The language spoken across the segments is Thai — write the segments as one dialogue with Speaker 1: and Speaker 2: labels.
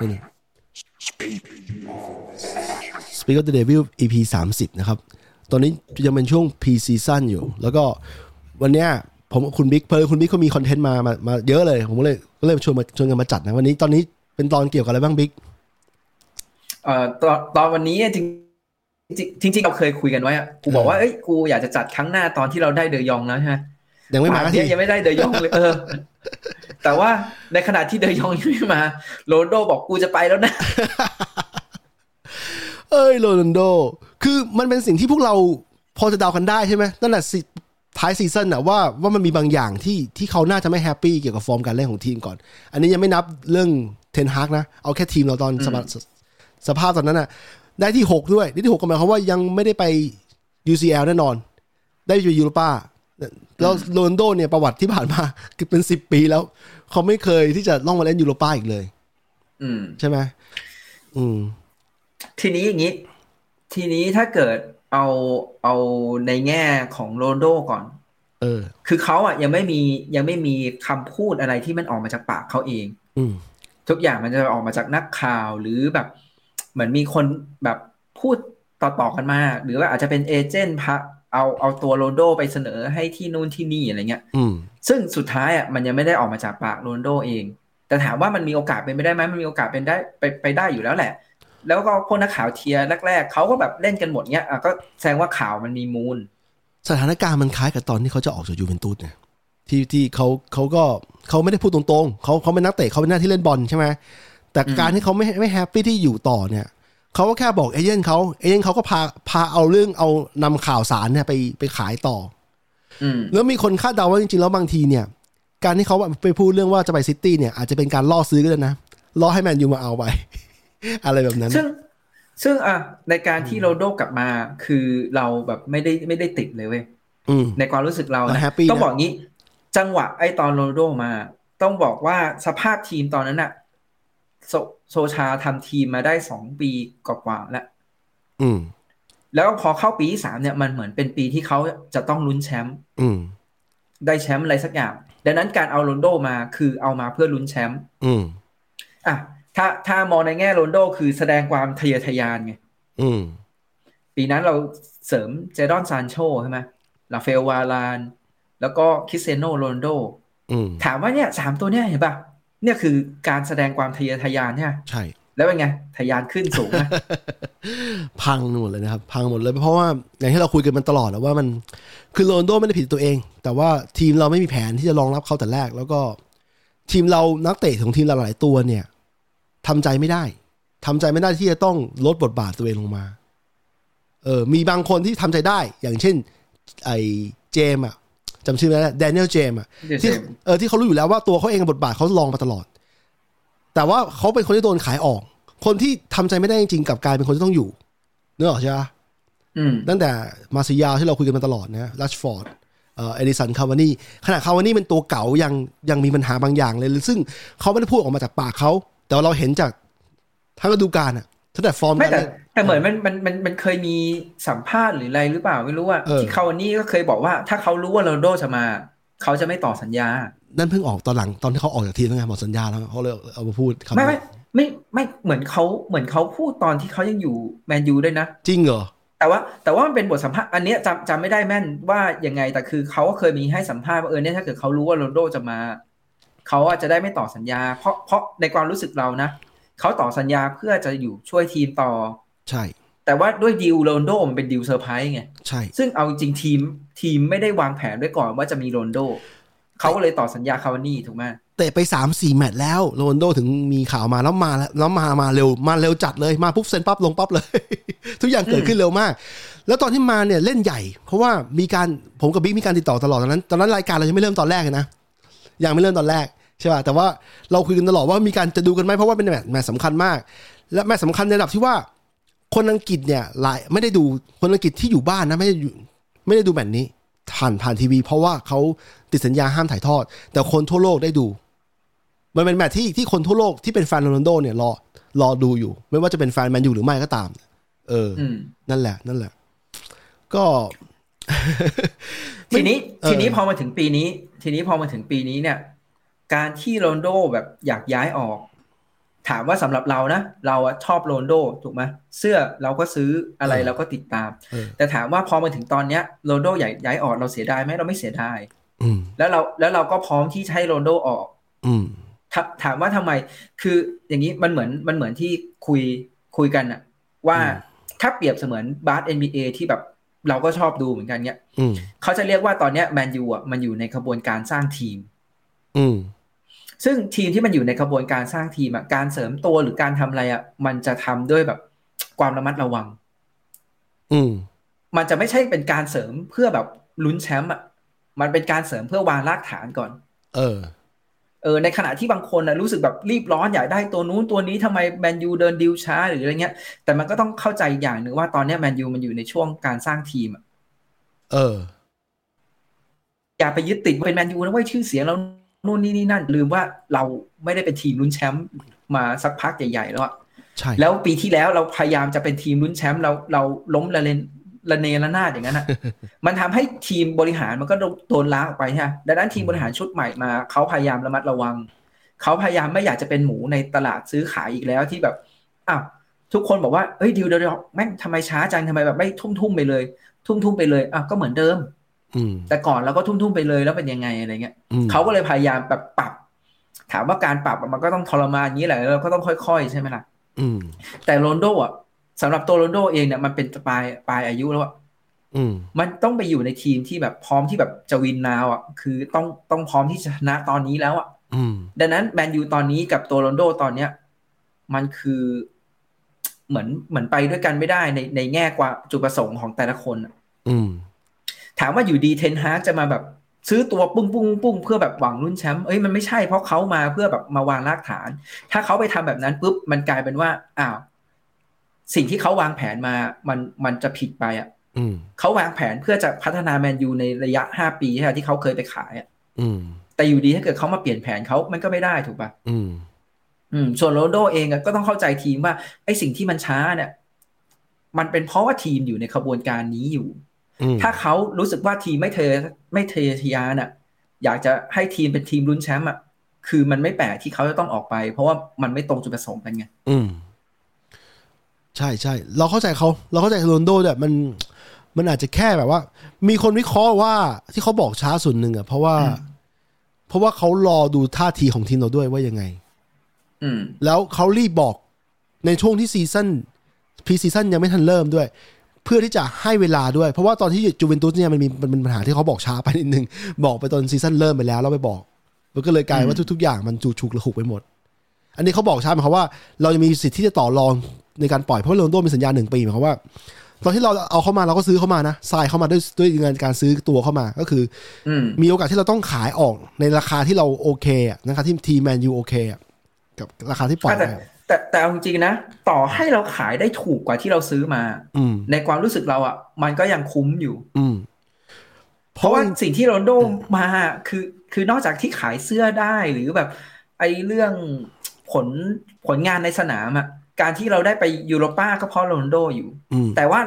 Speaker 1: นี่นี่ Speak of the Devil EP 30 นะครับ ตอนนี้ยังเป็นช่วง P season อยู่ แล้วก็วันเนี้ยผมกับคุณบิ๊กเพลคุณบิ๊กเขามีคอนเทนต์มามามาเยอะเลย ผมก็เลยก็เลยชวนมาชวนกันมาจัดนะวันนี้ตอนนี้เป็นตอนเกี่ยวกับอะไรบ้างบิ๊ก
Speaker 2: เอ่อตอนตอนวันนี้จริงจริงจริงๆเราเคยคุยกันไว้อะกูบอกว่าเอ้ยกูอยากจะจัดครั้งหน้าตอนที่เราได้เดยองแล้วใช่ไหม
Speaker 1: ยังไม่มาสัก
Speaker 2: เนี่
Speaker 1: ที
Speaker 2: ยยังไม่ได้เดยองเลยเออ แต่ว่าในขณะที่เดยองยังไม่มาโรนลโดบอกกูจะไปแล้วนะ
Speaker 1: เอ้ยโรนัลโด คือมันเป็นสิ่งที่พวกเราพอจะเดากันได้ใช่ไหมนั่นแหละสิท้ายซีซั่นอะว่าว่ามันมีบางอย่างที่ที่เขาน่าจะไม่แฮปปี้เกี่ยวกับฟอร์มการเล่นของทีมก่อน อันนี้ยังไม่นับเรื่องเทนฮากนะ เอาแค่ทีมเราตอนสภาพสภาพตอนนั้นอะได้ที่ 6 ด้วยได้ที่ 6กก็หมายความว่ายังไม่ได้ไป UCL แน่นอน ได้ไปยูโรป้าแล้วโรนลโดเนี่ยประวัติที่ผ่านมาคือเป็น 10 ปีแล้ว เขาไม่เคยที่จะล่องมาเล่นยูโรป้าอีกเลย
Speaker 2: อืม
Speaker 1: ใช่ไหมอืม
Speaker 2: ทีนี้อย่างนี้ ทีนี้ถ้าเกิดเอาเอาในแง่ของโรนลโดก่อน
Speaker 1: เออ
Speaker 2: คือเขาอ่ะยังไม่มียังไม่มีคำพูดอะไรที่มันออกมาจากปากเขาเอง
Speaker 1: อืม
Speaker 2: ทุกอย่างมันจะออกมาจากนักข่าวหรือแบบเหมือนมีคนแบบพูดต่อๆกันมา หรือว่าอาจจะเป็นเอเจนต์พาเอาเอาตัวโรนลโดไปเสนอให้ที่นู่นที่นี่อะไรเงี้ย
Speaker 1: อืม
Speaker 2: ซึ่งสุดท้ายอ่ะมันยังไม่ได้ออกมาจากปากโรนลโดเอง แต่ถามว่ามันมีโอกาสเป็นไปได้ไหมมันมีโอกาสเป็นได้ไปไปได้อยู่แล้วแหละ แล้วก็พวกนักข่าวเทียร์แรก ๆเขาก็แบบเล่นกันหมดเนี้ยอ่ะก็แสดงว่าข่าวมันมีมูล
Speaker 1: สถานการณ์มันคล้ายกับตอนที่เขาจะออกจากยูเวนตุสเนี่ยที่ที่เขาเขาก็เขาไม่ได้พูดตรงๆเขาเขาเป็นนักเตะเขาเป็นหน้าที่เล่นบอลใช่ไหมแต่การที่เขาไม่ไม่แฮปปี้ที่อยู่ต่อเนี่ยเขาก็แค่บอกเอเย่นเขาเอเย่นเขาก็พาพาเอาเรื่องเอานำข่าวสารเนี่ยไปไปขายต่อ
Speaker 2: อืม
Speaker 1: แล้วมีคนคาดเดาว่าจริงๆแล้วบางทีเนี่ย การที่เขาไปพูดเรื่องว่าจะไปซิตี้เนี่ยอาจจะเป็นการล่อซื้อก็ได้นะล่อให้แมนยูมาเอาไป อะไรแบบนั้น
Speaker 2: ซึ่งซึ่งอ่ะในการที่โรนลโดกลับมาคือเราแบบไม่ได้ไม่ได้ติดเลยเว้ย
Speaker 1: อืม
Speaker 2: ในความรู้สึกเรา
Speaker 1: เรา
Speaker 2: นะ
Speaker 1: แฮปปี้นะ
Speaker 2: ต้องบอกงี้ จังหวะไอ้ตอนโรนัลโดมา ต้องบอกว่าสภาพทีมตอนนั้นน่ะโซโซชาทำทีมมาได้สองปีกว่าๆแล้ว
Speaker 1: อืม
Speaker 2: แล้วพอเข้าปีที่สามเนี่ยมันเหมือนเป็นปีที่เขาจะต้องลุ้นแชมป์
Speaker 1: อืม
Speaker 2: ได้แชมป์อะไรสักอย่าง ดังนั้นการเอาโรนลโดมาคือเอามาเพื่อลุ้นแชมป์
Speaker 1: อืม
Speaker 2: อ่ะถ้าถ้ามองในแง่โรนลโดคือแสดงความทะเยอทะยานไง
Speaker 1: อืม
Speaker 2: ปีนั้นเราเสริมเจดอนซานโชใช่ไหมลาเฟลวาลาน แล้วก็คริสเซยโนโรนลโด
Speaker 1: อืม
Speaker 2: ถามว่าเนี่ยสามตัวเนี่ยเห็นป่ะเนี่ยคือการแสดงความทะเยอทะยานเนี่ย
Speaker 1: ใช่
Speaker 2: แล้วเป็นไงทะยานขึ้นสูง นะ
Speaker 1: พังหมดเลยนะครับ พังหมดเลยเพราะว่าอย่างที่เราคุยกันมันตลอดแล้วว่ามันคือโรนลโดไม่ได้ผิดตัวเอง แต่ว่าทีมเราไม่มีแผนที่จะรองรับเขาแต่แรก แล้วก็ ทีมเรานักเตะของทีมเราหลายตัวเนี่ยทำใจไม่ได้ทำใจไม่ได้ที่จะต้องลดบทบาทตัวเองลงมา เออ มีบางคนที่ทำใจได้ อย่างเช่น ไอ้เจมส์อะจำชื่อไม่ได้แดเนียลเจมส์อะ
Speaker 2: Daniel
Speaker 1: ที่
Speaker 2: James
Speaker 1: เออที่เขารู้อยู่แล้วว่าตัวเขาเองกับบทบาทเขาลองมาตลอด แต่ว่าเขาเป็นคนที่โดนขายออก คนที่ทำใจไม่ได้จริงๆกลับกลายเป็นคนที่ต้องอยู่นึกออกใช่ไหม
Speaker 2: อืม
Speaker 1: ตั้งแต่มาซิยาที่เราคุยกันมาตลอดนะลัชฟอร์ดเอ่อเอดิสันคาวานี่ขณะคาวานี่เป็นตัวเก่ายังยังมีปัญหาบางอย่างเลย ซึ่งเขาไม่ได้พูดออกมาจากปากเขา แต่ว่าเราเห็นจากทั้งฤดูกาลอะตั้งแต่ฟอร์ม
Speaker 2: ไม่แต่
Speaker 1: การเล่น
Speaker 2: แต่เหมือนมันมันมันมันเคยมีสัมภาษณ์หรืออะไรหรือเปล่าไม่รู้ว่า
Speaker 1: เออ
Speaker 2: ที่เขาวันนี้ก็เคยบอกว่า ถ้าเขารู้ว่าโรนลโดจะมา เขาจะไม่ต่อสัญญา
Speaker 1: นั่นเพิ่งออกตอนหลังตอนที่เขาออกจากทีมแล้วไงหมดสัญญาแล้วเขาเลยเอามาพูดคำ
Speaker 2: ไม่
Speaker 1: นี้
Speaker 2: ไม่ไม่ไม่เหมือนเขาเหมือนเขาพูดตอนที่เขายังอยู่แมนยูด้วยนะ
Speaker 1: จริงเหรอ
Speaker 2: แต่ว่าแต่ว่ามันเป็นบทสัมภาษณ์อันเนี้ยจำจำไม่ได้แม่นว่ายังไงแต่คือเขาก็เคยมีให้สัมภาษณ์ว่าเออเนี่ยถ้าเกิดเขารู้ว่าโรนลโดจะมาเขาอาจจะได้ไม่ต่อสัญญา เพราะเพราะในความรู้สึกเรานะเขาต่อสัญญาเพื่อจะอยู่ช่วยทีมต่อ
Speaker 1: ใช่
Speaker 2: แต่ว่าด้วยดีลโรนลโดมันเป็นดีลเซอร์ไพรส์ไง
Speaker 1: ใช่
Speaker 2: ซึ่งเอาจริงๆทีมทีมไม่ได้วางแผนไว้ก่อนว่าจะมีโรนลโดเขาก็เลยต่อสัญญาคาวานี่ถูกไหม
Speaker 1: เตะไป3ามสี่แมตช์แล้วโรนลโดถึงมีข่าวมาแล้วมาแล้วแล้วมามาเร็วมาเร็วจัดเลยมาปุ๊บเซ็นปั๊บลงปั๊บเลย ทุกอย่างเกิดขึ้นเร็วมาก แล้วตอนที่มาเนี่ยเล่นใหญ่ เพราะว่ามีการผมกับบิ๊กมีการติดต่อตลอดตอนนั้นตอนนั้นรายการเรายังไม่เริ่มตอนแรกเลยนะยังไม่เริ่มตอนแรกใช่ป่ะแต่ว่าเราคุยกันตลอดว่ามีการจะดูกันไหมเพราะว่าเป็นแมตช์แมตช์สำคัญมาก และแมตช์สำคัญในระดับที่ว่า คนอังกฤษเนี่ยหลายไม่ได้ดูคนอังกฤษที่อยู่บ้านนะไม่ได้อยู่ไม่ได้ดูแมตช์นี้ผ่านผ่านทีวี เพราะว่าเขาติดสัญญาห้ามถ่ายทอด แต่คนทั่วโลกได้ดู มันเป็นแมตช์ที่ที่คนทั่วโลกที่เป็นแฟนโรนัลโดเนี่ยรอรอดูอยู่ ไม่ว่าจะเป็นแฟนแมนยูหรือไม่ก็ตาม เออ
Speaker 2: อืม
Speaker 1: นั่นแหละ นั่นแหละ ก็
Speaker 2: ทีนี้
Speaker 1: เออ
Speaker 2: ทีนี้พอมาถึงปีนี้ ทีนี้พอมาถึงปีนี้เนี่ย การที่โรนลโดแบบอยากย้ายออก ถามว่าสำหรับเรานะ เราอะชอบโรนโดถูกไหมเสื้อเราก็ซื้ออะไร
Speaker 1: เออ
Speaker 2: เราก็ติดตาม
Speaker 1: เออ
Speaker 2: แต่ถามว่าพอมาถึงตอนเนี้ยโรนโดย้ายย้ายออกเราเสียดายไหมเราไม่เสียดาย
Speaker 1: อืม
Speaker 2: แล้วเราแล้วเราก็พร้อมที่จะให้โรนโดออก
Speaker 1: อืม
Speaker 2: ถาถามว่าทำไม คืออย่างนี้มันเหมือนมันเหมือนที่คุยคุยกันอะว่า
Speaker 1: อืม
Speaker 2: ถ้าเปรียบเสมือนบาส NBA ที่แบบเราก็ชอบดูเหมือนกันเนี้ย
Speaker 1: อืม
Speaker 2: เขาจะเรียกว่าตอนเนี้ยแมนยูอ่ะมันอยู่ในขบวนการสร้างทีม
Speaker 1: อืม
Speaker 2: ซึ่งทีมที่มันอยู่ในขบวนการสร้างทีมอะการเสริมตัวหรือการทำอะไรอะมันจะทำด้วยแบบความระมัดระวัง
Speaker 1: อืม
Speaker 2: มันจะไม่ใช่เป็นการเสริมเพื่อแบบลุ้นแชมป์อะมันเป็นการเสริมเพื่อวางรากฐานก่อน
Speaker 1: เออ
Speaker 2: เออในขณะที่บางคนนะรู้สึกแบบรีบร้อนอยากได้ตัวนู้นตัวนี้ทำไมแมนยูเดินดิวช้าหรืออะไรเงี้ย แต่มันก็ต้องเข้าใจอย่างหนึ่งว่าตอนเนี้แมนยูมันอยู่ในช่วงการสร้างทีมอะ
Speaker 1: เออ
Speaker 2: อย่าไปยึดติดว่าเป็นแมนยูนะเว่าชื่อเสียงเรานู่นนี่นี่นั่น ลืมว่าเราไม่ได้เป็นทีมลุ้นแชมป์มาสักพักใหญ่ๆแล้วอะ
Speaker 1: ใช่
Speaker 2: แล้วปีที่แล้วเราพยายามจะเป็นทีมลุ้นแชมป์เราเราล้มละเลนละเนระนาดอย่างนั้นอะ มันทำให้ทีมบริหารมันก็โดนล้างออกไปใช่ไหมดังนั้นทีมบริหารชุดใหม่มาเขาพยายามระมัดระวัง เขาพยายามไม่อยากจะเป็นหมูในตลาดซื้อขายอีกแล้วที่แบบ อ้าวทุกคนบอกว่าเอ้ยดิวเดยวเดี๋ยวแม่งทำไมช้าจังทำไมแบบไม่ทุ่มทุ่มๆไปเลย ทุ่มทุ่มๆไปเลยอ้าวก็เหมือนเดิม
Speaker 1: อืม
Speaker 2: แต่ก่อนเราก็ทุ่มทุ่มๆไปเลยแล้วเป็นยังไงอะไรเงี้ย
Speaker 1: อืม
Speaker 2: เขาก็เลยพยายามแบบปรับ ถามว่าการปรับอะมันก็ต้องทรมานอย่างนี้แหละแล้วเราก็ต้องค่อยๆ ใช่ไหมล่ะ
Speaker 1: อืม
Speaker 2: แต่โรนโดอ่ะสำหรับตัวโรนโดเองเนี่ยมันเป็นปลายปลายอายุแล้วอะ
Speaker 1: อืม
Speaker 2: มันต้องไปอยู่ในทีมที่แบบพร้อมที่แบบจะวินนาวอ่ะคือต้องต้องพร้อมที่จะชนะตอนนี้แล้วอ่ะ
Speaker 1: อืม
Speaker 2: ดังนั้นแมนยูตอนนี้กับตัวโรนโดตอนเนี้ย มันคือเหมือนเหมือนไปด้วยกันไม่ได้ในในแง่กว่าจุดประสงค์ของแต่ละคนอะ
Speaker 1: อืม
Speaker 2: ถามว่าอยู่ดีเทนฮาร์กจะมาแบบซื้อตัวปุ้งปุ้งปุ้งเพื่อแบบหวังรุ่นแชมป์เอ้ยมันไม่ใช่เพราะเขามาเพื่อแบบมาวางรากฐาน ถ้าเขาไปทำแบบนั้นปุ๊บมันกลายเป็นว่าอ้าวสิ่งที่เขาวางแผนมามันมันจะผิดไปอ่ะ
Speaker 1: อืม
Speaker 2: เขาวางแผนเพื่อจะพัฒนาแมนยูในระยะ 5 ปีใช่ไหมที่เขาเคยไปขายอะ
Speaker 1: อืม
Speaker 2: แต่อยู่ดีถ้าเกิดเขามาเปลี่ยนแผนเขามันก็ไม่ได้ถูกปะ่ะ
Speaker 1: อืม
Speaker 2: อืมส่วนโรนลโดเองอะก็ต้องเข้าใจทีมว่าไอ้สิ่งที่มันช้าเนี่ย มันเป็นเพราะว่าทีมอยู่ในขบวนการนี้อยู่
Speaker 1: อืม
Speaker 2: ถ้าเขารู้สึกว่าทีมไม่เทไม่เทยทะยานอะอยากจะให้ทีมเป็นทีมลุ้นแชมป์อะคือมันไม่แปลกที่เขาจะต้องออกไป เพราะว่ามันไม่ตรงจุดประสงค์กันไง
Speaker 1: อืมใช่ใช่เราเข้าใจเขาเราเข้าใจโรนลโดด้วยมัน มันอาจจะแค่แบบว่า มีคนวิเคราะห์ว่าที่เขาบอกช้าส่วนหนึ่งอ่ะเพราะว่า เพราะว่าเขารอดูท่าทีของทีมเราด้วยว่ายังไง
Speaker 2: อืม
Speaker 1: แล้วเขารีบบอกในช่วงที่ซีซั่นพรีซีซั่นยังไม่ทันเริ่มด้วย เพื่อที่จะให้เวลาด้วย เพราะว่าตอนที่จูเวนตุสเนี่ยมันมีมันเป็นปัญหาที่เขาบอกช้าไปนิดนึง บอกไปตอนซีซั่นเริ่มไปแล้วแล้วไปบอก มันก็เลยกลายว่าทุก ๆ อย่างมันจูชุกระหุกไปหมด อันนี้เขาบอกช้าหมายความว่า เรายังมีสิทธิ์ที่จะต่อรองในการปล่อยเพราะว่าโรนลโดมีสัญญาหนึ่งปีหมายความว่า ตอนที่เราเอาเข้ามาเราก็ซื้อเข้ามานะทรายเข้ามาด้วยด้วยเงินการซื้อตัวเข้ามาก็คือ
Speaker 2: อืม
Speaker 1: มีโอกาสที่เราต้องขายออกในราคาที่เราโอเคอะนะครับที่ทีแมนยูโอเคอะกับราคาที่ปล่อยไป
Speaker 2: แต่
Speaker 1: อะ
Speaker 2: แต่แต่เอาจริงๆนะ ต่อให้เราขายได้ถูกกว่าที่เราซื้อมา
Speaker 1: อืม
Speaker 2: ในความรู้สึกเราอ่ะ มันก็ยังคุ้มอยู่
Speaker 1: อืม เพ
Speaker 2: เพราะ
Speaker 1: ราะ
Speaker 2: ว่า
Speaker 1: ว่า
Speaker 2: สิ่งที่โรนลโดมาคือคือนอกจากที่ขายเสื้อได้หรือแบบ ไอ้เรื่องผลผลงานในสนามอ่ะการที่เราได้ไปยูโรป้าก็เพราะโรนลโดอยู่
Speaker 1: อืม
Speaker 2: แต่ว่า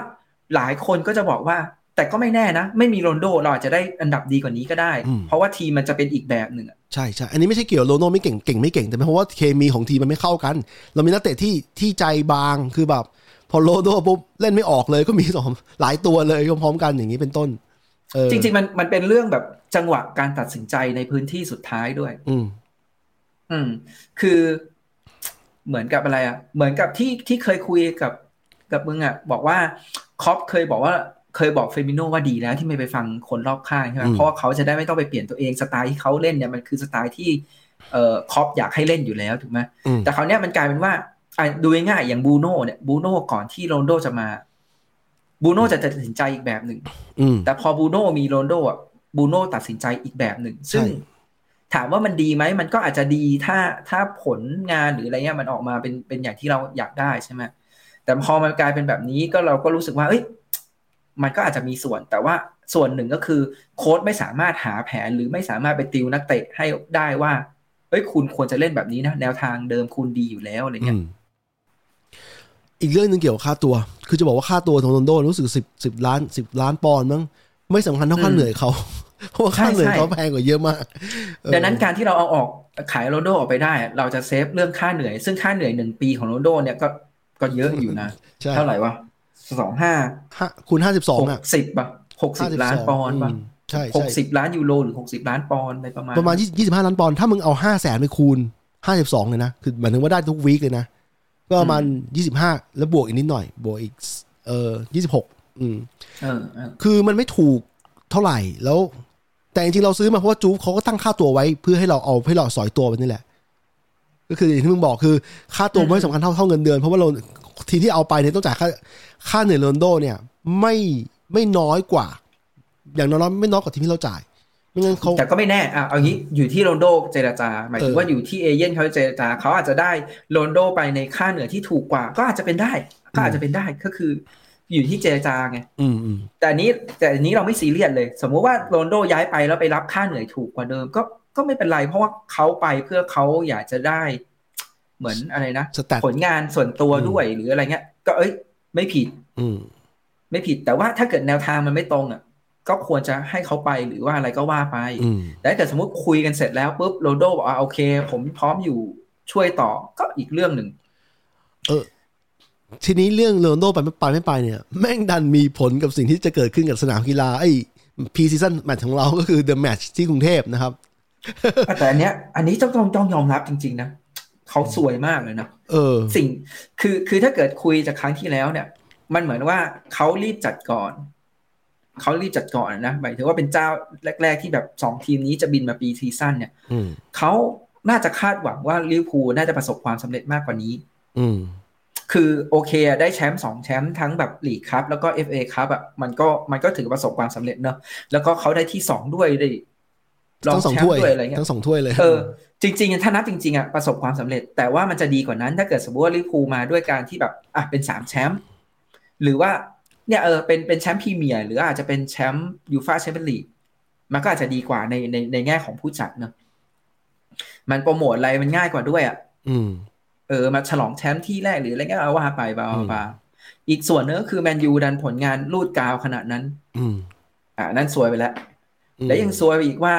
Speaker 2: หลายคนก็จะบอกว่า แต่ก็ไม่แน่นะ ไม่มีโรนลโดเราอาจจะได้อันดับดีกว่านี้ก็ได้
Speaker 1: อืม
Speaker 2: เพราะว่าทีมมันจะเป็นอีกแบบหนึ่งอะ
Speaker 1: ใช่ใช่ อันนี้ไม่ใช่เกี่ยวโรนัลโนไม่เก่งเก่งไม่เก่งแต่เป็นเพราะว่าเคมีของทีมมันไม่เข้ากัน เรามีนักเตะที่ที่ใจบางคือแบบ พอโรนัลโดปุ๊บเล่นไม่ออกเลยก็มีสองหลายตัวเลยพร้อมๆกันอย่างนี้เป็นต้น เออ
Speaker 2: จริง ๆ มันมันเป็นเรื่องแบบจังหวะการตัดสินใจในพื้นที่สุดท้ายด้วย
Speaker 1: อืม
Speaker 2: อืม คือ เหมือนกับอะไรอ่ะ เหมือนกับที่ที่เคยคุยกับกับมึงอ่ะ บอกว่าคอปเคยบอกว่าเคยบอกเฟมิโนว่าดีแล้วที่ไม่ไปฟังคนรอบข้างใช่ไหม
Speaker 1: อืม
Speaker 2: เพราะว่าเขาจะได้ไม่ต้องไปเปลี่ยนตัวเองสไตล์ที่เขาเล่นเนี่ยมันคือสไตล์ที่เอ่อคอปอยากให้เล่นอยู่แล้วถูกไหม
Speaker 1: อืม
Speaker 2: แต่คราวเนี้ยมันกลายเป็นว่าอ่ะดูง่ายๆอย่างบูโน่เนี่ยบูโน่ก่อนที่โรนลโดจะมาบูโน่จะตัดสินใจอีกแบบหนึ่ง
Speaker 1: อืม
Speaker 2: แต่พอบูโน่มีโรนลโดอ่ะบูโน่ตัดสินใจอีกแบบหนึ่ง ซึ่ง
Speaker 1: ใช่
Speaker 2: ถามว่ามันดีไหม มันก็อาจจะดีถ้าถ้าผลงานหรืออะไรเงี้ยมันออกมาเป็นเป็นอย่างที่เราอยากได้ใช่ไหมแต่พอมันกลายเป็นแบบนี้ก็เราก็รู้สึกว่า เอ้ย มันก็อาจจะมีส่วน แต่ว่าส่วนหนึ่งก็คือ โค้ดไม่สามารถหาแผนหรือไม่สามารถไปติวนักเตะให้ได้ว่า เอ้ย คุณควรจะเล่นแบบนี้นะแนวทางเดิมคุณดีอยู่แล้วอะไรเงี้ย
Speaker 1: อืมอีกเรื่องหนึ่งเกี่ยวกับค่าตัว คือจะบอกว่าค่าตัวของโรนลโดรู้สึกสิบสิบล้านสิบล้านปอนด์มั้งไม่สำคัญเท่าค่าเหนื่อยเขา เพราะว่าค่าเหนื่อยเขาแพงกว่าเยอะมากเออ
Speaker 2: ดังนั้นการที่เราเอาออกขายโรนลโดออกไปได้อะเราจะเซฟเรื่องค่าเหนื่อย ซึ่งค่าเหนื่อยหนึ่งปีของโรนลโดเนี่ยก็ก็เยอะอยู่นะ
Speaker 1: ใช่
Speaker 2: เท่าไหร่วะสองห้า
Speaker 1: ห้าคูณห้าสิบสอง
Speaker 2: หก
Speaker 1: อ่ะ
Speaker 2: สิบป่ะหกสิบล้านปอนด์ป่ะ
Speaker 1: มใช่
Speaker 2: ห
Speaker 1: ใช่
Speaker 2: กสิบล้านยูโรหรือหกสิบล้านปอนด์อะไรประมาณ
Speaker 1: ประมาณยี่สิบห้าล้านปอนด์ถ้ามึงเอาห้าแสนไปคูณห้าสิบสองเลยนะ คือหมายถึงว่าได้ทุกวีคเลยนะ ก็ประมาณยี่สิบห้าแล้วบวกอีกนิดหน่อย บวกอีก เออยี่สิบหกอืม
Speaker 2: เออเออ
Speaker 1: คือมันไม่ถูกเท่าไหร่แล้ว แต่จริงๆเราซื้อมาเพราะว่าจู๊บเขาก็ตั้งค่าตัวไว้เพื่อให้เราเอาให้เราสอยตัวมันนี่แหละ ก็คืออย่างที่มึงบอกคือ ค่าตัวไม่สำคัญเท่าเท่าเงินเดือน เพราะว่าเราทีมที่เอาไปเนี่ยต้องจ่ายค่าค่าเหนื่อยโรนลโดเนี่ย ไม่ไม่น้อยกว่า อย่างน้อยๆไม่น้อยกว่าทีมที่เราจ่ายไม่งั้นเขา
Speaker 2: แต่ก็ไม่แน่อ่ะเอางี้อยู่ที่โรนลโดเจรจา หมายถึง
Speaker 1: เออ
Speaker 2: ว่าอยู่ที่เอเย่นเขาเจรจาเขาอาจจะได้โรนลโดไปในค่าเหนือยที่ถูกกว่า ก็อาจจะเป็นได้ ก็อาจจะเป็นได้ก็คือ อยู่ที่เจรจาไง
Speaker 1: อืมอืม
Speaker 2: แต่อันนี้แต่อันนี้เราไม่ซีเรียสเลย สมมุติว่าโรนลโดย้ายไปแล้วไปรับค่าเหนื่อยถูกกว่าเดิม ก็ก็ไม่เป็นไร เพราะว่าเขาไปเพื่อเขาอยากจะได้ เหมือนอะไรนะ
Speaker 1: สแตท
Speaker 2: ผลงานส่วนตัว
Speaker 1: อืม
Speaker 2: ด้วยหรืออะไรเงี้ย ก็เอ้ย ไม่ผิด
Speaker 1: อืม
Speaker 2: ไม่ผิด แต่ว่าถ้าเกิดแนวทางมันไม่ตรงอ่ะ ก็ควรจะให้เขาไปหรือว่าอะไรก็ว่าไป
Speaker 1: อืม
Speaker 2: แต่ถ้าเกิดสมมติคุยกันเสร็จแล้วปุ๊บโรนลโดบอกว่าโอเค ผมพร้อมอยู่ช่วยต่อก็อีกเรื่องหนึ่ง
Speaker 1: ทีนี้เรื่องเลโอนโดไปไม่ไปไม่ไปเนี่ย แม่งดันมีผลกับสิ่งที่จะเกิดขึ้นกับสนามกีฬาไอ้พีซีซั่นแมตช์ของเราก็คือเดอะแมตช์ที่กรุงเทพนะครับ
Speaker 2: แต่อันเนี้ย อันนี้ต้องต้องต้องยอมรับจริง ๆ นะเขาสวยมากเลยนะ
Speaker 1: เออ
Speaker 2: สิ่งคือคือถ้าเกิดคุยจากครั้งที่แล้วเนี่ย มันเหมือนว่าเขารีบจัดก่อนเขารีบจัดก่อนนะหมายถึงว่าเป็นเจ้าแรก ๆ ที่แบบสองทีมนี้จะบินมาปีซีซั่นเนี่ย
Speaker 1: อืม
Speaker 2: เขาน่าจะคาดหวังว่าลิเวอร์พูลน่าจะประสบความสำเร็จมากกว่านี้
Speaker 1: อืม
Speaker 2: คือโอเคอะได้แชมป์สองแชมป์ทั้งแบบลีกครับแล้วก็ FA ครับอ่ะมันก็มันก็ถือประสบความสำเร็จเนอะแล้วก็เขาได้ที่สองด้วยได้รอง
Speaker 1: ทั้งสอง
Speaker 2: แชม
Speaker 1: ถ้วย
Speaker 2: ป์ด้วยอะไรเงี้ย
Speaker 1: ทั้งสองถ้วยเลย
Speaker 2: เออจริงๆ ถ้านับจริงๆอ่ะประสบความสำเร็จ แต่ว่ามันจะดีกว่านั้น ถ้าเกิดสมมติว่าลิเวอร์พูลมาด้วยการที่แบบอ่ะเป็นสามแชมป์หรือว่าเนี่ยเออเป็นเป็นแชมป์พรีเมียร์หรืออาจจะเป็นแชมป์ยูฟ่าแชมเปี้ยนลีกมันก็อาจจะดีกว่าในในในแง่ของผู้จัดเนอะมันโปรโมทอะไรมันง่ายกว่าด้วยอ่ะ
Speaker 1: อืม
Speaker 2: เออมาฉลองแชมป์ที่แรกหรืออะไรก็เอาว่าไปบา
Speaker 1: อืม
Speaker 2: บาอีกส่วนเนึงก็คือแมนยูดันผลงานลูดกาวขนาดนั้น
Speaker 1: อืม
Speaker 2: อ่านั่นซวยไปแล้ว
Speaker 1: อืม
Speaker 2: และยังซวยไปอีกว่า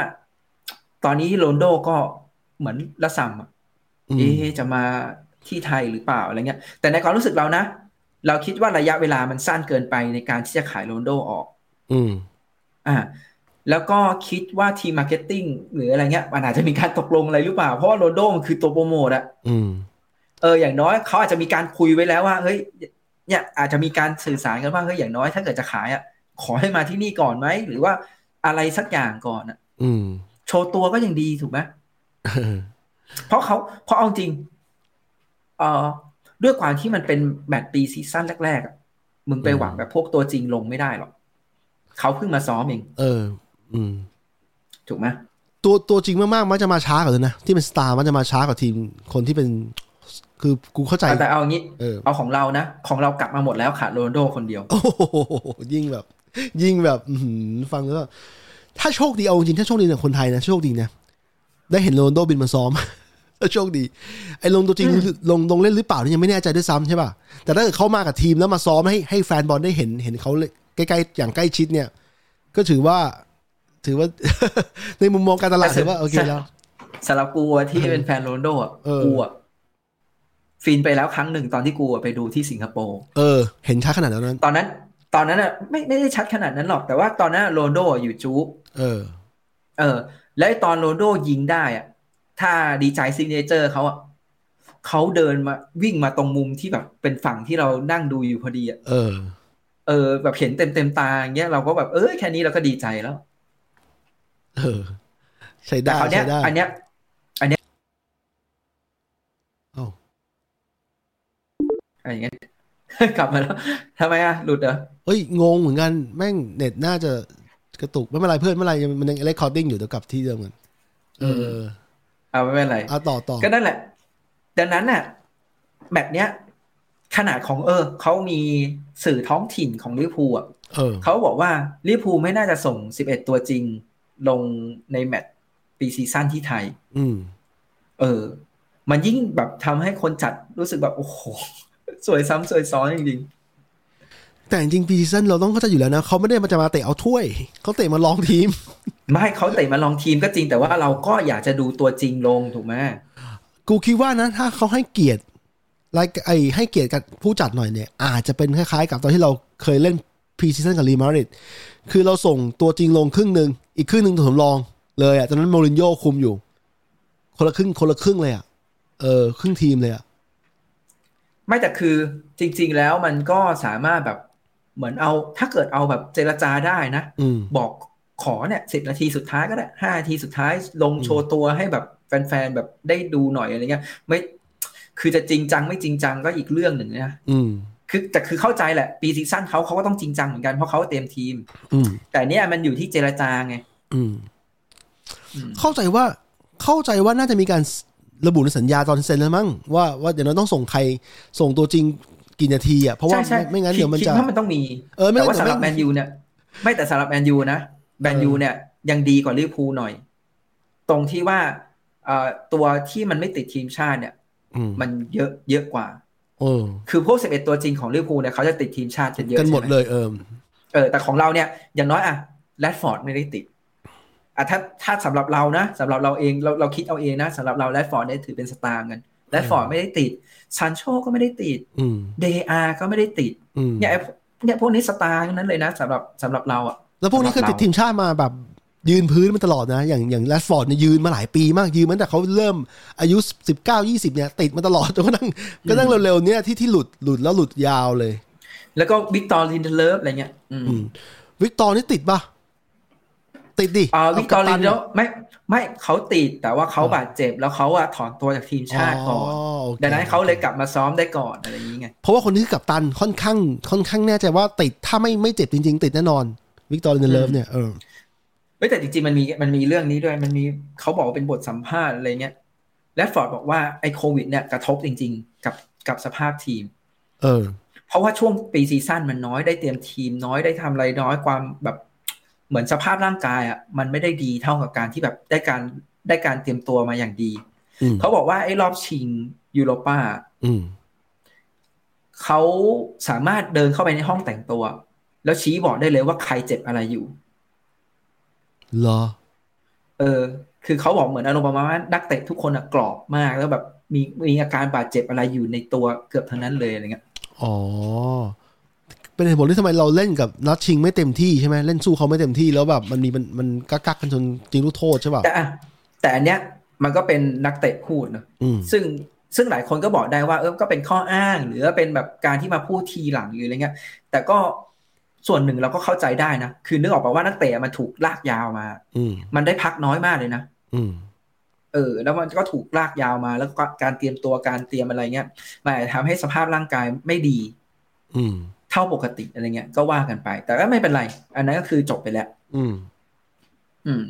Speaker 2: ตอนนี้โรนลโดก็เหมือนละส่ำอะ
Speaker 1: อืม
Speaker 2: เอ๊ะจะมาที่ไทยหรือเปล่าอะไรเงี้ย แต่ในความรู้สึกเรานะ เราคิดว่าระยะเวลามันสั้นเกินไปในการที่จะขายโรนลโดออก
Speaker 1: อืม
Speaker 2: อ่าแล้วก็คิดว่าทีมมาร์เก็ตติ้งหรืออะไรเงี้ยมันอาจจะมีการตกลงอะไรหรือเปล่า เพราะว่าโรนลโดมันคือตัวโปรโมทอะ
Speaker 1: อืม
Speaker 2: เอออย่างน้อยเขาอาจจะมีการคุยไว้แล้วว่าเฮ้ยเนี่ยอาจจะมีการสื่อสารกันว่าเฮ้ยอย่างน้อยถ้าเกิดจะขายอะขอให้มาที่นี่ก่อนไหมหรือว่าอะไรสักอย่างก่อนอะ
Speaker 1: อืม
Speaker 2: โชว์ตัวก็ยังดีถูกไหม
Speaker 1: เออ
Speaker 2: เพราะเขาเพราะเอาจริง เอ่อด้วยความที่มันเป็นแมตช์ปีซีซั่นแรกๆอะมึงไปหวังแบบพวกตัวจริงลงไม่ได้หรอกเขาเพิ่งมาซ้อมเอง
Speaker 1: เออ อืม
Speaker 2: ถูกไหม
Speaker 1: ตัวตัวจริงมากๆ มันจะมาช้ากว่าเลยนะ ที่เป็นสตาร์มันจะมาช้ากว่าทีมคนที่เป็น คือกูเข้าใจ
Speaker 2: แต่เอางี้
Speaker 1: เออ
Speaker 2: เอาของเรานะ ของเรากลับมาหมดแล้วขาดโรนลโดคนเดียว
Speaker 1: โอ้โหยิ่งแบบ ยิ่งแบบอื้อหือฟังแล้วก็ถ้าโชคดีเอาจริงๆถ้าโชคดีเนี่ยคนไทยนะโชคดีนะได้เห็นโรนลโดบินมาซ้ อม ถ้าโชคดี ไอ้ลงตัวจริง
Speaker 2: อืม
Speaker 1: ลงลงเล่นหรือเปล่านี่ยังไม่แน่ใจด้วยซ้ำใช่ป่ะแต่ถ้าเกิดเขามากับทีมแล้วมาซ้อมให้ให้แฟนบอลได้เห็นเห็นเขาเลยใกล้ๆอย่างใกล้ชิดเนี่ย ก็ถือว่า ถือว่า ในมุมมองการตลาดถือว่าโอเคแล้ว
Speaker 2: สำหรับกูอะที่เป็นแฟนโรนลโดอะ
Speaker 1: เออ
Speaker 2: กูอะฟินไปแล้วครั้งหนึ่งตอนที่กูอะไปดูที่สิงคโปร์
Speaker 1: เออ เห็นช้าขนาดนั้น
Speaker 2: ตอนนั้น ตอนนั้นอะไม่ไม่ได้ชัดขนาดนั้นหรอก แต่ว่าตอนนั้นอะโรนลโดอะอยู่จู๊บ
Speaker 1: เออ
Speaker 2: เออ แล้วไอ้ตอนโรนลโดยิงได้อะถ้าดีใจซิงเนเจอร์เขาอะเขาเดินมาวิ่งมาตรงมุมที่แบบเป็นฝั่งที่เรานั่งดูอยู่พอดีอะ
Speaker 1: เออ
Speaker 2: เออแบบเห็นเต็มเต็มๆตาอย่างเงี้ยเราก็แบบเออแค่นี้เราก็ดีใจแล้ว
Speaker 1: เออ ใช้
Speaker 2: แต่
Speaker 1: ได้
Speaker 2: คราวเนี้ย
Speaker 1: ใช้ได้
Speaker 2: อันเนี้ย
Speaker 1: เอ้า
Speaker 2: อะไรอย่างเงี้ย กลับมาแล้วทำไมอะหลุดเหรอ
Speaker 1: เอ้ยงงเหมือนกันแม่งเน็ตน่าจะกระตุกไม่เป็นไรเพื่อนไม่เป็นไรยังมันยังเรคคอร์ดิ้งอยู่เดี๋ยวกลับที่เดิมกันเออ
Speaker 2: เอาไม่เป็นไร
Speaker 1: เอาต่อต่อ
Speaker 2: ก็นั่นแหละ ดังนั้นน่ะแมตช์เนี้ย ขนาดของเออเขามีสื่อท้องถิ่นของลิเวอร์พูลอะ
Speaker 1: เออ
Speaker 2: เขาบอกว่าลิเวอร์พูลไม่น่าจะส่ง 11 ตัวจริงลงในแมตช์ปีซีซั่นที่ไทย
Speaker 1: อืม
Speaker 2: เออ มันยิ่ง แบบทำให้คนจัดรู้สึกแบบ โอ้โห สวยซ้ำสวยซ้อนจริง
Speaker 1: แต่จริงๆปีซีซั่นเราต้องเข้าใจอยู่แล้วนะเขาไม่ได้มาจะมาเตะเอาถ้วย เขาเตะมาลองทีม
Speaker 2: ไม่เขาเตะมาลองทีมก็จริงแต่ว่าเราก็อยากจะดูตัวจริงลงถูกไหม
Speaker 1: กูคิดว่านะถ้าเขาให้เกียรติรายไอให้เกียรติกับผู้จัดหน่อยเนี่ย อาจจะเป็นคล้ายๆ กับตอนที่เราเคยเล่นพรีซีซั่นกับรีมาริดคือเราส่งตัวจริงลงครึ่งหนึ่งอีกครึ่งหนึ่งตัวสำรอง เลยอะตอนนั้นโมรินโญ่คุมอยู่ คนละครึ่งคนละครึ่งเลยอะเออครึ่งทีมเลยอะ
Speaker 2: ไม่แต่คือจริง ๆ แล้วมันก็สามารถแบบเหมือนเอา ถ้าเกิดเอาแบบเจรจาได้นะ
Speaker 1: อืม
Speaker 2: บอกขอเนี่ยสิบนาทีสุดท้ายก็ได้ห้านาทีสุดท้ายลง
Speaker 1: อืม
Speaker 2: โชว์ตัวให้แบบแฟนๆแบบได้ดูหน่อยอะไรเงี้ยไม่คือจะจริงจังไม่จริงจังก็อีกเรื่องหนึ่งนะ
Speaker 1: อืม
Speaker 2: คือแต่คือเข้าใจแหละปีซีซั่นเขาเขาก็ต้องจริงจังเหมือนกันเพราะเขาเต็มทีม
Speaker 1: อืม
Speaker 2: แต่เนี่ยมันอยู่ที่เจรจาไง
Speaker 1: อืม
Speaker 2: อืม
Speaker 1: เข้าใจว่าเข้าใจว่าน่าจะมีการระบุในสัญญาตอนเซ็นแล้วมั้งว่าว่าเดี๋ยวเราต้องส่งใครส่งตัวจริงกี่นาทีอ่ะเพราะว่า
Speaker 2: ใช่ใช่
Speaker 1: ไม่ไม่งั้นเดี๋ยวมัน
Speaker 2: คิ
Speaker 1: จะ
Speaker 2: คิว่ามันต้องมี
Speaker 1: เออไม่งั้น
Speaker 2: แต่ว่าสำหรับ
Speaker 1: เดี๋ยวไม่
Speaker 2: แมนยูเนี่ยไม่แต่สำหรับแมนยูนะแมนยูเนี่ยยังดีกว่าลิเวอร์พูลหน่อย ตรงที่ว่าเอ่อตัวที่มันไม่ติดทีมชาติเนี่ย
Speaker 1: อืม
Speaker 2: มันเยอะเยอะกว่า
Speaker 1: เออ
Speaker 2: คือพวก 11 ตัวจริงของลิเวอร์พูลเนี่ยเขาจะติดทีมชาติกันเยอะ
Speaker 1: กันหมด
Speaker 2: ใช่ไ
Speaker 1: เลยเออ
Speaker 2: เออแต่ของเราเนี่ยอย่างน้อยอะแรดฟอร์ดไม่ได้ติดอ่ะถ้าถ้าสำหรับเรานะสำหรับเราเองเราเราคิดเอาเองนะสำหรับเราแรดฟอร์ดเนี่ยถือเป็นสตาร์เงินแรดฟอร์ดไม่ได้ติดซันโชก็ไม่ได้ติด
Speaker 1: อืม
Speaker 2: เดอาก็ไม่ได้ติด
Speaker 1: อืม
Speaker 2: เนี่ยไอ้พวกเนี่ยพวกนี้สตาร์ทั้งนั้นเลยนะสำหรับสำหรับเราอ่ะ
Speaker 1: แล้วพวกนี้ก็ติดทีมชาติมาแบบยืนพื้นมาตลอดนะ อย่างอย่างแรชฟอร์ดเนี่ยยืนมาหลายปีมากยืนมาตั้งแต่เขาเริ่มอายุสิบเก้ายี่สิบเนี่ย ติดมาตลอด จนกระทั่งกระทั่งเร็วๆเนี่ยที่ที่หลุดหลุดแล้วหลุดยาวเลย
Speaker 2: แล้วก็วิกตอร์ลินเดเลฟอะไรเงี้ยอืม
Speaker 1: อืม วิกตอร์นี่ติดปะติดดิ
Speaker 2: อ่าวิกตอร์
Speaker 1: เา
Speaker 2: ลิ
Speaker 1: ปตั
Speaker 2: นเดเลฟไม่ไม่เขาติดแต่ว่าเขาบาดเจ็บแล้วเขาอะถอนตัวจากทีมชาติก่อน
Speaker 1: โค
Speaker 2: ดังนั้นเขาเลยกลับมาซ้อมได้ก่อนอะไรอย่างเงี้ย
Speaker 1: เพราะว่าคนที่คือกับตันค่อนข้างค่อนข้างแน่ใจว่าติดถ้าไม่ไม่เจ็บจริง ๆ ติดแน่นอน วิกตอร์เนเลิฟเนี่ยเออ
Speaker 2: เฮ้ยแต่จริงๆมันมีมันมีเรื่องนี้ด้วยมันมีเขาบอกว่าเป็นบทสัมภาษณ์อะไรเงี้ยแรดฟอร์ดบอกว่าไอ้โควิดเนี่ยกระทบจริง ๆ กับกับสภาพทีม
Speaker 1: เออ
Speaker 2: เพราะว่าช่วงปีซีซั่นมันน้อยได้เตรียมทีมน้อยได้ทำอะไรน้อยความแบบเหมือนสภาพร่างกายอ่ะมันไม่ได้ดีเท่ากับการที่แบบได้การได้การเตรียมตัวมาอย่างดี
Speaker 1: อืม
Speaker 2: เขาบอกว่าไอ้รอบชิงยูโรป้า
Speaker 1: อืม
Speaker 2: เขาสามารถเดินเข้าไปในห้องแต่งตัว แล้วชี้บอกได้เลยว่าใครเจ็บอะไรอยู่
Speaker 1: เหรอ
Speaker 2: เออ คือเขาบอกเหมือนอารมณ์ประมาณว่านักเตะทุกคนอะกรอบมากแล้วแบบมีมีอาการบาดเจ็บอะไรอยู่ในตัวเกือบทั้งนั้นเลยอะไรเงี้ย
Speaker 1: อ๋อ เป็นเหตุผลที่ทำไมเราเล่นกับนัดชิงไม่เต็มที่ใช่ไหมเล่นสู้เขาไม่เต็มที่แล้วแบบมันมีมันมันกักกักกันจนจริงลูกโทษใช่ป่ะ
Speaker 2: แต่อะแต่อันเนี้ยมันก็เป็นนักเตะพูดเนอะ
Speaker 1: อืม
Speaker 2: ซึ่งซึ่งหลายคนก็บอกได้ว่าเออก็เป็นข้ออ้างหรือเป็นแบบการที่มาพูดทีหลังหรืออะไรเงี้ย แต่ก็ส่วนหนึ่งเราก็เข้าใจได้นะ คือนึกออกป่าว่านักเตะมันถูกลากยาวมา
Speaker 1: อืม
Speaker 2: มันได้พักน้อยมากเลยนะ
Speaker 1: อืม
Speaker 2: เออ แล้วมันก็ถูกลากยาวมา แล้วก็การเตรียมตัวการเตรียมอะไรเงี้ยมันอาจจะทำให้สภาพร่างกายไม่ดี
Speaker 1: อืม
Speaker 2: เท่าปกติอะไรเงี้ยก็ว่ากันไป แต่ก็ไม่เป็นไร อันนั้นก็คือจบไปแล้ว
Speaker 1: อืม
Speaker 2: อืม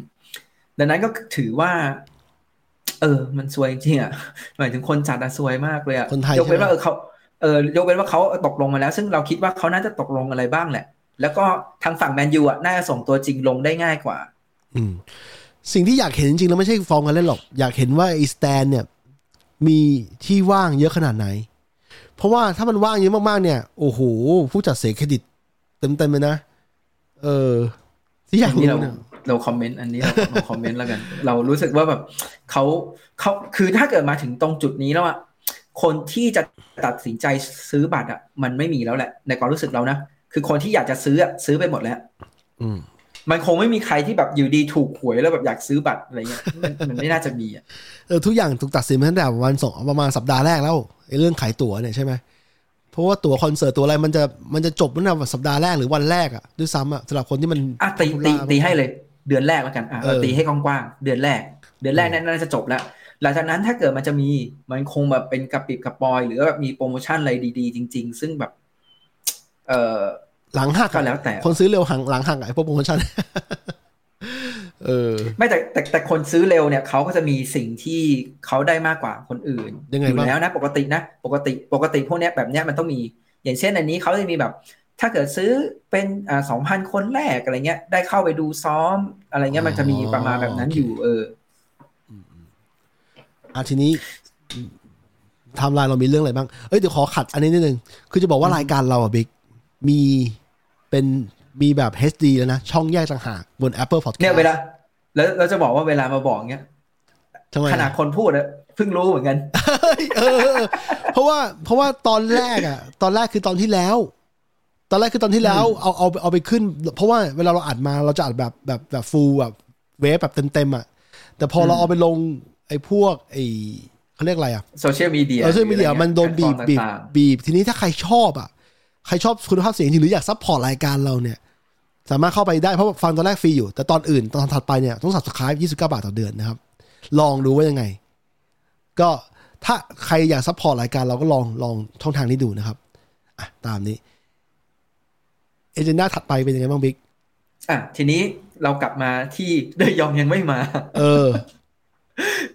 Speaker 2: ดังนั้นก็ถือว่า เออ มันซวยจริงๆอ่ะ หมายถึงคนจัดอะซวยมากเลยอะ
Speaker 1: คนไทย
Speaker 2: ยกเว้นว่า
Speaker 1: ใช่ไหม
Speaker 2: เออเขาเออยกเว้นว่าเขาตกลงมาแล้ว ซึ่งเราคิดว่าเขาน่าจะตกลงอะไรบ้างแหละ แล้วก็ทางฝั่งแมนยูอะน่าจะส่งตัวจริงลงได้ง่ายกว่า
Speaker 1: อืม สิ่งที่อยากเห็นจริงๆแล้วไม่ใช่ฟอร์มกันเล่นหรอก อยากเห็นว่าไอ้สแตนเนี่ย มีที่ว่างเยอะขนาดไหน เพราะว่าถ้ามันว่างเยอะมากๆเนี่ย โอ้โห ผู้จัดเสียเครดิตเต็มๆเลยนะ เออ ที่อยาก
Speaker 2: อันนี้
Speaker 1: รู้
Speaker 2: เรา
Speaker 1: เนี่ย
Speaker 2: เราคอมเมนต์อันนี้เราเราคอมเมนต์แล้วกัน เรารู้สึกว่าแบบเขาเขาคือถ้าเกิดมาถึงตรงจุดนี้แล้วอะคนที่จะตัดสินใจซื้อบัตรอะมันไม่มีแล้วแหละ ในความรู้สึกเรานะคือคนที่อยากจะซื้ออะซื้อไปหมดแล้ว
Speaker 1: อืม
Speaker 2: มันคงไม่มีใครที่แบบอยู่ดีถูกหวยแล้วแบบอยากซื้อบัตรอะไรเงี้ยมันมันไม่น่าจะมีอ่ะ
Speaker 1: เออทุกอย่างถูกตัดสินมาตั้งแต่วันสองประมาณสัปดาห์แรกแล้วไอ้เรื่องขายตั๋วเนี่ยใช่ไหมเพราะว่าตั๋วคอนเสิร์ตตั๋วอะไรมันจะมันจะจบตั้งแต่สัปดาห์แรกหรือวันแรกอะด้วยซ้ำอะสำหรับคนที่มัน
Speaker 2: อ่ะตีตีตีให้เลย เดือนแรกแล้วกันอ่ะ
Speaker 1: เออ
Speaker 2: เราตีให้กว้างๆเดือนแรก เดือนแรกนั้นน่าจะจบแล้ว หลังจากนั้นถ้าเกิดมันจะมีมันคงแบบเป็นกระปิบกระปอย หรือว่าแบบมีโปรโมชั่นอะไรดีๆ จริง ๆ ซึ่งแบบ เออ
Speaker 1: หลังหัก
Speaker 2: ก็
Speaker 1: อะ
Speaker 2: แล้วแต่
Speaker 1: คนซื้อเร็วหังหลังหักอะไอ้พวกโปรโมชั่น เออ
Speaker 2: ไม่แต่แต่แต่คนซื้อเร็วเนี่ยเขาก็จะมีสิ่งที่เขาได้มากกว่าคนอื่น
Speaker 1: ยังไง
Speaker 2: อยู่
Speaker 1: บ้าง
Speaker 2: แล้วนะปกตินะ ปกติปกติพวกเนี้ยแบบเนี้ยมันต้องมี อย่างเช่นอันนี้เขาจะมีแบบ ถ้าเกิดซื้อเป็นอ่าสองพันคนแรกอะไรเงี้ย ได้เข้าไปดูซ้อมอะไรเงี้ยมันจะมีประมาณแบบนั้นอยู่เออ
Speaker 1: อ่ะทีนี้ไทำลายเรามีเรื่องอะไรบ้าง เอ้ยเดี๋ยวขอขัดอันนี้นิดนึง คือจะบอกว่ารายการเราอะบิ๊ก มีเป็นมีแบบ HD แล้วนะ ช่องแยกต่างหากบน Apple Podcast
Speaker 2: เนี่ยเวลาแล้วเราจะบอกว่าเวลามาบอกเนี้ย
Speaker 1: ทำไม
Speaker 2: ขนาด
Speaker 1: อะ
Speaker 2: คนพูดอะเพิ่งรู้เหมือนกัน
Speaker 1: เออ เพราะว่าเพราะว่าตอนแรกอ่ะ ตอนแรกคือตอนที่แล้ว ตอนแรกคือตอนที่แล้วเอาเอาเอาไปขึ้น เพราะว่าเวลาเราอัดมาเราจะอัดแบบแบบแบบฟูลแบบเวฟแบบเต็มๆอ่ะแต่พอเราเอาไปลงไอ้พวกไอ้เขาเรียกอะไรอ่ะ
Speaker 2: โซเชียลมีเดีย
Speaker 1: เออโซเชียลมีเดียมันโดนบีบบีบบีบ ทีนี้ถ้าใครชอบอ่ะ ใครชอบคุณภาพเสียงจริงหรืออยากซัพพอร์ตรายการเราเนี่ย สามารถเข้าไปได้ เพราะฟังตอนแรกฟรีอยู่ แต่ตอนอื่น ตอนถัดไปเนี่ยต้องสับสคราย29 บาทต่อเดือนนะครับ ลองดูว่ายังไง ก็ถ้าใครอยากซัพพอร์ตรายการเราก็ลองลองช่องทางนี้ดูนะครับอ่ะตามนี้เอเจนดาถัดไปเป็นยังไงบ้างบิ๊ก
Speaker 2: อ่ะทีนี้เรากลับมาที่เดยองยังไม่มา
Speaker 1: เออ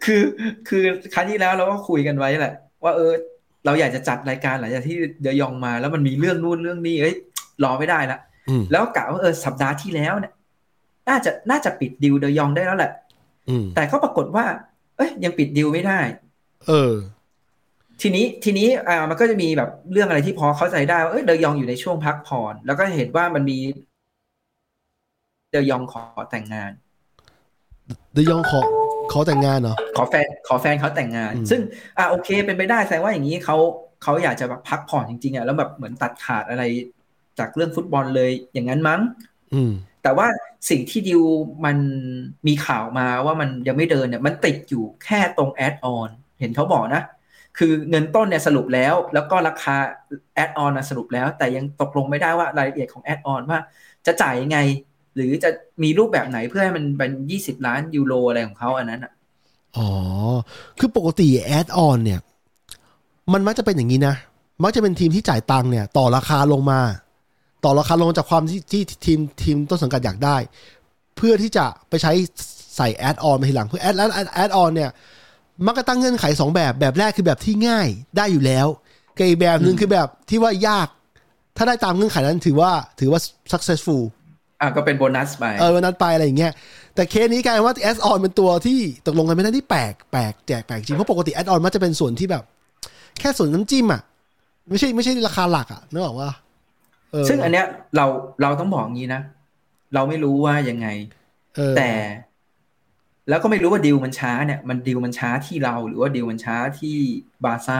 Speaker 2: คือคือครั้งที่แล้วเราก็คุยกันไว้แหละ ว่าเออ เราอยากจะจัดรายการหลังจากที่เดยองมาแล้วมันมีเรื่องนู่นเรื่องนี้เอ้ยรอไม่ได้ละ
Speaker 1: อืม
Speaker 2: แล้วกะว่าเออสัปดาห์ที่แล้วเนี่ยน่าจะน่าจะปิดดิวเดยองได้แล้วแหละ
Speaker 1: อืม
Speaker 2: แต่ก็ปรากฏว่า เอ้ยยังปิดดิวไม่ได้
Speaker 1: เออ
Speaker 2: ทีนี้ทีนี้อ่ามันก็จะมีแบบเรื่องอะไรที่พอเข้าใจได้ว่าเอ้ยเดยองอยู่ในช่วงพักผ่อนแล้วก็เห็นว่ามันมีเดยองขอแต่งงาน
Speaker 1: เดยองขอขอแต่งงานเหรอ
Speaker 2: ขอแฟนขอแฟนเขาแต่งงาน
Speaker 1: อืม
Speaker 2: ซึ่งอ่ะโอเคเป็นไปได้แสดงว่าอย่างนี้เขาเขาอยากจะแบบพักผ่อนจริงๆอ่ะแล้วแบบเหมือนตัดขาดอะไรจากเรื่องฟุตบอลเลยอย่างนั้นมั้ง
Speaker 1: อืม
Speaker 2: แต่ว่าสิ่งที่ดิวมันมีข่าวมาว่ามันยังไม่เดินเนี่ยมันติดอยู่แค่ตรงแอดออนเห็นเขาบอกนะ คือเงินต้นเนี่ยสรุปแล้ว แล้วก็ราคาแอดออนนะสรุปแล้ว แต่ยังตกลงไม่ได้ว่ารายละเอียดของแอดออนว่าจะจ่ายยังไง หรือจะมีรูปแบบไหนเพื่อให้มันเป็น20 ล้านยูโรอะไรของเขาอันนั้นอ่ะ
Speaker 1: อ๋อ คือปกติแอดออนเนี่ย มันมักจะเป็นอย่างนี้นะ มักจะเป็นทีมที่จ่ายตังค์เนี่ย ต่อราคาลงมา ต่อราคาลงจากความที่ที่ทีมทีมต้นสังกัดอยากได้ เพื่อที่จะไปใช้ใส่แอดออนมาทีหลังเพื่อแอดแอดแอดออนเนี่ย มักจะตั้งเงื่อนไขสองแบบ แบบแรกคือแบบที่ง่ายได้อยู่แล้วกับอีกแบบหนึ่ง
Speaker 2: อืม
Speaker 1: คือแบบที่ว่ายาก ถ้าได้ตามเงื่อนไขนั้นถือว่าถือว่า successful
Speaker 2: อ่ะก็เป็นโบนัสไป
Speaker 1: เออวันนั้นไปอะไรอย่างเงี้ยแต่เคสนี้กลายเป็นว่าแอดออนเป็นตัวที่ตกลงกันไม่ได้ที่แปลกแปลกแจกแปลกจริงเพราะปกติแอดออนมันจะเป็นส่วนที่แบบ แค่ส่วนน้ำจิ้มอ่ะ ไม่ใช่ไม่ใช่ราคาหลักอ่ะนึกออกว่า
Speaker 2: ซึ่งอันเนี้ยเราเราต้องบอกงี้นะ เราไม่รู้ว่ายังไง แต่ แล้วก็ไม่รู้ว่าดิวมันช้าเนี่ย มันดิวมันช้าที่เราหรือว่าดิวมันช้าที่บาร์ซ่า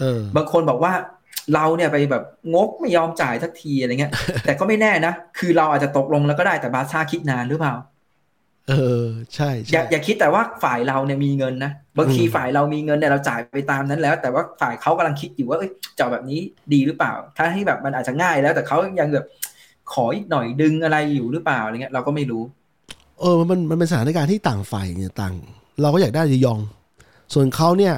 Speaker 1: เออบ
Speaker 2: างคนบอกว่าเราเนี่ยไปแบบงกไม่ยอมจ่ายสักทีอะไร เงี้ย แต่ก็ไม่แน่นะ คือเราอาจจะตกลงแล้วก็ได้แต่บาร์ซ่าคิดนานหรือเปล่า
Speaker 1: เออ ใช่
Speaker 2: อย่า
Speaker 1: ใช่
Speaker 2: อย่าคิดแต่ว่าฝ่ายเราเนี่ยมีเงินนะบางที
Speaker 1: อืม
Speaker 2: ฝ่ายเรามีเงินเนี่ยเราจ่ายไปตามนั้นแล้ว แต่ว่าฝ่ายเขากำลังคิดอยู่ว่าเอ้ยจะเอาแบบนี้ดีหรือเปล่าถ้าให้แบบมันอาจจะง่ายแล้ว แต่เขายังแบบขออีกหน่อยดึงอะไรอยู่หรือเปล่าอะไรเงี้ยเราก็ไม่รู้
Speaker 1: เออมันมันเป็นสถานการณ์ที่ต่างฝ่ายเนี่ยต่าง เราก็อยากได้ยอง ส่วนเขาเนี่ย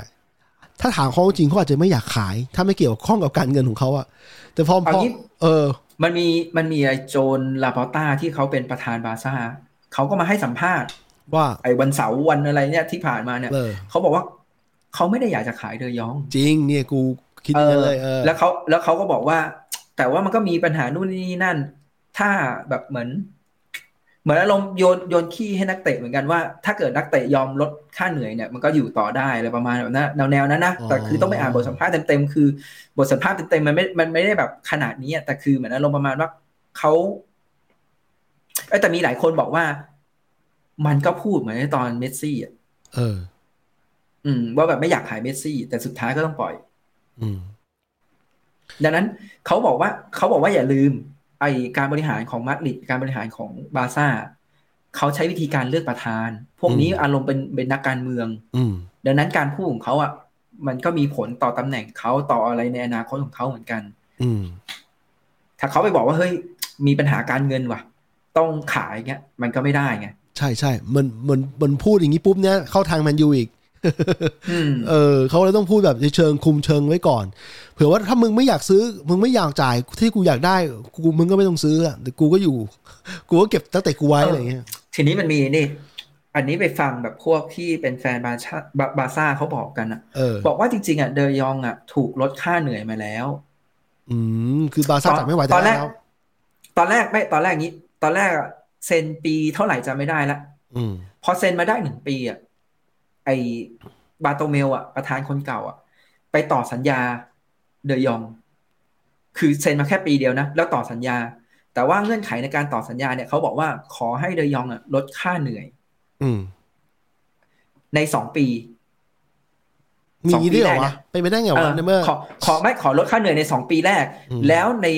Speaker 1: ถ้าถามเขาจริงเขาอาจจะไม่อยากขาย ถ้าไม่เกี่ยวข้องกับการเงินของเขาอะแต่พอพอ
Speaker 2: เอางี้
Speaker 1: เออ
Speaker 2: มันมีมันมีไอ้โจนลาปอต้าที่เขาเป็นประธานบาร์ซ่าเขาก็มาให้สัมภาษณ์
Speaker 1: ว่า
Speaker 2: ไอ้วันเสาร์วันอะไรเนี่ยที่ผ่านมาเนี่ย
Speaker 1: เออ
Speaker 2: เขาบอกว่าเขาไม่ได้อยากจะขายเดอยอง
Speaker 1: จริงเนี่ยกูคิดอย่างนั้นเลยเออ
Speaker 2: แล้วเขาแล้วเขาก็บอกว่า แต่ว่ามันก็มีปัญหานู่นนี่นั่น ถ้าแบบเหมือน เหมือนอารมณ์โยนโยนขี้ให้นักเตะเหมือนกันว่า ถ้าเกิดนักเตะยอมลดค่าเหนื่อยเนี่ยมันก็อยู่ต่อได้อะไรประมาณแบบนั้นแนวแนวนั้นนะ
Speaker 1: อ๋อ
Speaker 2: แต่คือต้องไปอ่านบทสัมภาษณ์เต็มๆคือบทสัมภาษณ์เต็มๆมันไม่มันไม่ได้แบบขนาดนี้อะแต่คือเหมือนอารมณ์ประมาณว่าเขาเอ้ยแต่มีหลายคนบอกว่า มันก็พูดเหมือนในตอนเมสซี่อ่ะ
Speaker 1: เออ
Speaker 2: อืม ว่าแบบไม่อยากขายเมสซี่ แต่สุดท้ายก็ต้องปล่อย
Speaker 1: อืม
Speaker 2: ดังนั้นเขาบอกว่าเขาบอกว่าอย่าลืม ไอการบริหารของมาดริดการบริหารของบาร์ซ่าเขาใช้วิธีการเลือกประธาน พวกนี้
Speaker 1: อืม
Speaker 2: อารมณ์เป็นเป็นนักการเมือง
Speaker 1: อืม
Speaker 2: ดังนั้นการพูดของเขาอ่ะมันก็มีผลต่อตำแหน่งเขาต่ออะไรในอนาคตของเขาเหมือนกัน
Speaker 1: อืม
Speaker 2: ถ้าเขาไปบอกว่าเฮ้ยมีปัญหาการเงินว่ะ ต้องขายเงี้ย มันก็ไม่ได้ไง
Speaker 1: ใช่ใช่มันมันมันพูดอย่างนี้ปุ๊บเนี่ยเข้าทางแมนยูอีก
Speaker 2: อืม
Speaker 1: เออเขาเลยต้องพูดแบบในเชิงคุมเชิงไว้ก่อน เผื่อว่าถ้ามึงไม่อยากซื้อ มึงไม่อยากจ่ายที่กูอยากได้ กูมึงก็ไม่ต้องซื้ออะแต่กูก็อยู่ กูก็เก็บตั้งแต่กูไว้อะไรอย่างเงี้ย
Speaker 2: ทีนี้มันมีนี่ อันนี้ไปฟังแบบพวกที่เป็นแฟนบาร์ซ่าบาร์ซ่าเขาบอกกันอ่ะ
Speaker 1: เออ
Speaker 2: บอกว่าจริงๆอ่ะเดยองอ่ะถูกลดค่าเหนื่อยมาแล้ว
Speaker 1: อืม คือบาร์ซ่าจับไม่ไหว
Speaker 2: ตอนแรก
Speaker 1: แล้ว
Speaker 2: ตอนแรกไม่ตอนแรกนี้ ตอนแรกอะเซ็นปีเท่าไหร่จำไม่ได้ละ
Speaker 1: อืม
Speaker 2: พอเซ็นมาได้หนึ่งปีอ่ะไอบาโตเมลอ่ะประธานคนเก่าอ่ะ ไปต่อสัญญาเดยอง คือเซ็นมาแค่ปีเดียวนะ แล้วต่อสัญญา แต่ว่าเงื่อนไขในการต่อสัญญาเนี่ยเขาบอกว่าขอให้เดยองอะลดค่าเหนื่อย
Speaker 1: อืม
Speaker 2: ในสองปี
Speaker 1: มี
Speaker 2: สองปี
Speaker 1: ด้วยเหรอ
Speaker 2: แรกเนี่
Speaker 1: วะ
Speaker 2: ย
Speaker 1: เป็นไปได้ไงวะในเมื่อ
Speaker 2: ขอขอไม่ขอลดค่าเหนื่อยในสองปีแรก
Speaker 1: อืม
Speaker 2: แล้วใน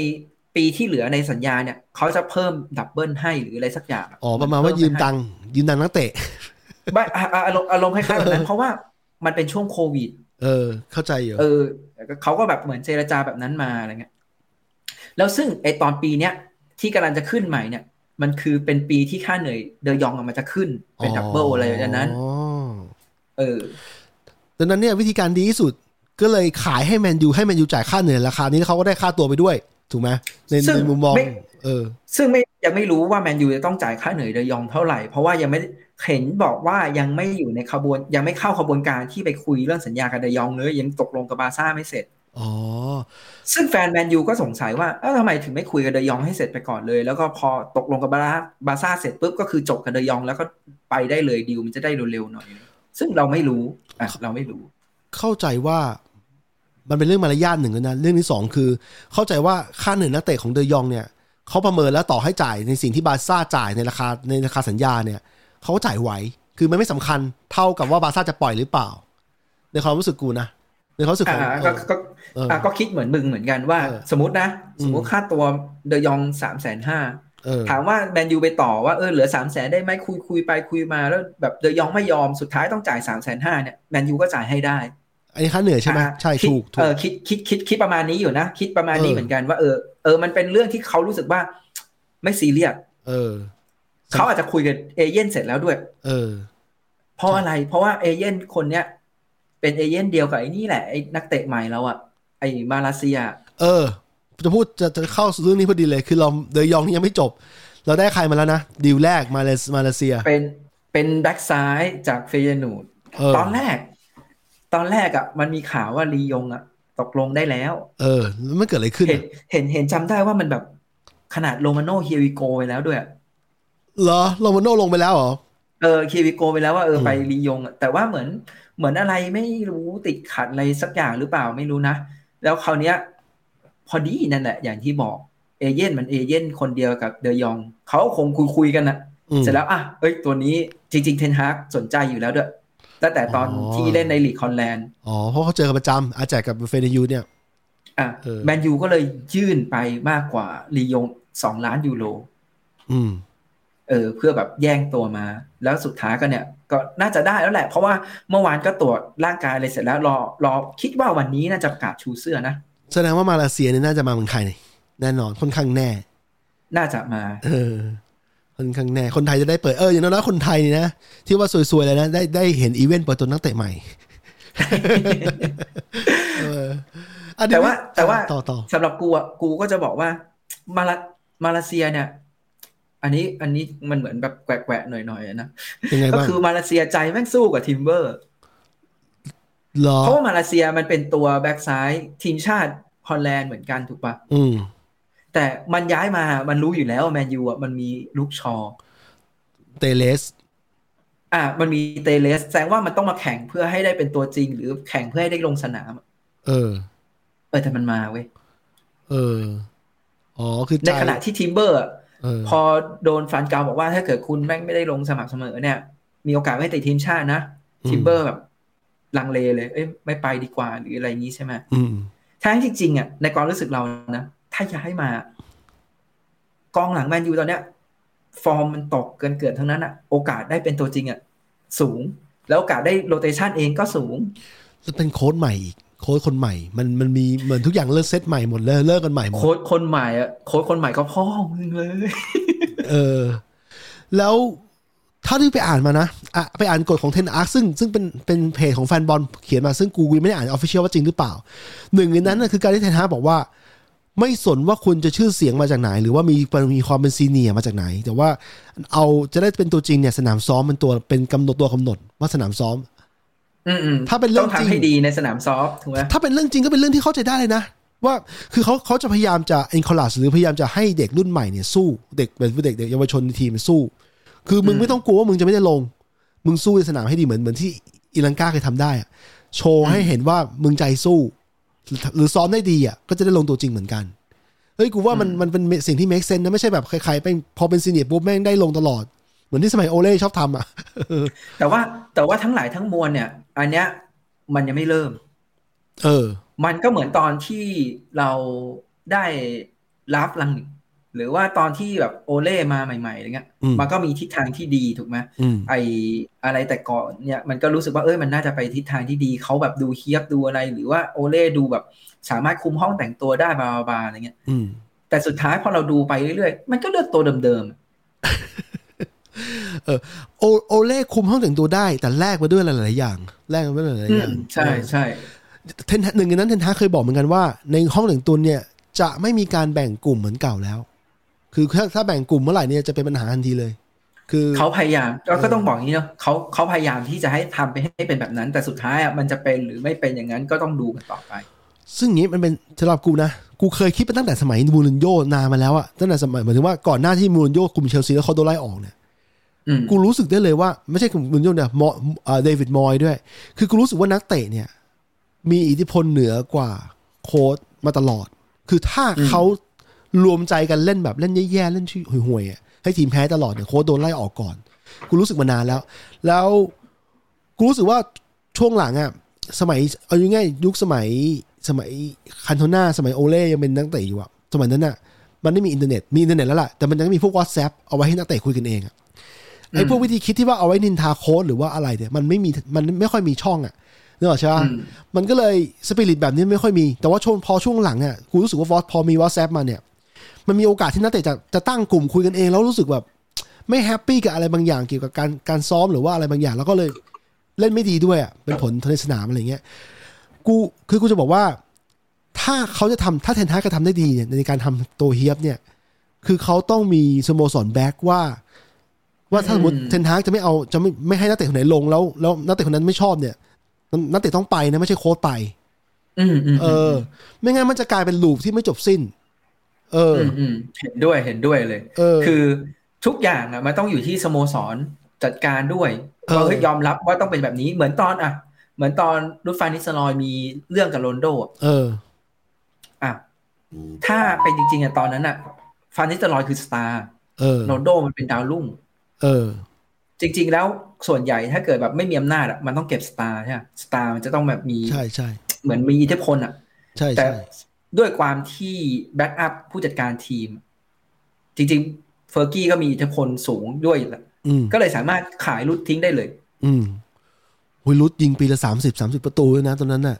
Speaker 2: ปีที่เหลือในสัญญาเนี่ยเขาจะเพิ่มดับเบิลให้หรืออะไรสักอย่าง
Speaker 1: อ๋อประมาณว่ายืมตังค์ยืมตังค์นักเตะ
Speaker 2: ไม่อ่ะอ่ะอารมณ์อารมณ์คล้ายๆแบบนั้น เพราะว่ามันเป็นช่วงโควิด
Speaker 1: เออ เข้าใจอยู่
Speaker 2: เออเขาก็แบบเหมือนเจรจาแบบนั้นมาอะไรเงี้ย แล้วซึ่งไอตอนปีเนี้ยที่กำลังจะขึ้นใหม่เนี่ย มันคือเป็นปีที่ค่าเหนื่อยเดยองอะมันจะขึ้นเป็นดับเบิลอะไรอย่างนั้น
Speaker 1: อ๋อ
Speaker 2: เออ
Speaker 1: ดังนั้นเนี่ยวิธีการดีที่สุดก็เลยขายให้แมนยูให้แมนยูจ่ายค่าเหนื่อยราคานี้แล้วเขาก็ได้ค่าตัวไปด้วย ถูกไหมใน
Speaker 2: ซึ่ง
Speaker 1: ในมุมมอง
Speaker 2: ไม่
Speaker 1: เออ
Speaker 2: ซึ่งไม่ยังไม่รู้ว่าแมนยูจะต้องจ่ายค่าเหนื่อยเดยองเท่าไหร่ เพราะว่ายังไม่เห็นบอกว่ายังไม่อยู่ในขบวน ยังไม่เข้าขบวนการที่ไปคุยเรื่องสัญญากับเดยองเลยยังตกลงกับบาร์ซ่าไม่เสร็จ
Speaker 1: อ๋อ
Speaker 2: ซึ่งแฟนแมนยูก็สงสัยว่าเอ้าทำไมถึงไม่คุยกับเดยองให้เสร็จไปก่อนเลย แล้วก็พอตกลงกับบาร์ซ่าบาร์ซ่าเสร็จปุ๊บก็คือจบกับเดยองแล้วก็ไปได้เลยดีลมันจะได้เร็วๆหน่อย ซึ่งเราไม่รู้อ่ะเราไม่รู้
Speaker 1: เข้าใจว่ามันเป็นเรื่องมารยาทหนึ่งแล้วนะ เรื่องที่สองคือ เข้าใจว่าค่าเหนื่อยนักเตะของเดยองเนี่ยเขาประเมินแล้วต่อให้จ่ายในสิ่งที่บาร์ซ่าจ่ายในราคาในราคาสัญญาเนี่ยเขาก็จ่ายไหว คือมันไม่สำคัญเท่ากับว่าบาร์ซ่าจะปล่อยหรือเปล่า ในความรู้สึกกูนะในความรู้สึกข
Speaker 2: อ่า
Speaker 1: อง
Speaker 2: ก็ก็
Speaker 1: เออ
Speaker 2: อ่ะก็คิดเหมือนมึงเหมือนกันว่า
Speaker 1: เออ
Speaker 2: สมมตินะ สมม
Speaker 1: อื
Speaker 2: ติ
Speaker 1: ม
Speaker 2: ค่าตัวเดยองสามแสนห้า
Speaker 1: เออ
Speaker 2: ถามว่าแมนยูไปต่อว่าเออเหลือสามแสนได้ไหมคุยคุยไปคุยมาแล้วแบบเดยองไม่ยอมสุดท้ายต้องจ่ายสามแสนห้าเนี่ยแมนยูก็จ่ายให้ได้
Speaker 1: ไอ้ค่าเหนื่อยใช่ไหม
Speaker 2: อ่ะ
Speaker 1: ใช่
Speaker 2: คิด
Speaker 1: ถูกถู
Speaker 2: เอก อคิดคิดคิดคิดประมาณนี้อยู่นะ คิดประมาณ
Speaker 1: เอ
Speaker 2: นี้
Speaker 1: อ
Speaker 2: เหมือนกันว่าเออเออมันเป็นเรื่องที่เขารู้สึกว่า ไม่ซีเรียส
Speaker 1: เออ สำ
Speaker 2: เขาอาจจะคุยกับเอเย่นเสร็จแล้วด้วย
Speaker 1: เออ
Speaker 2: เพราะอะไร เพราะว่าเอเย่นคนเนี้ยเป็นเอเย่นเดียวกับไอ้นี่แหละไอ้นักเตะใหม่แล้วอ่ะไอ้มาเลเซีย
Speaker 1: เออจะพูดจะจะเข้าเรื่องนี้พอดีเลย คือเราเดยองนี่ยังไม่จบ เราได้ใครมาแล้วนะดีลแรกมาเลมาเลเซีย
Speaker 2: เป็นเป็นแบ็กซ้ายจากเฟยนูด
Speaker 1: เออ
Speaker 2: ตอนแรก ตอนแรกอะ่ะ มันมีข่าวว่าลียงอะ่ะ ตกลงได้แล้ว
Speaker 1: เออแล้วมันเกิดอะไรขึ้น
Speaker 2: เห็น
Speaker 1: อะ
Speaker 2: เห็นเห็นจำได้ว่ามันแบบขนาดโรมาโน่เฮียวิโกไปแล้วด้วยอะ
Speaker 1: เหรอโรมาโน่ลงไปแล้วเหรอ
Speaker 2: เออเฮียวิโกไปแล้วว่าเออ
Speaker 1: อืม
Speaker 2: ไปลียงอะแต่ว่าเหมือนเหมือนอะไรไม่รู้ติดขัดอะไรสักอย่างหรือเปล่าไม่รู้นะ แล้วคราวเนี้ย พอดีนั่นแหละอย่างที่บอกเอเย่นมันเอเย่นคนเดียวกับเดยองเขาคงคุยคุยๆกันนะ
Speaker 1: อืม
Speaker 2: เสร็จแล้วอ่ะเอ้ย ตัวนี้จริง ๆ เทนฮากสนใจอยู่แล้วด้วย ตั้งแต่ตอน
Speaker 1: อ๋อ
Speaker 2: ที่เล่นในลีกคอนแลนด์
Speaker 1: อ๋อเพราะเขาเจอกันประจำอาแจกกับเฟเนยูเนี่ย
Speaker 2: อ่ะ
Speaker 1: เออ
Speaker 2: แมนยูก็เลยยื่นไปมากกว่าลียงสองล้านยูโร
Speaker 1: อืม
Speaker 2: เออ เพื่อแบบแย่งตัวมา แล้วสุดท้ายก็เนี่ย ก็น่าจะได้แล้วแหละ เพราะว่าเมื่อวานก็ตรวจร่างกายอะไรเสร็จแล้วรอรอคิดว่าวันนี้น่าจะประกาศชูเสื้อนะ
Speaker 1: แสดงว่ามาเลเซียเนี่ยน่าจะมาเมืองไทยนี่แน่นอนค่อนข้างแน่
Speaker 2: น่าจะมา
Speaker 1: เออค่อนข้างแน่ คนไทยจะได้เปิดเอออย่างน้อยๆคนไทยนี่นะ ที่ว่าสวยๆเลยนะ ได้ได้เห็นอีเวนต์เปิดตัวนักเตะใหม่ เอออ่ะเดี๋ย
Speaker 2: แต่ว่าแต่ว่า
Speaker 1: ต่อต่อ
Speaker 2: สำหรับกูอ่ะกูก็จะบอกว่ามาลามาเลเซียเนี่ย อันนี้อันนี้มันเหมือนแบบแกวะๆหน่อยๆนะ
Speaker 1: ยังไง
Speaker 2: ก็
Speaker 1: บ้าง
Speaker 2: คือมาเลเซียใจแม่งสู้กับทิมเบอร์
Speaker 1: เหรอ
Speaker 2: เพราะว่ามาเลเซียมันเป็นตัวแบ็กซ้ายทีมชาติฮอลแลนด์เหมือนกันถูกปะ
Speaker 1: อืม
Speaker 2: แต่มันย้ายมามันรู้อยู่แล้วว่าแมนยูอ่ะมันมีลูกชอ
Speaker 1: เตเลส
Speaker 2: อ่ะมันมีเตเลสแสดงว่ามันต้องมาแข่งเพื่อให้ได้เป็นตัวจริง หรือแข่งเพื่อให้ได้ลงสนาม
Speaker 1: เออ
Speaker 2: เออแต่มันมาเว้ย
Speaker 1: เออ อ๋อคือ
Speaker 2: ใน
Speaker 1: จ่าย
Speaker 2: ขณะที่ทิมเบอร์อ่ะ
Speaker 1: เออ
Speaker 2: พอโดนฟานกาวบอกว่าถ้าเกิดคุณแม่งไม่ได้ลงสมัครเสมอเนี่ย มีโอกาสไม่ติดทีมชาตินะทิมเบอร์แบบลังเลเลย เอ้ยไม่ไปดีกว่าหรืออะไรอย่างนี้ใช่ไหม
Speaker 1: อืม
Speaker 2: ทั้งที่จริงอ่ะในความรู้สึกเรานะถ้าย้ายมา กองหลังแมนยูตอนเนี้ย ฟอร์มมันตกเกินเกินทั้งนั้นอะโอกาสได้เป็นตัวจริงอะสูง แล้วโอกาสได้โรเตชันเองก็สูง
Speaker 1: แล้วเป็นโค้ดใหม่อีกโค้ดคนใหม่ มันมันมีเหมือนทุกอย่างเลิกเซตใหม่หมดเลยเลิกกันใหม่หมด
Speaker 2: โค้ดคนใหม่อะโค้ดคนใหม่ก็พ่อมึงเลย
Speaker 1: เออ แล้วเท่าที่ไปอ่านมานะอ่ะไปอ่านกฎของเทนอาร์ซึ่งซึ่งเป็นเป็นเพจของแฟนบอลเขียนมาซึ่งกูไม่ได้อ่านออฟฟิเชียลว่าจริงหรือเปล่า หนึ่งในนั้นนะคือการที่เทนฮาร์กบอกว่า ไม่สนว่าคุณจะชื่อเสียงมาจากไหน หรือว่ามีมีความเป็นซีเนียร์มาจากไหน แต่ว่าเอาจะได้เป็นตัวจริงเนี่ยสนามซ้อมเป็นตัวเป็นกำหนดตัวกำหนดว่าสนามซ้อม
Speaker 2: อืมๆ
Speaker 1: ถ้าเป็นเรื่
Speaker 2: ต้
Speaker 1: อ
Speaker 2: อง ง
Speaker 1: จริง
Speaker 2: ทำให้ดีในสนามซอฟต์ถูกไหม
Speaker 1: ถ้าเป็นเรื่องจริงก็เป็นเรื่องที่เข้าใจได้เลยนะ ว่าคือเขาเขาจะพยายามจะ encourage หรือพยายามจะให้เด็กรุ่นใหม่เนี่ยสู้เด็กเป็นเด็กเด็กเยาวชนในทีมสู้ คือมึงไม่ต้องกลัวว่ามึงจะไม่ได้ลง มึงสู้ในสนามให้ดีเหมือนเหมือนที่อิลังกาเคยทำได้อะโชว์ให้เห็นว่ามึงใจสู้ หรือซ้อมได้ดีอ่ะก็จะได้ลงตัวจริงเหมือนกัน เฮ้ยกูว่ามันมันเป็นสิ่งที่ make sense นะ ไม่ใช่แบบใครๆเป็นพอเป็นซีเนียร์ปุ๊บแม่งได้ลงตลอด เหมือนที่สมัยโอเล่ชอบทำอ่ะ
Speaker 2: แต่ว่าแต่ว่าทั้งหลายทั้งมวลเนี่ย อันเนี้ยมันยังไม่เริ่ม
Speaker 1: เออ
Speaker 2: มันก็เหมือนตอนที่เราได้ลาฟลังนิกหรือว่าตอนที่แบบโอเล่มาใหม่ๆอะไรเงี้ย
Speaker 1: อืม
Speaker 2: มันก็มีทิศทางที่ดีถูกไหม
Speaker 1: อืม
Speaker 2: ไออะไรแต่ก่อนเนี่ยมันก็รู้สึกว่าเอ้ยมันน่าจะไปทิศทางที่ดีเขาแบบดูเฮียบดูอะไร หรือว่าโอเล่ดูแบบสามารถคุมห้องแต่งตัวได้บาบาๆอะไรเงี้ย
Speaker 1: อืม
Speaker 2: แต่สุดท้ายพอเราดูไปเรื่อยๆ มันก็เลือกตัวเดิม
Speaker 1: โอโอเล่คุมห้องแต่งตัวได้ แต่แลกมาด้วยหลายๆอย่างแลกมาด้วยหลาย
Speaker 2: ๆอื
Speaker 1: ๆอย่าม ง
Speaker 2: ใช่ใช่
Speaker 1: เทนหนึ่งในนั้นเทนฮากเคยบอกเหมือนกันว่า ในห้องแต่งตัวเนี่ย จะไม่มีการแบ่งกลุ่มเหมือนเก่าแล้ว คือถ้าถ้าแบ่งกลุ่มเมื่อไหร่เนี่ยจะเป็นปัญหาทันทีเลย คือ
Speaker 2: เขาพยายามก็
Speaker 1: เออ
Speaker 2: ก็ต้องบอกอย่างนี้เนาะเขาเขาพยายามที่จะให้ทำไปให้เป็นแบบนั้น แต่สุดท้ายอ่ะมันจะเป็นหรือไม่เป็นอย่างนั้นก็ต้องดูกันต่อไป
Speaker 1: ซึ่งอย่างนี้มันเป็นสำหรับกูนะ กูเคยคิดไปตั้งแต่สมัยมูรินโญ่นานมาแล้วอะตั้งแต่สมัยหมายถึงว่าก่อนหน้าที่มูรินโญ่คุมเชลซีแล้วเขาโดนไล่ออกเนี่ย
Speaker 2: อืม
Speaker 1: กูรู้สึกได้เลยว่าไม่ใช่มูรินโญ่เนี่ยมอเอ่อเดวิดมอยด้วย คือกูรู้สึกว่านักเตะเนี่ย มีอิทธิพลเหนือกว่าโค้ชมาตลอด คือถ้าเขารวมใจกันเล่นแบบเล่นแย่ๆเล่นชื่อห่วยๆอะให้ทีมแพ้ตลอดเนี่ยโค้ชโดนไล่ออกก่อน กูรู้สึกมานานแล้ว แล้วกูรู้สึกว่าช่วงหลังอะสมัยเอาง่ายๆยุคสมัยสมัยคันโทนาสมัยโอเล่ยังเป็นนักเตะอยู่อะสมัยนั้นอะมันไม่มีอินเทอร์เน็ตมีอินเทอร์เน็ตแล้วล่ะแต่มันยังมีพวกวอ s แ p p เอาไว้ให้นักเตะคุยกันเองอะไอ้พวกวิธีคิดที่ว่าเอาไว้นินทาโค้ดหรือว่าอะไรเนี่ยมันไม่มีมันไม่ค่อยมีช่องอะนึกออกใช่ปะ
Speaker 2: อืม
Speaker 1: มันก็เลยสปิริตแบบนี้ไม่ค่อยมี แต่ว่าช่วงพอช่วงหลังเนี่ยกูรู้สึกว่าวอตพอมีวอ s แ p p มาเนี่ย มันมีโอกาสที่นักเตะจะจะตั้งกลุ่มคุยกันเองแล้วรู้สึกแบบ ไม่แฮปปี้กับอะไรบางอย่างเกี่ยวกับการการซ้อมหรือว่าอะไรบางอย่าง แล้วก็เลยเล่นไม่ดีด้วยอ่ะเป็นผลในสนามอะไรเงี้ยกูคือกูจะบอกว่า ถ้าเขาจะทำถ้าเทนฮากจะทำได้ดีเนี่ยในการทำตัวเฮียบเนี่ย คือเขาต้องมีสโมสรแบ็กว่า ว่าถ้าสมมติ
Speaker 2: อืม
Speaker 1: เทนฮากจะไม่เอาจะไม่ไม่ให้นักเตะคนไหนลงแล้วแล้วนักเตะคนนั้นไม่ชอบเนี่ย นักเตะต้องไปนะไม่ใช่โค้ชไป
Speaker 2: อืมอืม
Speaker 1: เออ ไม่งั้นมันจะกลายเป็นลูปที่ไม่จบสิ้น เออ
Speaker 2: มอืมเห็นด้วยเห็นด้วยเลย
Speaker 1: เออ
Speaker 2: คือทุกอย่างอ่ะมันต้องอยู่ที่สโมสรจัดการด้วย
Speaker 1: เออ
Speaker 2: ว่าเฮ้ยยอมรับว่าต้องเป็นแบบนี้เหมือนตอนอ่ะ เหมือนตอนรุดฟานิสลอยมีเรื่องกับโรนโดอ่ะ
Speaker 1: เออ
Speaker 2: อ่ะถ้าเป็นจริงๆอ่ะตอนนั้นอ่ะ ฟานิสลอยคือสตาร์
Speaker 1: เออ
Speaker 2: โรนโดมันเป็นดาวรุ่ง
Speaker 1: เออ
Speaker 2: จริง ๆ แล้วส่วนใหญ่ถ้าเกิดแบบไม่มีอำนาจอ่ะมันต้องเก็บสตาร์ใช่ไหมสตาร์มันจะต้องแบบมี
Speaker 1: ใช่ใช่
Speaker 2: เหมือนมีอิทธิพลอ่ะ
Speaker 1: ใช่
Speaker 2: แต่
Speaker 1: ใช่
Speaker 2: ด้วยความที่แบ็กอัพผู้จัดการทีม จริงๆเฟอร์กี้ก็มีอิทธิพลสูงด้วยอยู่แล้ว
Speaker 1: อืม
Speaker 2: ก็เลยสามารถขายรุดทิ้งได้เลย
Speaker 1: อืมหุยรุดยิงปีละสามสิบสามสิบประตูด้วยนะตอนนั้นน่ะ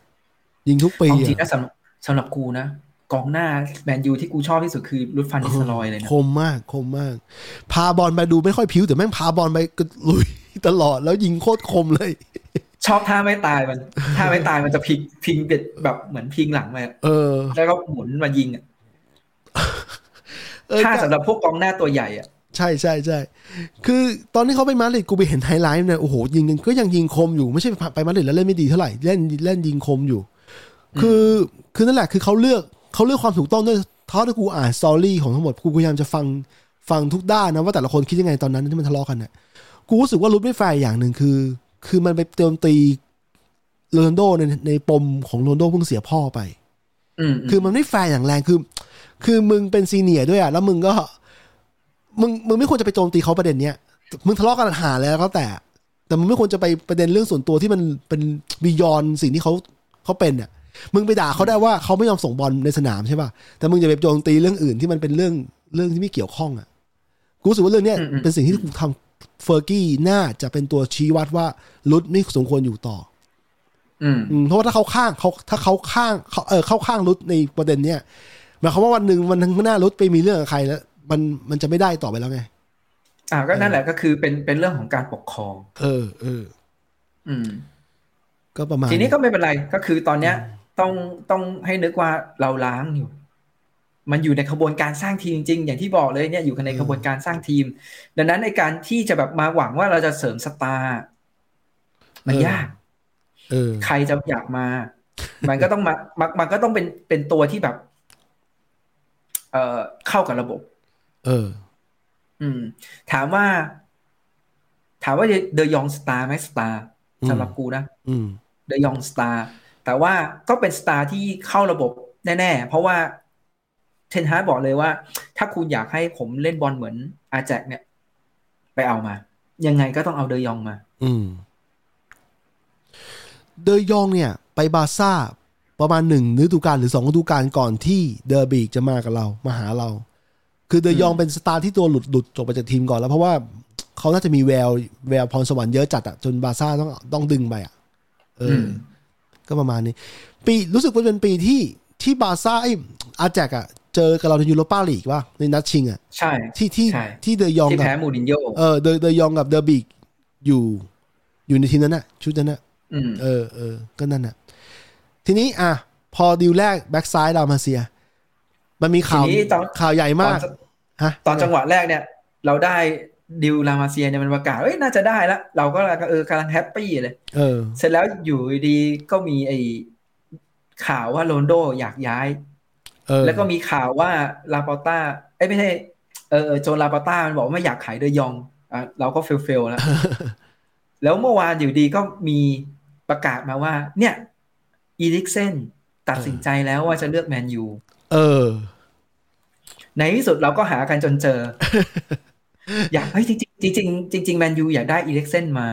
Speaker 1: ยิงทุกปี
Speaker 2: เอาจริง
Speaker 1: อะ
Speaker 2: นะสำหรับสำหรับกูนะ กองหน้าแมนยูที่กูชอบที่สุดคือรุดฟันนิสลอยเลยนะ
Speaker 1: คมมากคมมาก พาบอลไปดูไม่ค่อยผิวแต่แม่งพาบอลไปก็ลุย ตลอดแล้วยิงโคตรคมเลย
Speaker 2: ชอบท่าไม่ตาย มัน ท่าไม่ตายมันจะพิงพิงเบ็ดแบบเหมือนพิงหลังเลย
Speaker 1: เออ
Speaker 2: แล้วก็หมุนมายิงอะ
Speaker 1: เออ
Speaker 2: ถ้าสำหรับพวกกองหน้าตัวใหญ่อะ
Speaker 1: ใช่ใช่ใช่ คือตอนที่เขาไปมาดริดกูไปเห็นไฮไลท์เนี่ยโอ้โหยิงกันก็ยังยิงคมอยู่ ไม่ใช่ไปมาดริดแล้วเล่นไม่ดีเท่าไหร่เล่นเล่นยิงคมอยู่ คือคือนั่นแหละคือเขาเลือกเขาเลือกความถูกต้องด้วยเท่าที่กูอ่านสตอรี่ของทั้งหมดกูพยายามจะฟังฟังทุกด้านนะว่าแต่ละคนคิดยังไงตอนนั้นที่มันทะเลาะกันเนี่ยกูรู้สึกว่ารุดไม่แฟร์อย่างหนึ่งคือ คือมันไปเติมตีโรนลโดในในปมของโรนลโดเพิ่งเสียพ่อไป
Speaker 2: อืม
Speaker 1: คือมันไม่แฟร์อย่างแรงคือ คือมึงเป็นซีเนียร์ด้วยอ่ะแล้วมึงก็ มึงมึงไม่ควรจะไปโจมตีเขาประเด็นเนี้ยมึงทะเลาะกันหาแล้วก็แต่ แต่มึงไม่ควรจะไปประเด็นเรื่องส่วนตัวที่มันเป็นบียอนสิ่งที่เขาเขาเป็นอ่ะ มึงไปด่าเขาได้ว่าเขาไม่ยอมส่งบอลในสนามใช่ป่ะแต่มึงจะไปโจมตีเรื่องอื่นที่มันเป็นเรื่องเรื่องที่ไม่เกี่ยวข้องอ่ะกูรู้สึกว่าเรื่องเนี้ยเป็นสิ่งที่กูทำเฟอร์กี้น่าจะเป็นตัวชี้วัดว่าลุดไม่สมควรอยู่ต่อ
Speaker 2: อืม
Speaker 1: อืมเพราะว่าถ้าเขาข้างเขาถ้าเขาข้างเขาเออเข้าข้างรุดในประเด็นเนี้ยหมายความว่าวันหนึ่งวันข้างหน้ารุดไปมีเรื่องกับใครแล้ว มันมันจะไม่ได้ต่อไปแล้วไง
Speaker 2: อ่าก็นั่นแหละก็คือเป็นเป็นเรื่องของการปกครอง
Speaker 1: เออเออ
Speaker 2: อืม
Speaker 1: ก็ประมาณ
Speaker 2: ทีนี้ก็ไม่เป็นไรก็คือตอนเนี้ยต้องต้องให้นึกว่าเราล้างอยู่ มันอยู่ในขบวนการสร้างทีมจริงๆอย่างที่บอกเลยเนี่ยอยู่ในขบวนการสร้างทีม ดังนั้นในการที่จะแบบมาหวังว่าเราจะเสริมสตาร์มันยาก
Speaker 1: เออ
Speaker 2: ใครจะอยากมา มันก็ต้องมามันมันก็ต้องเป็นเป็นตัวที่แบบ เอ่อเข้ากับระบบ
Speaker 1: เออ
Speaker 2: อืม ถามว่า ถามว่าเดยองสตาร์ไหมสตาร์สำหรับกูนะ
Speaker 1: อืม
Speaker 2: เดยองสตาร์แต่ว่าก็เป็นสตาร์ที่เข้าระบบแน่ ๆ เพราะว่า เทนฮาร์กบอกเลยว่า ถ้าคุณอยากให้ผมเล่นบอลเหมือนอาแจกเนี่ย ไปเอามา ยังไงก็ต้องเอาเดยองมา
Speaker 1: อืม เดยองเนี่ย ไปบาร์ซ่าประมาณหนึ่งฤดูกาลหรือสองฤดูกาลก่อนที่เดอร์บีกจะมากับเรา มาหาเรา คือเดยอง
Speaker 2: อืม
Speaker 1: เป็นสตาร์ที่ตัวหลุดหลุดจบไปจากทีมก่อนแล้ว เพราะว่าเขาน่าจะมีแววแววพรสวรรค์เยอะจัดอะจนบาร์ซ่าต้องต้องดึงไปอะเอออ
Speaker 2: ม
Speaker 1: ก็ประมาณนี้ ปีรู้สึกว่าเป็นปีที่ที่บาร์ซ่าไอ้ยอาแจกอะเจอกับเราในยูโรปาลีกว่าในนัดชิงอะ
Speaker 2: ใช่
Speaker 1: ที่ที่
Speaker 2: ใช่
Speaker 1: ที่เดยอง
Speaker 2: ที่
Speaker 1: กับ
Speaker 2: แพ้มูรินโญ่
Speaker 1: เออเดเดยองกับเดอร์บิกอยู่ อยู่ในทีมนั้นอะชุดนั้นอะ
Speaker 2: อืม
Speaker 1: เออเออก็นั่นอะทีนี้อ่ะพอดิวแรกแบ็กซ้ายรามาเซีย มันมีข่าว
Speaker 2: ทีนี้ตอน
Speaker 1: ข่าวใหญ่มาก
Speaker 2: ตอน
Speaker 1: ฮะ
Speaker 2: ตอนจังหวะแรกเนี่ย เราได้ดิวรามาเซียเนี่ยมันประกาศเอ้ยน่าจะได้ละเราก็เลยเออกำลังแฮปปี้เลย
Speaker 1: เออ
Speaker 2: เสร็จแล้วอยู่ดีก็มีไอ้ข่าวว่าโรนโดอยากย้าย
Speaker 1: เออ
Speaker 2: แล้วก็มีข่าวว่าลาปอต้าเอ้ยไม่ใช่เออเออโจนลาปอต้ามันบอกว่าไม่อยากขายเดยองอ่ะเราก็เฟลเฟลแล้ว แล้วเมื่อวานอยู่ดีก็มีประกาศมาว่า เนี่ยอีลิกเซนตัดสินใจแล้วว่าจะเลือกแมนยู
Speaker 1: เออ
Speaker 2: ในที่สุดเราก็หากันจนเจอ อยากเฮ้ยจริงๆจริงๆจริงจริงแมนยูอยากได้อีเล็กเซนมา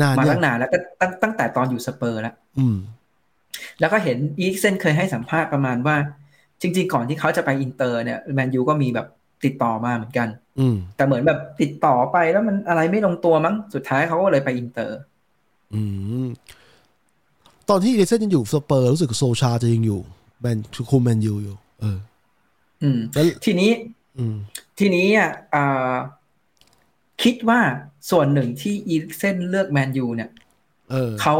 Speaker 1: นาน
Speaker 2: มา
Speaker 1: ยั
Speaker 2: ตั้
Speaker 1: ง
Speaker 2: งนานแล้วก็ตั้งตั้งแต่ตอนอยู่สเปอร์แล้ว
Speaker 1: อืม
Speaker 2: แล้วก็เห็นอีเล็กเซนเคยให้สัมภาษณ์ประมาณว่า จริง ๆ ก่อนที่เขาจะไปอินเตอร์เนี่ยแมนยูก็มีแบบติดต่อมาเหมือนกัน
Speaker 1: อืม
Speaker 2: แต่เหมือนแบบติดต่อไปแล้วมันอะไรไม่ลงตัวมั้งสุดท้ายเขาก็เลยไปอินเตอร์
Speaker 1: อืม ตอนที่เอลิกเซนยังอยู่สเปอร์ รู้สึกโซชาจะยังอยู่แมนคุมแมนยูอยู่ เออ
Speaker 2: อืม
Speaker 1: แล้ว
Speaker 2: ทีนี้
Speaker 1: อืม
Speaker 2: ทีนี้อ่ะอ่าคิดว่าส่วนหนึ่งที่อีเล็กเซนเลือกแมนยูเนี่ย
Speaker 1: เออ
Speaker 2: เขา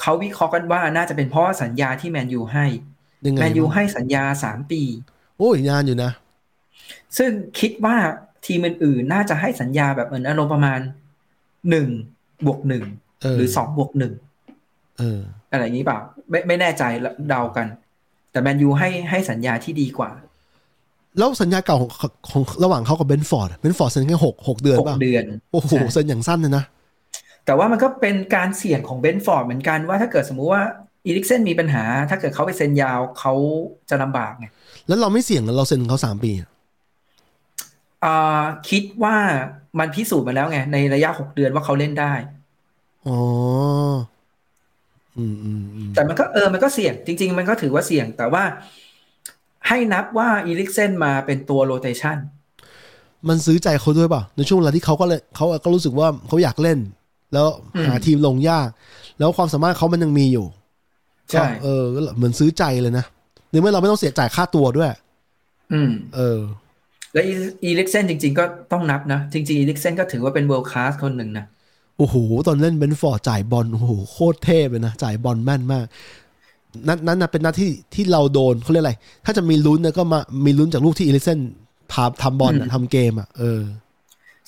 Speaker 2: เขาวิเคราะห์กันว่าน่าจะเป็นเพราะสัญญาที่แมนยูให้
Speaker 1: ยังไง
Speaker 2: แมนยูให้สัญญาสามปี
Speaker 1: โอ้ยนานอยู่นะ
Speaker 2: ซึ่งคิดว่าทีมอื่นๆน่าจะให้สัญญาแบบเหมือนอารมณ์ประมาณหนึ่งบวกหนึ่ง
Speaker 1: เออ
Speaker 2: หรือสองบวกหนึ่ง
Speaker 1: เออ
Speaker 2: อะไรอย่างนี้เปล่าไม่ไม่แน่ใจเดากัน แต่แมนยูให้ให้สัญญาที่ดีกว่า
Speaker 1: แล้วสัญญาเก่าของของระหว่างเขากับเบนฟอร์ดเบนฟอร์ดเซ็นแค่หกหกเดือน
Speaker 2: หก
Speaker 1: ป่ะ
Speaker 2: เดือน
Speaker 1: โอ้โห
Speaker 2: ใช่
Speaker 1: เซ็นอย่างสั้นเลยนะ
Speaker 2: แต่ว่ามันก็เป็นการเสี่ยงของเบนฟอร์ดเหมือนกันว่าถ้าเกิดสมมุติว่าอีลิกเซนมีปัญหา ถ้าเกิดเขาไปเซ็นยาวเขาจะลำบากไง
Speaker 1: แล้วเราไม่เสี่ยงเหรอเราเซ็นเขาสามปีอะ
Speaker 2: อ่าคิดว่ามันพิสูจน์มาแล้วไง ในระยะหกเดือนว่าเขาเล่นได้
Speaker 1: อ๋อ อืมอืมอืม
Speaker 2: แต่มันก็เออมันก็เสี่ยง จริง ๆ มันก็ถือว่าเสี่ยง แต่ว่าให้นับว่าอีลิกเซนมาเป็นตัวโรเตชัน
Speaker 1: มันซื้อใจเขาด้วยป่ะ ในช่วงเวลาที่เขาก็เลยเขาก็รู้สึกว่าเขาอยากเล่น แล้วหาทีมลงยาก แล้วความสามารถเขามันยังมีอยู่ ก็
Speaker 2: ใช่
Speaker 1: เออก็เหมือนซื้อใจเลยนะหรือเมื่อเราไม่ต้องเสียจ่ายค่าตัวด้วย
Speaker 2: อืม
Speaker 1: เออ
Speaker 2: และอีลิกเซนจริง ๆ ก็ต้องนับนะ จริง ๆ อีลิกเซนก็ถือว่าเป็นเวิลด์คลาสคนหนึ่งนะ
Speaker 1: โอ้โห ตอนเล่นเบนฟอร์ดจ่ายบอล โอ้โห โคตรเทพเลยนะ จ่ายบอลแม่นมาก นัดนั้นนะเป็นนัดที่ที่เราโดนเขาเรียกอะไร ถ้าจะมีลุ้นนะก็มา มีลุ้นจากลูกที่อีลิกเซนพาทำบอลน่ะ
Speaker 2: อืม
Speaker 1: ทำเกมอ่ะ เออ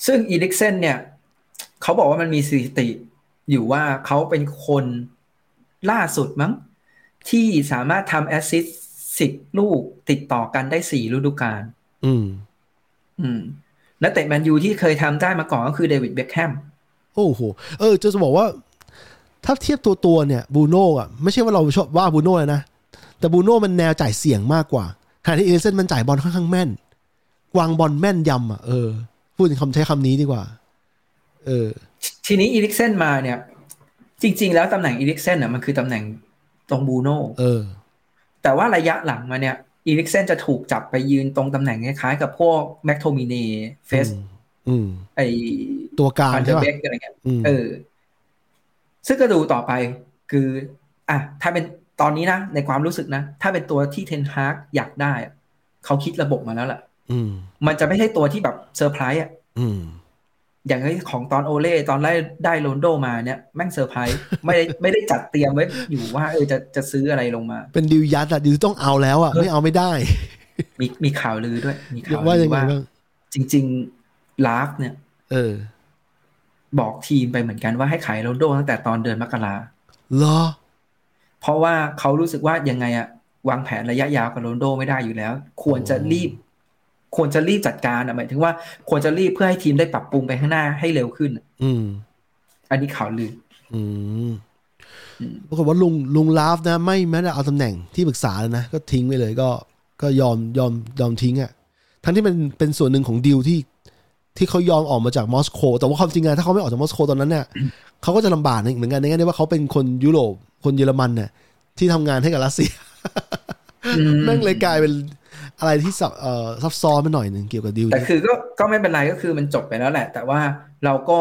Speaker 2: ซึ่งอีลิกเซนเนี่ยเขาบอกว่ามันมีสถิติอยู่ว่าเขาเป็นคนล่าสุดมั้ง ที่สามารถทำแอสซิสต์สิบลูกติดต่อกันได้สี่ฤดูกาล
Speaker 1: อืม
Speaker 2: อืมนักเตะแมนยูที่เคยทำได้มาก่อนก็คือเดวิดเบคแฮม
Speaker 1: โอ้โห เออ จะจะบอกว่า ถ้าเทียบตัวตัวเนี่ยบูโน่อะไม่ใช่ว่าเราชอบว่าบูโน่เลยนะ แต่บูโน่มันแนวจ่ายเสี่ยงมากกว่าขณะที่อีลิกเซนมันจ่ายบอลค่อนข้างแม่น วางบอลแม่นยำอ่ะ เออ พูดถึงคำใช้คำนี้ดีกว่า เออ
Speaker 2: ททีนี้อีลิกเซนมาเนี่ย จริง ๆ แล้วตำแหน่งอีลิกเซนอ่ะมันคือตำแหน่งตรงบูโน่
Speaker 1: เออ
Speaker 2: แต่ว่าระยะหลังมาเนี่ยอีลิกเซนจะถูกจับไปยืนตรงตำแหน่งคล้ายๆกับพวกแม็กโทมิเน่เฟส
Speaker 1: อืมอืม
Speaker 2: ไอ
Speaker 1: ตัวกลาง
Speaker 2: ฟันเดอ
Speaker 1: ใช่ป่ะ
Speaker 2: ร์เบกอะไรเงี้ย
Speaker 1: อืม
Speaker 2: เออ ซึ่งก็ดูต่อไปคือ อ่ะถ้าเป็นตอนนี้นะ ในความรู้สึกนะ ถ้าเป็นตัวที่เทนฮากอยากได้อะเขาคิดระบบมาแล้วล่ะ
Speaker 1: อืม
Speaker 2: มันจะไม่ใช่ตัวที่แบบเซอร์ไพรส์อ่ะ
Speaker 1: อืม
Speaker 2: อย่างไอ้ของตอนโอเล่ตอนได้ได้โรนโดมาเนี่ยแม่งเซอร์ไพรส์ ไม่ได้ ไม่ได้จัดเตรียมไว้อยู่ว่าเออจะจะซื้ออะไรลงมา
Speaker 1: เป็นดิวยัดอะดิวต้องเอาแล้วอะ
Speaker 2: เออ
Speaker 1: ไม่เอาไม่ได้
Speaker 2: มีมีข่าวลือด้วย มีข่าว
Speaker 1: ว่า
Speaker 2: ลื
Speaker 1: ยัง
Speaker 2: อ
Speaker 1: ไง
Speaker 2: ว่า
Speaker 1: บ้าง
Speaker 2: จริงๆลาฟเนี่ย
Speaker 1: เออ
Speaker 2: บอกทีมไปเหมือนกันว่าให้ขายโรนโดตั้งแต่ตอนเดือนมกรา
Speaker 1: เหรอ
Speaker 2: เพราะว่าเขารู้สึกว่ายังไงอะวางแผนระยะยาวกับโรนโดไม่ได้อยู่แล้ว ควรจะรีบ ควรจะรีบจัดการอะหมายถึงว่าควรจะรีบเพื่อให้ทีมได้ปรับปรุงไปข้างหน้าให้เร็วขึ้น
Speaker 1: อืม
Speaker 2: อันนี้ข่าวลือ
Speaker 1: อืม
Speaker 2: อืม
Speaker 1: ปรากฏว่าลุงลุงลาฟนะ ไม่แม้แต่เอาตำแหน่งที่ปรึกษาเลยนะ ก็ทิ้งไปเลยก็ ก็ยอมยอมยอมทิ้งอ่ะทั้งที่มันเป็นส่วนหนึ่งของดีลที่ที่เขายอมออกมาจากมอสโกแต่ว่าความจริงอะถ้าเขาไม่ออกจากมอสโกตอนนั้นเนี่ยเขาก็จะลำบากเหมือนกันในแง่ที่ว่าเขาเป็นคนยุโรปคนเยอรมันเนี่ยที่ทำงานให้กับรัสเซีย
Speaker 2: อืม
Speaker 1: แม่งเลยกลายเป็นอะไรที่ซับเอ่อซับซ้อนไปหน่อยหนึ่งเกี่ยวกับดีล
Speaker 2: แต่
Speaker 1: นี้
Speaker 2: คือก็ก็ไม่เป็นไรก็คือมันจบไปแล้วแหละ แต่ว่าเราก็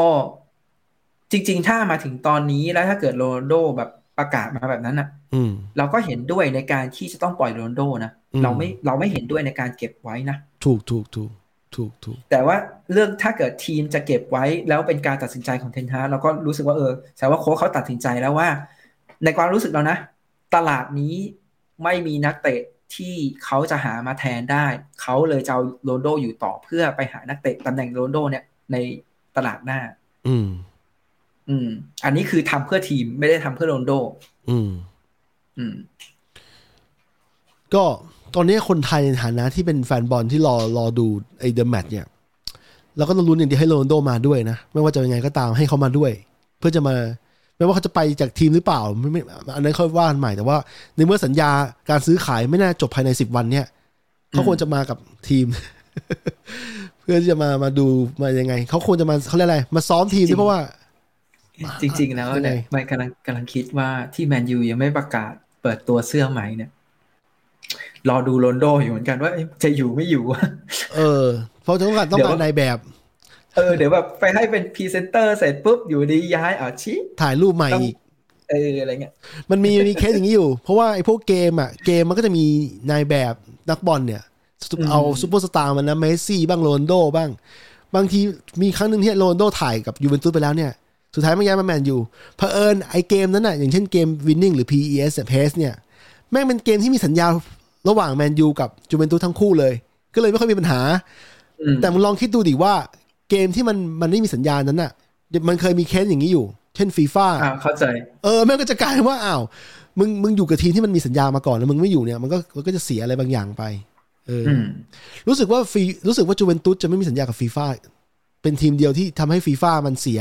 Speaker 2: จริง ๆ ถ้ามาถึงตอนนี้แล้วถ้าเกิดโรนลโดแบบประกาศมาแบบนั้นอ่ะ
Speaker 1: อืม
Speaker 2: เราก็เห็นด้วยในการที่จะต้องปล่อยโรนลโดนะ
Speaker 1: อืม
Speaker 2: เราไม่เราไม่เห็นด้วยในการเก็บไว้นะ
Speaker 1: ถูกถูกถูกถูกถูก
Speaker 2: แต่ว่าเรื่องถ้าเกิดทีมจะเก็บไว้แล้วเป็นการตัดสินใจของเทนฮากเราก็รู้สึกว่าเออแสดงว่าโค้ชเขาตัดสินใจแล้วว่า ในความรู้สึกเรานะ ตลาดนี้ไม่มีนักเตะที่เขาจะหามาแทนได้ เขาเลยจะเอาโรนลโดอยู่ต่อเพื่อไปหานักเตะตำแหน่งโรนลโดเนี่ยในตลาดหน้า
Speaker 1: อืม
Speaker 2: อืม อันนี้คือทำเพื่อทีมไม่ได้ทำเพื่อโรนลโด
Speaker 1: อืม
Speaker 2: อืม
Speaker 1: ก็ตอนนี้คนไทยในฐานะที่เป็นแฟนบอลที่รอรอดูไอ้เดอะแมตช์เนี่ยเราก็ต้องลุ้นอย่างเดียวให้โรนลโดมาด้วยนะ ไม่ว่าจะยังไงก็ตามให้เขามาด้วย เพื่อจะมา ไม่ว่าเขาจะไปจากทีมหรือเปล่าไม่ไม่อันนั้นค่อยว่ากันใหม่แต่ว่า ในเมื่อสัญญาการซื้อขายไม่น่าจบภายในสิบวันเนี่ยเขาควรจะมากับทีม เพื่อที่จะมามาดูมายังไงเขาควรจะมาเขาเรียกอะไร มาซ้อมทีมด้วยเพราะว่า
Speaker 2: จริง ๆ แล้ว
Speaker 1: ยังไง
Speaker 2: เนี่ยมันกำลังกำลังคิดว่าที่แมนยูยังไม่ประกาศเปิดตัวเสื้อใหม่เนี่ย รอดูโรนโดอยู่เหมือนกันว่าเอ๊ะจะ อยู่ไม่อยู่
Speaker 1: เออเพราะต้องการต้องการนายแบบ
Speaker 2: เออเดี๋ยวแบบไปให้เป็นพรีเซนเตอร์เสร็จปุ๊บอยู่ดีย้ายเอาชี้
Speaker 1: ถ่ายรูปใหม่อีก
Speaker 2: เอออะไรเงี้ย
Speaker 1: มันมีมีเคสอย่างนี้อยู่ เพราะว่าไอ้พวกเกมอ่ะเกมมันก็จะมีนายแบบนักบอลเนี่ย
Speaker 2: อืม
Speaker 1: เอาซูเปอร์สตาร์มันนะเมสซี่บ้างโรนลโดบ้าง บางทีมีครั้งหนึ่งที่โรนลโดถ่ายกับยูเวนตุสไปแล้วเนี่ย สุดท้ายมันย้ายมาแมนยูเผอิญไอ้เกมนั้นน่ะอย่างเช่นเกมวินนิ่งหรือ PES เนี่ย PES เนี่ย แม่งเป็นเกมที่มีสัญญาระหว่างแมนยูกับยูเวนตุสทั้งคู่เลย ก็เลยไม่ค่อยมีปัญหา
Speaker 2: อืม
Speaker 1: แต่มึงลองคิดดูดิว่าเกมที่มันมันไม่มีสัญญานั้นน่ะมันเคยมีเคสอย่างนี้อยู่ เช่นฟีฟ่า
Speaker 2: อ่าเข้าใจ
Speaker 1: เออแม่งก็จะกลายเป็นว่าอ้าวมึงมึงอยู่กับทีมที่มันมีสัญญามาก่อนแล้วมึงไม่อยู่เนี่ยมันก็มันก็จะเสียอะไรบางอย่างไปเอออ
Speaker 2: อืม
Speaker 1: รู้สึกว่าฟีรู้สึกว่าจูเวนตุสจะไม่มีสัญญากับฟีฟ่าเป็นทีมเดียวที่ทำให้ฟีฟ่ามันเสีย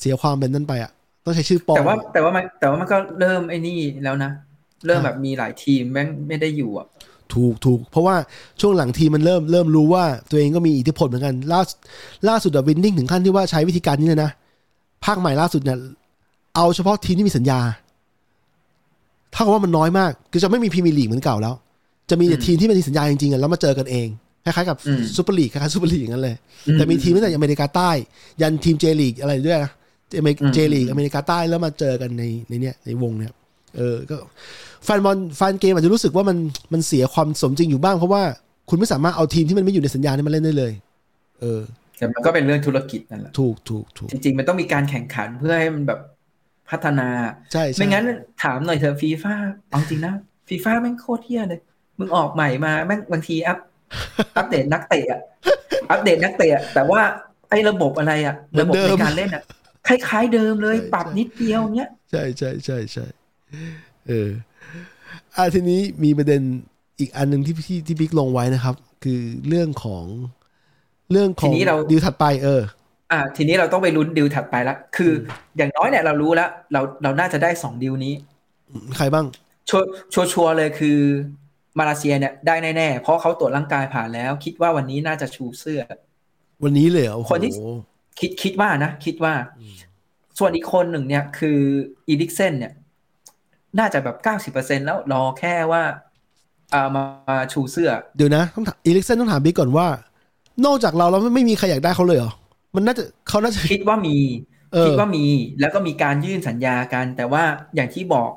Speaker 1: เสียความเป็นนั่นไปอ่ะต้องใช้ชื่อปลอม
Speaker 2: แต่ว่า
Speaker 1: อะ
Speaker 2: แต่ว่ามันแต่ว่ามันก็เริ่มไอ้นี่แล้วนะ เริ่มแบบมีหลายทีมแม่งไม่ได้อยู่อ่ะ
Speaker 1: ถูกถูกเพราะว่าช่วงหลังทีมมันเริ่มเริ่มรู้ว่าตัวเองก็มีอิทธิพลเหมือนกัน ล่าสุดล่าสุดอะวินดิ้งถึงขั้นที่ว่าใช้วิธีการนี้เลยนะภาคใหม่ล่าสุดเนี่ยเอาเฉพาะทีมที่มีสัญญา ถ้ากับว่ามันน้อยมาก คือจะไม่มีพรีเมียร์ลีกเหมือนเก่าแล้ว จะมีแต่
Speaker 2: อืม
Speaker 1: ทีมที่เป็นทีมสัญญาจริงๆอะแล้วมาเจอกันเอง คล้ายๆกับ
Speaker 2: อืม
Speaker 1: ซูเปอร์ลีกคล้ายๆซูเปอร์ลีกอย่างนั้นเลย
Speaker 2: อื
Speaker 1: แต่มีทีมตั้งแต่อเมริกาใต้ ยันทีมเจลีกอะไรด้วยนะเจเม
Speaker 2: อืม
Speaker 1: เจลีกอเมริกาใต้แล้วมาเจอกันในในเนี้ยในวงเนี่ยเออก็แฟนบอลแฟนเกมอาจจะรู้สึกว่ามันมันเสียความสมจริงอยู่บ้าง เพราะว่าคุณไม่สามารถเอาทีมที่มันไม่อยู่ในสัญญาเนี่ยมาเล่นได้เลย เออ
Speaker 2: แต่มันก็เป็นเรื่องธุรกิจนั่นแหละ
Speaker 1: ถูกถูกถูก
Speaker 2: จริง ๆ มันต้องมีการแข่งขันเพื่อให้มันแบบพัฒนา
Speaker 1: ใช่ใช่
Speaker 2: ไม่งั้นถามหน่อยเถอะฟีฟ่าเอาจริงนะฟีฟ่าแม่งโคตรเที่ยเลย มึงออกใหม่มาแม่งบางทีอัพอัปเดตนักเตะอะอัปเดตนักเตะอะแต่ว่าไอ้ระบบอะไรอะระบบในการเล่นอะคล้ายๆเดิมเลย ปรับนิดเดียวเนี้ย
Speaker 1: ใช่ใช่ใช่ใช่เอออ่ะทีนี้มีประเด็นอีกอันหนึ่งที่ที่ที่บิ๊กลงไว้นะครับ คือเรื่องของเรื่องของ
Speaker 2: ทีนี้เรา
Speaker 1: ดีลถัดไปเออ
Speaker 2: อ่า ทีนี้เราต้องไปลุ้นดิวถัดไปละคือ อย่างน้อยเนี่ยเรารู้แล้ว เราเราน่าจะได้สองดิวนี้
Speaker 1: ใครบ้าง
Speaker 2: ชัวชัวชัวร์ๆเลยคือมาเลเซียเนี่ยได้แน่ๆเพราะเขาตรวจร่างกายผ่านแล้ว คิดว่าวันนี้น่าจะชูเสื้อ
Speaker 1: วันนี้เลยเหรอโอ้โห
Speaker 2: คนที่ คิดคิดว่านะ คิดว่า
Speaker 1: อืม
Speaker 2: ส่วนอีกคนหนึ่งเนี่ย คืออีดิกเซนเนี่ย น่าจะแบบเก้าสิบเปอร์เซ็นแล้วรอแค่ว่าเอ่ามามาชูเสื้อ
Speaker 1: เดี๋ยวนะต้องถามอีลิกเซนต้องถามบิ๊กก่อนว่า นอกจากเราแล้วไม่ไม่มีใครอยากได้เขาเลยเหรอ มันน่าจะเขาน่าจะ
Speaker 2: คิดว่ามี
Speaker 1: เออ
Speaker 2: คิดว่ามีแล้วก็มีการยื่นสัญญากัน แต่ว่าอย่างที่บอก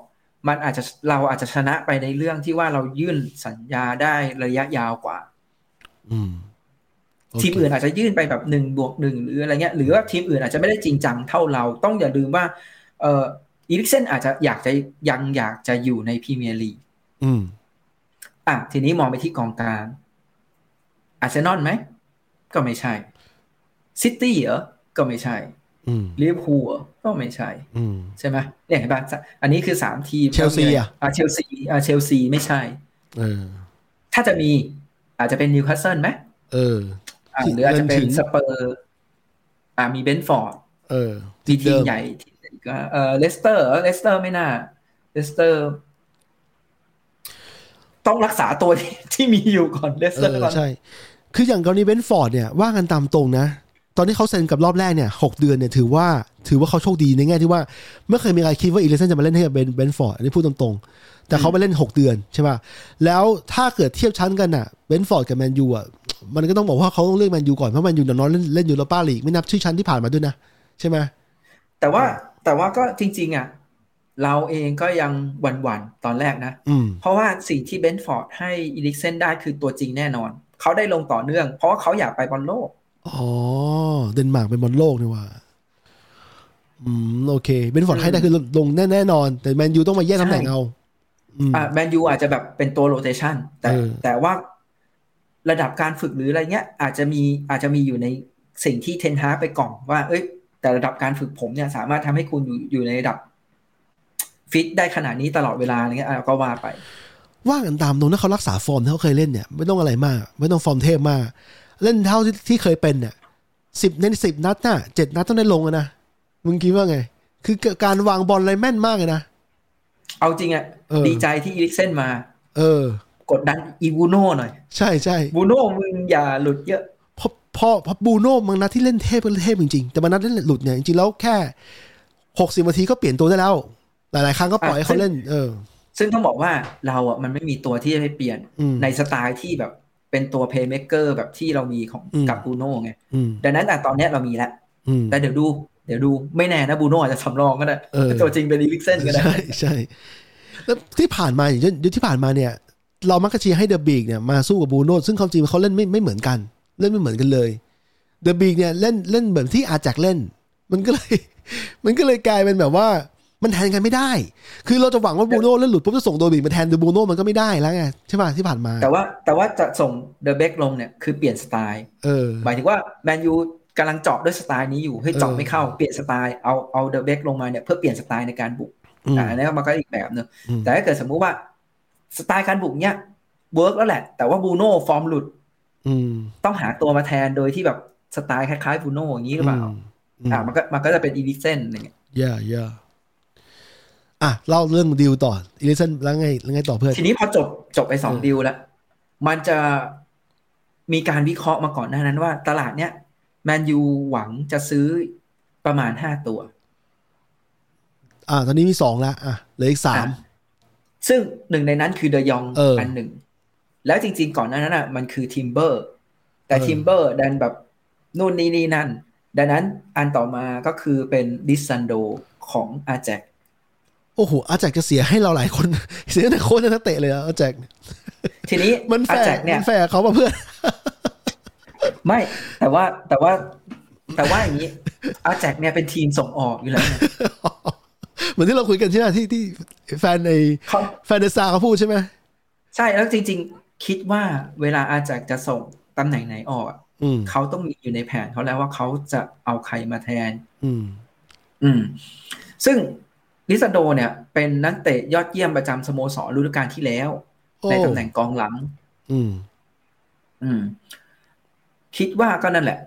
Speaker 2: มันอาจจะเราอาจจะชนะไปในเรื่องที่ว่าเรายื่นสัญญาได้ระยะยาวกว่า
Speaker 1: อืมโเค
Speaker 2: ทีมอื่นอาจจะยื่นไปแบบหนึ่งบวกหนึ่งหรืออะไรเงี้ยหรือว่าทีมอื่นอาจจะไม่ได้จริงจังเท่าเราต้องอย่าลืมว่าเอออีลิกเซนอาจจะอยากจะยังอยากจะอยู่ในพรีเมียร์ลีก
Speaker 1: อืม
Speaker 2: อ่ะทีนี้มองไปที่กองกลางอาร์เซนอลไหม ก็ไม่ใช่ซิตี้เหรอ ก็ไม่ใช่
Speaker 1: อืม
Speaker 2: ลิเวอร์พูลเหรอก็ไม่ใช่
Speaker 1: อืม
Speaker 2: ใช่ไหมเนี่ยเห็นป่ะอันนี้คือสามทีม
Speaker 1: Chelsea อ่ะ
Speaker 2: อ่ะเชลซีอ่ะเชลซีไม่ใช่
Speaker 1: เออ
Speaker 2: ถ้าจะมีอาจจะเป็นนิวคาสเซิลไหม
Speaker 1: เออ
Speaker 2: อ่ะหรืออาจจะเป็
Speaker 1: เงิน
Speaker 2: น
Speaker 1: ถึง
Speaker 2: สเปอร์อ่ะมีเบนฟอร์ด
Speaker 1: เออ
Speaker 2: มีที
Speaker 1: เดิ
Speaker 2: มใหญ่ทีมใหญ่ก็เออเลสเตอร์เลสเตอร์ไม่น่าเลสเตอร์ ต้องรักษาตัวที่ที่มีอยู่ก่อนเลส
Speaker 1: เอ
Speaker 2: เตอร์
Speaker 1: อ
Speaker 2: ก่อน
Speaker 1: ใช่ คืออย่างกรณีเบนฟอร์ดเนี่ยว่ากันตามตรงนะ ตอนที่เขาเซ็นกับรอบแรกเนี่ยหกเดือนเนี่ยถือว่าถือว่าเขาโชคดีในแง่ที่ว่า ไม่เคยมีใครคิดว่าอีเลสันจะมาเล่นให้กับเบนเบนฟอร์ดอันนี้พูดตรงๆ แต่เขาไปเล่น 6 เดือนใช่ป่ะแล้วถ้าเกิดเทียบชั้นกันอ่ะเบนฟอร์ดกับแมนยูอ่ะมันก็ต้องบอกว่าเขาต้องเลือกแมนยูก่อนเพราะแมนยูอย่างน้อยเล่นเล่นยูโรปาลีกไม่นับชื่อชั้นที่ผ่านมาด้วยนะใช่ไหม
Speaker 2: แต่ว่าแต่ว่าก็จริง ๆอ่ะเราเองก็ยังหวั่นๆตอนแรกนะ
Speaker 1: อืม
Speaker 2: เพราะว่าสิ่งที่เบนฟอร์ดให้อีลิกเซนได้คือตัวจริงแน่นอน เขาได้ลงต่อเนื่อง เพราะว่าเขาอยากไปบอลโลก
Speaker 1: อ๋อ เดนมาร์กเป็นบอลโลกนี่ว่า อืม โอเค เบนฟอร์ด
Speaker 2: อืม
Speaker 1: ให้ได้คือลงแน่แน่นอน แต่แมนยูต้องมาแย่งตำแหน่ง
Speaker 2: ใช่
Speaker 1: เอา อืม
Speaker 2: อ่าแมนยูอาจจะแบบเป็นตัวโรเตชันแต่
Speaker 1: เออ
Speaker 2: แต่ว่าระดับการฝึกหรืออะไรเงี้ย อาจจะมีอาจจะมีอยู่ในสิ่งที่เทนฮาร์กไปกล่องว่า เอ้ย แต่ระดับการฝึกผมเนี่ย สามารถทำให้คุณอยู่อยู่ในระดับฟิตได้ขนาดนี้ตลอดเวลาอะไรเงี้ยอ่ะก็ว่าไป
Speaker 1: ว่ากันตามตรงถ้าเขารักษาฟอร์มที่เขาเคยเล่นเนี่ย ไม่ต้องอะไรมาก ไม่ต้องฟอร์มเทพมาก เล่นเท่าที่ที่เคยเป็นเนี่ยสิบในสิบนัดน่ะเจ็ดนัดต้องได้ลงอะนะ มึงคิดว่าไง คือการวางบอลอะไรแม่นมากเลยนะ
Speaker 2: เอาจริงอะ
Speaker 1: เออ
Speaker 2: ดีใจที่อีลิกเซนมา
Speaker 1: เออ
Speaker 2: กดดันอีบูโน่หน่อย
Speaker 1: ใช่ใช่
Speaker 2: บูโน่มึงอย่าหลุดเยอะ
Speaker 1: พอพอพอบูโน่บางนัดที่เล่นเทพก็เล่นเทพจริงๆ แต่บางนัดเล่นหลุดเนี่ยจริงๆแล้วแค่หกสิบนาทีก็เปลี่ยนตัวได้แล้ว หลายๆครั้งก็ปล่อยให้เขาเล่น เออ
Speaker 2: ซึ่งต้องบอกว่าเราอ่ะมันไม่มีตัวที่จะไปเปลี่ยน
Speaker 1: อืม
Speaker 2: ในสไตล์ที่แบบเป็นตัวเพย์เม k เกอร์แบบที่เรามีของ
Speaker 1: อืม
Speaker 2: กับบูโน่ไง
Speaker 1: อืม
Speaker 2: ดังนั้นอ่ะตอนเนี้ยเรามีแล้ว
Speaker 1: อืม
Speaker 2: แต่เดี๋ยวดู เดี๋ยวดูไม่แน่นะบูโน่อาจจะสำรองก็ได้
Speaker 1: เออ
Speaker 2: ตัวจริงเป็นอีลิกเซนก็ได้
Speaker 1: ใช่ใช่แล้วที่ผ่านมาอย่างเช่นยุคที่ผ่านมาเนี่ย เรามักจะเชียร์ให้เดอะบีกเนี่ยมาสู้กับบูโน่ซึ่งความจริงเขาเล่นไม่ไม่เหมือนกัน เล่นไม่เหมือนกันเลยเดอะบีกเนี่ยเล่นเล่นแบบที่อาจักเล่น มันก็เลย มันก็เลยกลายเป็นแบบว่า มันแทนกันไม่ได้ คือเราจะหวังว่าบูโน่เล่นหลุดปุ๊บจะส่งตัวบีกมาแทนเดอะบูโน่มันก็ไม่ได้แล้วไงใช่ป่ะที่ผ่านมา
Speaker 2: แต่ว่าแต่ว่าจะส่งเดอะเบคลงเนี่ยคือเปลี่ยนสไตล์
Speaker 1: เออ
Speaker 2: หมายถึงว่าแมนยูกำลังเจาะด้วยสไตล์นี้อยู่ให้ยเจาะ
Speaker 1: เออ
Speaker 2: ไม่เข้าเปลี่ยนสไตล์เอาเอาเดอะเบคลงมาเนี่ยเพื่อเปลี่ยนสไตล์ในการบุก
Speaker 1: อืม
Speaker 2: อ่าอันนี้มันก็อีกแบบหนึง
Speaker 1: อืม
Speaker 2: แต่ถ้าเกิดสมมุติว่าสไตล์การบุกเนี่ยเวิร์กแล้วแหละ แต่ว่าบูโน่ฟอร์มหลุด
Speaker 1: อืม
Speaker 2: ต้องหาตัวมาแทนโดยที่แบบสไตล์คล้ายๆบูโน่อย่างนี้หรือเปล่า
Speaker 1: อืม
Speaker 2: อ่ามันก็มันก็จะเป็นอีลิเซนอะไรเงี้ย
Speaker 1: ย่าย่าอ่ะ เล่าเรื่องดิวต่ออีลิสันแล้วไงแล้วไงต่อเพื่อน
Speaker 2: ทีนี้พอจบจบไปสอง
Speaker 1: เออ
Speaker 2: ดีลแล้ว มันจะมีการวิเคราะห์มาก่อนหน้านั้นว่าตลาดเนี้ยแมนยูหวังจะซื้อประมาณห้าตัว
Speaker 1: อ่ะตอนนี้มีสองแล้วอ่ะเหลืออีกสาม
Speaker 2: อ่ะซึ่งหนึ่งในนั้นคือเดยอง
Speaker 1: เอออั
Speaker 2: นหนึ่ง แล้วจริง ๆ ก่อนหน้านั้นอ่ะ มันคือทิมเบอร์ แต่
Speaker 1: เออ
Speaker 2: ทิมเบอร์ดันแบบนู่นนี่นี่นั่น ดังนั้นอันต่อมาก็คือเป็นดิสซันโดของอาแจก
Speaker 1: โอ้โห อาแจกจะเสียให้เราหลายคน เสียแต่โค้ชและนักเตะเลยอะอาแจก
Speaker 2: ทีนี้
Speaker 1: มันแฝ
Speaker 2: อาแจ
Speaker 1: ง
Speaker 2: กเนี่ย
Speaker 1: มันแฝงเขาป่ะเพื่อน
Speaker 2: ไม่แต่ว่าแต่ว่าแต่ว่าอย่างนี้ อาแจกเนี่ยเป็นทีมส่งออกอยู่แล้วนะ
Speaker 1: เหมือนที่เราคุยกันใช่ไหมที่ที่แฟนใน
Speaker 2: เขา
Speaker 1: แฟนเดซาเขาพูดใช่ไหม
Speaker 2: ใช่แล้วจริง ๆ คิดว่าเวลาอาแจกจะส่งตำแหน่งไหนออกอะ
Speaker 1: อืม
Speaker 2: เขาต้องมีอยู่ในแผนเขาแล้วว่าเขาจะเอาใครมาแทน
Speaker 1: อืม
Speaker 2: อืม ซึ่งลิซาโดเนี่ย เป็นนักเตะยอดเยี่ยมประจำสโมสรฤดูกาลที่แล้ว
Speaker 1: โอ้
Speaker 2: ในตำแหน่งกองหลัง
Speaker 1: อืม
Speaker 2: อืม คิดว่าก็นั่นแหละ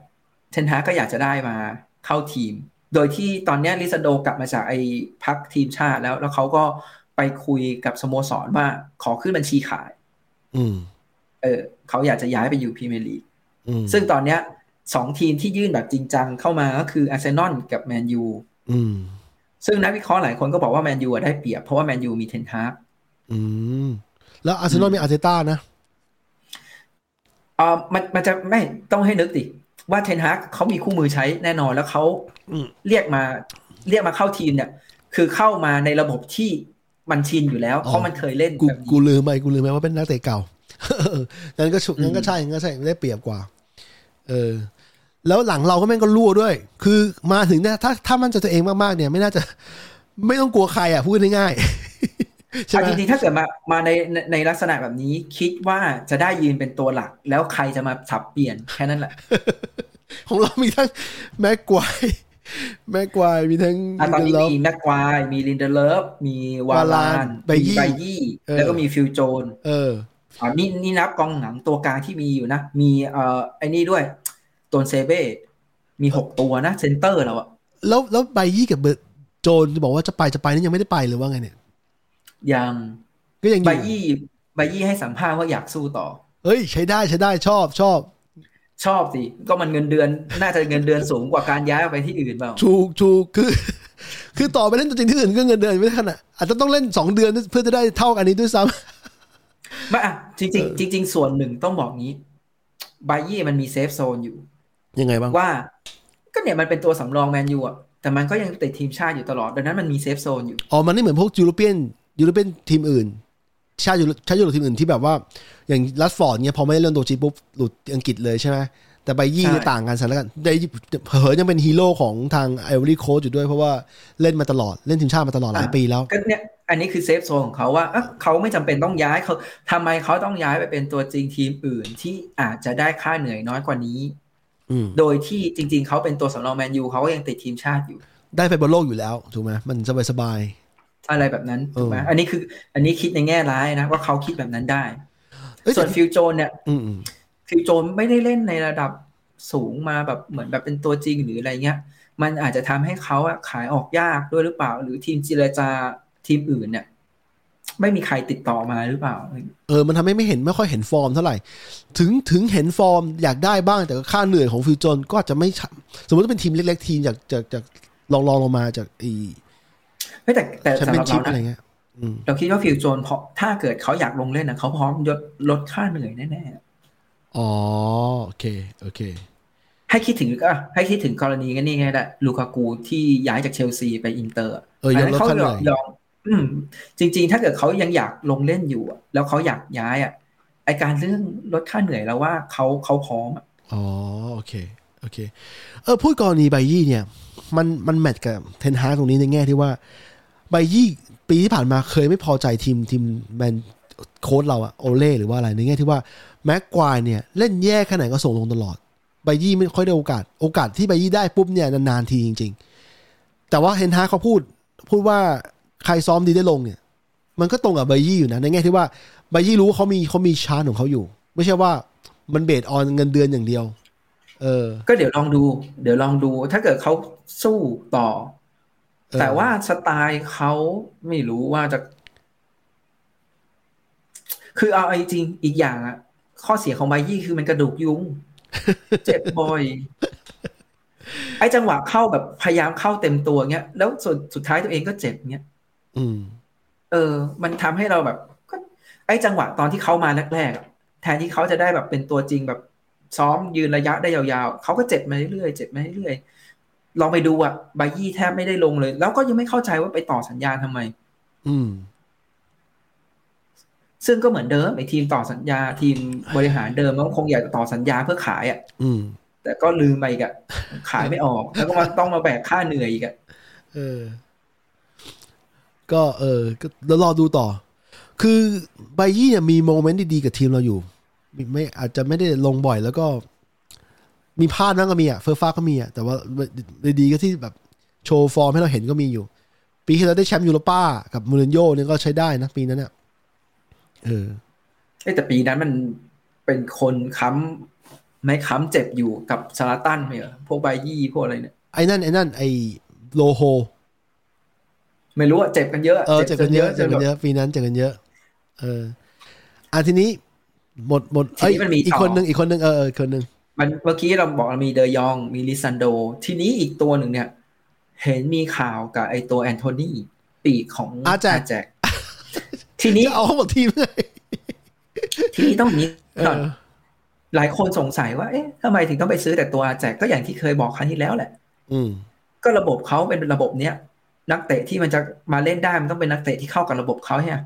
Speaker 2: เทนฮากก็อยากจะได้มาเข้าทีม โดยที่ตอนเนี้ยลิซาโดกลับมาจากไอ้พักทีมชาติแล้ว แล้วเขาก็ไปคุยกับสโมสรว่าขอขึ้นบัญชีขาย
Speaker 1: อืม
Speaker 2: เออเขาอยากจะย้ายไปอยู่พรีเมียร์ลีก
Speaker 1: อืม
Speaker 2: ซึ่งตอนเนี้ยสองทีมที่ยื่นแบบจริงจังเข้ามาก็คืออาร์เซนอลกับแมนยู
Speaker 1: อืม
Speaker 2: ซึ่งนักวิเคราะห์หลายคนก็บอกว่าแมนยูอะได้เปรียบเพราะว่าแมนยูมีเทนฮาก
Speaker 1: อืม แล้วอาร์เซนอลมีอาร์เตต้านะ
Speaker 2: เอ่อมันมันจะไม่ต้องให้นึกดิว่าเทนฮากเขามีคู่มือใช้แน่นอนแล้วเขา
Speaker 1: อืม
Speaker 2: เรียกมาเรียกมาเข้าทีมเนี่ย คือเข้ามาในระบบที่มันชินอยู่แล้ว
Speaker 1: อ๋อ
Speaker 2: เพราะมันเคยเล่น
Speaker 1: กู
Speaker 2: แบบ
Speaker 1: กู
Speaker 2: นี้
Speaker 1: ลืมไปกูลืมไปว่าเป็นนักเตะเก่า งั้นก็ชุ
Speaker 2: อืม
Speaker 1: งั้นก็ใช่งั้นก็ใช่ได้เปรียบกว่า เออ แล้วหลังเราก็แม่งก็รั่วด้วย คือมาถึงเนี่ยถ้าถ้ามั่นใจตัวเองมากๆเนี่ย ไม่น่าจะ ไม่ต้องกลัวใครอ่ะพูดง่ายๆ ใช่ไห
Speaker 2: เอา
Speaker 1: ม
Speaker 2: จริงๆถ้าเกิดมามาในในในลักษณะแบบนี้ คิดว่าจะได้ยืนเป็นตัวหลัก แล้วใครจะมาสับเปลี่ยนแค่นั้น แหละ
Speaker 1: ของเรามีทั้งแม็กควายแม็กควายมีทั้ง
Speaker 2: อ่ะตอนนี้
Speaker 1: Lindelof
Speaker 2: มีแม็กควายมีลินเดเลฟมีวาลาน
Speaker 1: Varane
Speaker 2: มี
Speaker 1: Bailly
Speaker 2: ไบยี่
Speaker 1: เออ
Speaker 2: แล้วก็มีฟิลโจน
Speaker 1: เออ
Speaker 2: อ่ะนี่นี่นับกองหนังตัวกลางที่มีอยู่นะ มีเอ่อไอ้นี่ด้วยตัวเซเบ้มีหกตัวนะเซนเตอร์เราอะ
Speaker 1: แล้วแล้วไบยี่กับเบอร์โจนบอกว่าจะไปจะไปนี่ยังไม่ได้ไปหรือว่าไงเนี่ย
Speaker 2: ยัง
Speaker 1: ก็ยังอ
Speaker 2: ไบ
Speaker 1: ยู่
Speaker 2: ยี่ บายี่ให้สัมภาษณ์ว่าอยากสู้ต่อ
Speaker 1: เอ้ย ใช้ได้ใช้ได้ชอบชอบ
Speaker 2: ชอบสิ ก็มันเงินเดือน น่าจะเงินเดือนสูงกว่าการย้ายออกไปที่อื่นเปล่า
Speaker 1: ถูกถูกคือ คือต่อไปเล่นตัวจริงที่อื่นก็เงินเดือนไม่ได้ขนาดอาจจะต้องเล่นสองเดือนเพื่อจะได้เท่าอันนี้ด้วยซ้
Speaker 2: ไม่อะจริง
Speaker 1: เออ
Speaker 2: ๆจริง ๆ ส่วนหนึ่งต้องบอกงี้บายี่มันมีเซฟโซนอยู่
Speaker 1: ำยังไงบ้าง
Speaker 2: ว่า ก็เนี่ยมันเป็นตัวสำรองแมนยูอ่ะแต่มันก็ยังติดทีมชาติอยู่ตลอด ดังนั้นมันมีเซฟโซนอยู่
Speaker 1: อ๋อมันไม่เหมือนพวกยูโรเปียนยูโรเปียนทีมอื่น ชาติยูโรชาติยุโรปทีมอื่นที่แบบว่า อย่างลัสฟอร์ดเนี่ยพอไม่ได้เล่นตัวจริงปุ๊บหลุดอังกฤษเลยใช่ไหมแต่ใบยี่
Speaker 2: ใช่
Speaker 1: เนี่ยต่างกันสถานการณ์ได้เผลอๆยังเป็นฮีโร่ของทางไอวอรี่โค้ชอยู่ด้วยเพราะว่าเล่นมาตลอดเล่นทีมชาติมาตลอดหลายปีแล้ว
Speaker 2: ก็เนี่ยอันนี้คือเซฟโซนของเขาว่าเอ๊ะเขาไม่จำเป็นต้องย้ายเขาทำไมเขาต้องย้ายไปเป็นตัวจริงทีมอื่นที่อาจจะได้ค่าเหนื่อยน้อยกว่านี้
Speaker 1: อืม
Speaker 2: โดยที่จริง ๆ เขาเป็นตัวสำรองแมนยูเขาก็ยังติดทีมชาติอยู่
Speaker 1: ได้ไปบอลโลกอยู่แล้วถูกไหมมันสบายสบาย
Speaker 2: อะไรแบบนั้นถูกไหม
Speaker 1: เอออั
Speaker 2: อันนี้คืออันนี้คิดในแง่ร้ายนะว่าเขาคิดแบบนั้นได้
Speaker 1: ๆเอ้ย
Speaker 2: ส่
Speaker 1: แต่
Speaker 2: วนฟิลโจนเนี่ย
Speaker 1: อืมอืม
Speaker 2: คือโจนไม่ได้เล่นในระดับสูงมาแบบเหมือนแบบเป็นตัวจริงหรืออะไรเงี้ย มันอาจจะทำให้เขาอะขายออกยากด้วยหรือเปล่า หรือทีมเจิรจาทีมอื่นเนี่ย ไม่มีใครติดต่อมาหรือเปล่า
Speaker 1: เออมันทำให้ไม่เห็นไม่ค่อยเห็นฟอร์มเท่าไหร่ ถึงถึงเห็นฟอร์มอยากได้บ้างแต่ก็ค่าเหนื่อยของฟิวจนก็อาจจะไม่ฉ่ำสมมติว่าเป็นทีมเล็กๆทีมจากจากจากลองลองลงมาจากไอี
Speaker 2: ไม่แต่แต่
Speaker 1: แชม
Speaker 2: สำ
Speaker 1: เปี้ยน
Speaker 2: หรับ
Speaker 1: ชิพ
Speaker 2: เรา
Speaker 1: อะไร
Speaker 2: นะ
Speaker 1: เงี้ยอืม
Speaker 2: เราคิดว่าฟิลโจนพอถ้าเกิดเขาอยากลงเล่นนะเขาพร้อมยดลดค่าเหนื่อยแน่
Speaker 1: อ๋อโอเคโอเค
Speaker 2: ๆให้คิดถึงก็ให้คิดถึงกรณีกันนี่ไงแหละลูกากูที่ย้ายจากเชลซีไปอินเตอร์อะ
Speaker 1: เออยอมลดค่าเหนื่อย
Speaker 2: ยอมอืม จริง ๆ ถ้าเกิดเขายังอยากลงเล่นอยู่อะแล้วเขาอยากย้ายอ่ะไอการเรื่องลดค่าเหนื่อยแล้วว่าเขาเขาพร้อมอะ
Speaker 1: อ๋อโอเคโอเค เออพูดกรณีไบยี่เนี่ย มันมันแมทกับเทนฮาร์ตรงนี้ในแง่ที่ว่าไบยี่ปีที่ผ่านมาเคยไม่พอใจทีมทีมแมนโค้ชเราอะโอเล่หรือว่าอะไรในแง่ที่ว่าแม็กควายเนี่ย เล่นแย่แค่ไหนก็ส่งลงตลอดไบยี่ไม่ค่อยได้โอกาส โอกาสที่ไบยี่ได้ปุ๊บเนี่ยนานๆทีจริง ๆ แต่ว่าเทนฮาร์เขาพูด พูดว่าใครซ้อมดีได้ลงเนี่ย มันก็ตรงกับไบยี่อยู่นะในแง่ที่ว่าไบยี่รู้ว่าเขามีเขามีชาร์ตของเขาอยู่ ไม่ใช่ว่ามันเบสออนเงินเดือนอย่างเดียว เออ
Speaker 2: ก็เดี๋ยวลองดู เดี๋ยวลองดู ถ้าเกิดเขาสู้ต่อ
Speaker 1: เออ
Speaker 2: แต่ว่าสไตล์เขาไม่รู้ว่าจะ คือเอาไอจริงอีกอย่างอะข้อเสียของไบยี่คือมันกระดูกยุง เจ็บบ่อย ไอจังหวะเข้าแบบพยายามเข้าเต็มตัวเงี้ย แล้วส่วนสุดท้ายตัวเองก็เจ็บเงี้ย
Speaker 1: อืม
Speaker 2: เออ มันทำให้เราแบบก็ไอ้จังหวะตอนที่เขามาแรกๆอะแทนที่เขาจะได้แบบเป็นตัวจริงแบบซ้อมยืนระยะได้ยาวๆ เขาก็เจ็บมาเรื่อยๆ เจ็บมาเรื่อยๆ ลองไปดูอะบายี่แทบไม่ได้ลงเลย แล้วก็ยังไม่เข้าใจว่าไปต่อสัญญาทำไม
Speaker 1: อืม
Speaker 2: ซึ่งก็เหมือนเดิมไอ้ทีมต่อสัญญาทีมบริหารเดิมมันก็คงอยากจะต่อสัญญาเพื่อขายอะ
Speaker 1: อืม
Speaker 2: แต่ก็ลืมไปอีกอะขายไม่ออก แล้วก็มาต้องมาแบกค่าเหนื่อยอีกอะ
Speaker 1: เออ ก็เออก็แล้วรอดูต่อ คือไบยี่เนี่ยมีโมเมนต์ดีๆกับทีมเราอยู่ไม่ไม่อาจจะไม่ได้ลงบ่อยแล้วก็ มีพลาดนั่งก็มีอ่ะ เฟอร์ฟ้าก็มีอ่ะ แต่ว่าดีๆก็ที่แบบโชว์ฟอร์มให้เราเห็นก็มีอยู่ ปีที่เราได้แชมป์ยูโรป้ากับมูรินโญ่เนี่ยก็ใช้ได้นะปีนั้นเนี่ยเออ
Speaker 2: เอ้ยแต่ปีนั้นมันเป็นคนค้ำไม่ค้ำเจ็บอยู่กับซาลาตันเนี่ยพวกบายี่พวกอะไรเนี่ย
Speaker 1: ไอ้นั่นไอ้นั่นไอ้โลโฮ
Speaker 2: ไม่รู้อะเจ็บกันเยอะ
Speaker 1: เออเจอกันเยอะเจอกันเย
Speaker 2: จ
Speaker 1: อะปีนั้นเจอกันเยอะ เอออ่ะทีนี้ หมดหมด
Speaker 2: ทีนี้
Speaker 1: เอ้ย
Speaker 2: มันมี
Speaker 1: อี
Speaker 2: ต่
Speaker 1: ก
Speaker 2: อ
Speaker 1: คนหนึ่งอีกคนหนึ่งเออเอออีกคนหนึ่ง
Speaker 2: มันเมื่อกี้เราบอกเรามีเดยองมีลิซันโด ทีนี้อีกตัวหนึ่งเนี่ย เห็นมีข่าวกับไอตัวแอนโทนีปีกของ
Speaker 1: อาแจก
Speaker 2: แจก ทีนี้
Speaker 1: จะเอาหมดทีมเลย
Speaker 2: ทีนี้ต้องมี
Speaker 1: เอ
Speaker 2: ก่อน
Speaker 1: อ
Speaker 2: หลายคนสงสัยว่า เอ๊ะทำไมถึงต้องไปซื้อแต่ตัวอาแจกก็อย่างที่เคยบอกครั้งที่แล้วแหละ
Speaker 1: อืม
Speaker 2: ก็ระบบเขาเป็นระบบเนี้ยนักเตะที่มันจะมาเล่นได้มันต้องเป็นนักเตะที่เข้ากับระบบเขาเนี่ย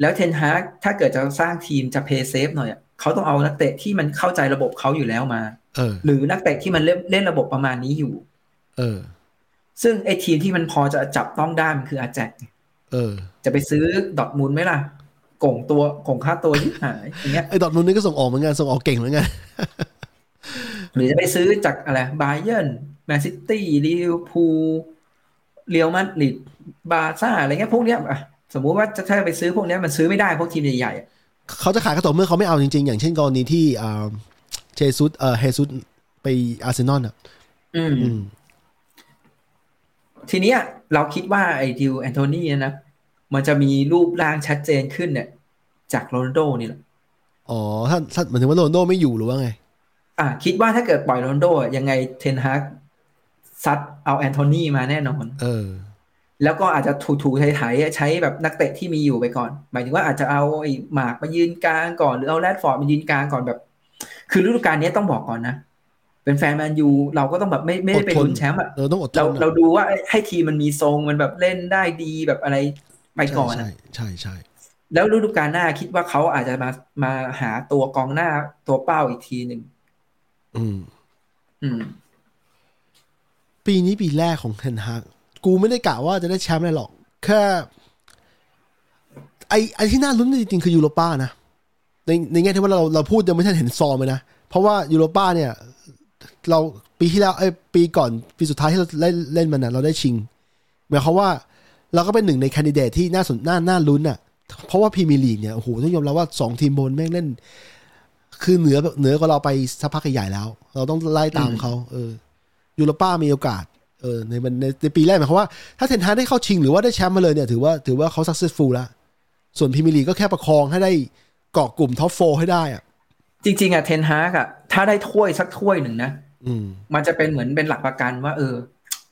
Speaker 2: แล้วเทนฮากถ้าเกิดจะสร้างทีมจะเพย์เซฟหน่อยอะเขาต้องเอานักเตะที่มันเข้าใจระบบเขาอยู่แล้วมา
Speaker 1: เออ
Speaker 2: หรือนักเตะที่มันเล่นเล่นระบบประมาณนี้อยู่
Speaker 1: เออ
Speaker 2: ซึ่งไอ้ทีมที่มันพอจะจับต้องได้มันคืออาแจก
Speaker 1: เออ
Speaker 2: จะไปซื้อดอทมูลไหมล่ะโก่งตัวโก่งค่าตัวที่หายอย่างเงี้ย
Speaker 1: ไอ้ดอทมุนด์นี่ก็ส่งออกเหมือนกันส่งออกเก่งเหมือนกัน
Speaker 2: หรือจะไปซื้อจากอะไรบาเยิร์นแมนซิตี้ลิเวอร์พูลเรียลมาดริดบาร์ซ่าอะไรเงี้ยพวกเนี้ยอ่ะสมมุติว่าจะถ้าไปซื้อพวกเนี้ยมันซื้อไม่ได้พวกทีมใหญ่ๆอ่ะ
Speaker 1: เขาจะขายกระต่อเมื่อเขาไม่เอาจริงๆ อย่างเช่นกรณีที่อ่าเจซุสเออเฮซุสไปอาร์เซนอลอ่ะ
Speaker 2: อืม
Speaker 1: อืม
Speaker 2: ทีเนี้ยเราคิดว่าไอ้ดิวแอนโทนีเนยนะมันจะมีรูปร่างชัดเจนขึ้นเนี่ย จากโรนัลโดนี่แหละ
Speaker 1: อ๋อถ้าถ้าหมายถึงว่าโรนลโดไม่อยู่หรือว่าไง
Speaker 2: อ่ะคิดว่าถ้าเกิดปล่อยโรนัลโดอ่ะยังไงเทนฮากซัดเอาแอนโทนีมาแน่นอน
Speaker 1: เออ
Speaker 2: แล้วก็อาจจะถูๆไถๆอ่ะใช้แบบนักเตะที่มีอยู่ไปก่อน หมายถึงว่าอาจจะเอาไอ้หมากมายืนกลางก่อนหรือเอาแรดฟอร์ดมายืนกลางก่อนแบบ คือฤดูกาลนี้ต้องบอกก่อนนะ เป็นแฟนแมนยูเราก็ต้องแบบไม่ไม่ได้ไป
Speaker 1: อดทน
Speaker 2: ลุ้นแชมป์อ่ะ
Speaker 1: เราต้องอดท
Speaker 2: เรา
Speaker 1: นอะ
Speaker 2: เราดูว่าให้ทีมมันมีทรงมันแบบเล่นได้ดีแบบอะไรไปก่อน
Speaker 1: ใช่
Speaker 2: อะ
Speaker 1: ใช่ใช่ใช่
Speaker 2: แล้วฤดูกาลหน้าคิดว่าเขาอาจจะมามาหาตัวกองหน้าตัวเป้าอีกทีหนึ่ง
Speaker 1: อืม
Speaker 2: อืม
Speaker 1: ปีนี้ปีแรกของเทนฮากกูไม่ได้กะว่าจะได้แชมป์เลยหรอก แค่ไอไอที่น่าลุ้นจริงๆ คือยูโรป้านะ ในในแง่ที่ว่าเราเราพูดยังไม่ทันเห็นซอมเลยนะ เพราะว่ายูโรป้าเนี่ย เราปีที่แล้วไอยปีก่อน ปีสุดท้ายที่เราเล่นเล่นมันนะเราได้ชิง หมายความว่าเราก็เป็นหนึ่งในแคนดิเดตที่น่าสนน่าน่าลุ้นอ่ะ เพราะว่าพรีเมียร์ลีกเนี่ยโอ้โหต้องยอมรับว่าสองทีมบนแม่งเล่น คือเหนือเหนือกว่าเราไปสักพักใหญ่แล้ว เราต้องไล่ตามเขาเออ ยูโรป้ามีโอกาส เออ ในมันในในปีแรกหมายความว่า ถ้าเทนฮากได้เข้าชิงหรือว่าได้แชมป์มาเลยเนี่ย ถือว่าถือว่าเขา successful แล้ว ส่วนพรีเมียร์ลีกก็แค่ประคองให้ได้เกาะกลุ่มท็อปโฟให้ได้อ่ะ
Speaker 2: จริง ๆอ่ะเทนฮากอ่ะถ้าได้ถ้วยสักถ้วยหนึ่งนะ
Speaker 1: อืม
Speaker 2: มันจะเป็นเหมือนเป็นหลักประกันว่า เออ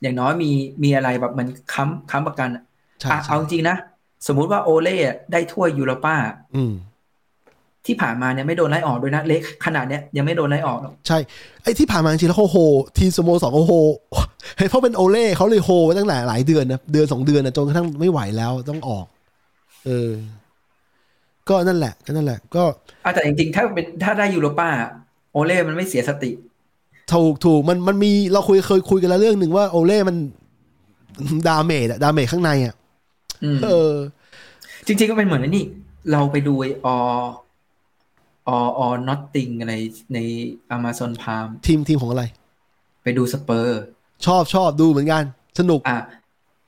Speaker 2: อย่างน้อยมีมีอะไรแบบมันค้ำค้ำประกันอะ
Speaker 1: ใช่
Speaker 2: อ่ะ
Speaker 1: ใช่
Speaker 2: เอาจริงๆนะ สมมุติว่าโอเล่อะได้ถ้วยยูโรป้า
Speaker 1: อืม
Speaker 2: ที่ผ่านมาเนี่ยไม่โดนไล่ออกด้วยนะเล็กขนาดเนี้ยยังไม่โดนไล่ออกหรอก
Speaker 1: ใช่ ไอ้ที่ผ่านมาจริงๆแล้วโอ้โห ทีมสโมสรโอ้โห เห็นเพราะเป็นโอเล่เขาเลยโฮไว้ตั้งหลายหลายเดือนนะ เดือนสองเดือนนะจนกระทั่งไม่ไหวแล้วต้องออก เออ ก็นั่นแหละ ก็นั่นแหละ ก็
Speaker 2: อะแต่จริงๆ ถ้าเป็นถ้าได้ยูโรป้า โอเล่มันไม่เสียสติ
Speaker 1: ถูกถูกมันมันมีเราคุยเคยคุยกันแล้วเรื่องหนึ่งว่าโอเล่มัน ดาเมจอะดาเมจข้างในอะ
Speaker 2: อืม
Speaker 1: เออ
Speaker 2: จริง ๆ ก็เป็นเหมือนไอ้นี่ เราไปดูไอ้ออออนอตติงอะไรในอ m มาซอนพาม
Speaker 1: ทีมทีมของอะไร
Speaker 2: ไปดูสเปอร์
Speaker 1: ชอบชอบดูเหมือนกัน สนุก
Speaker 2: อ่ะ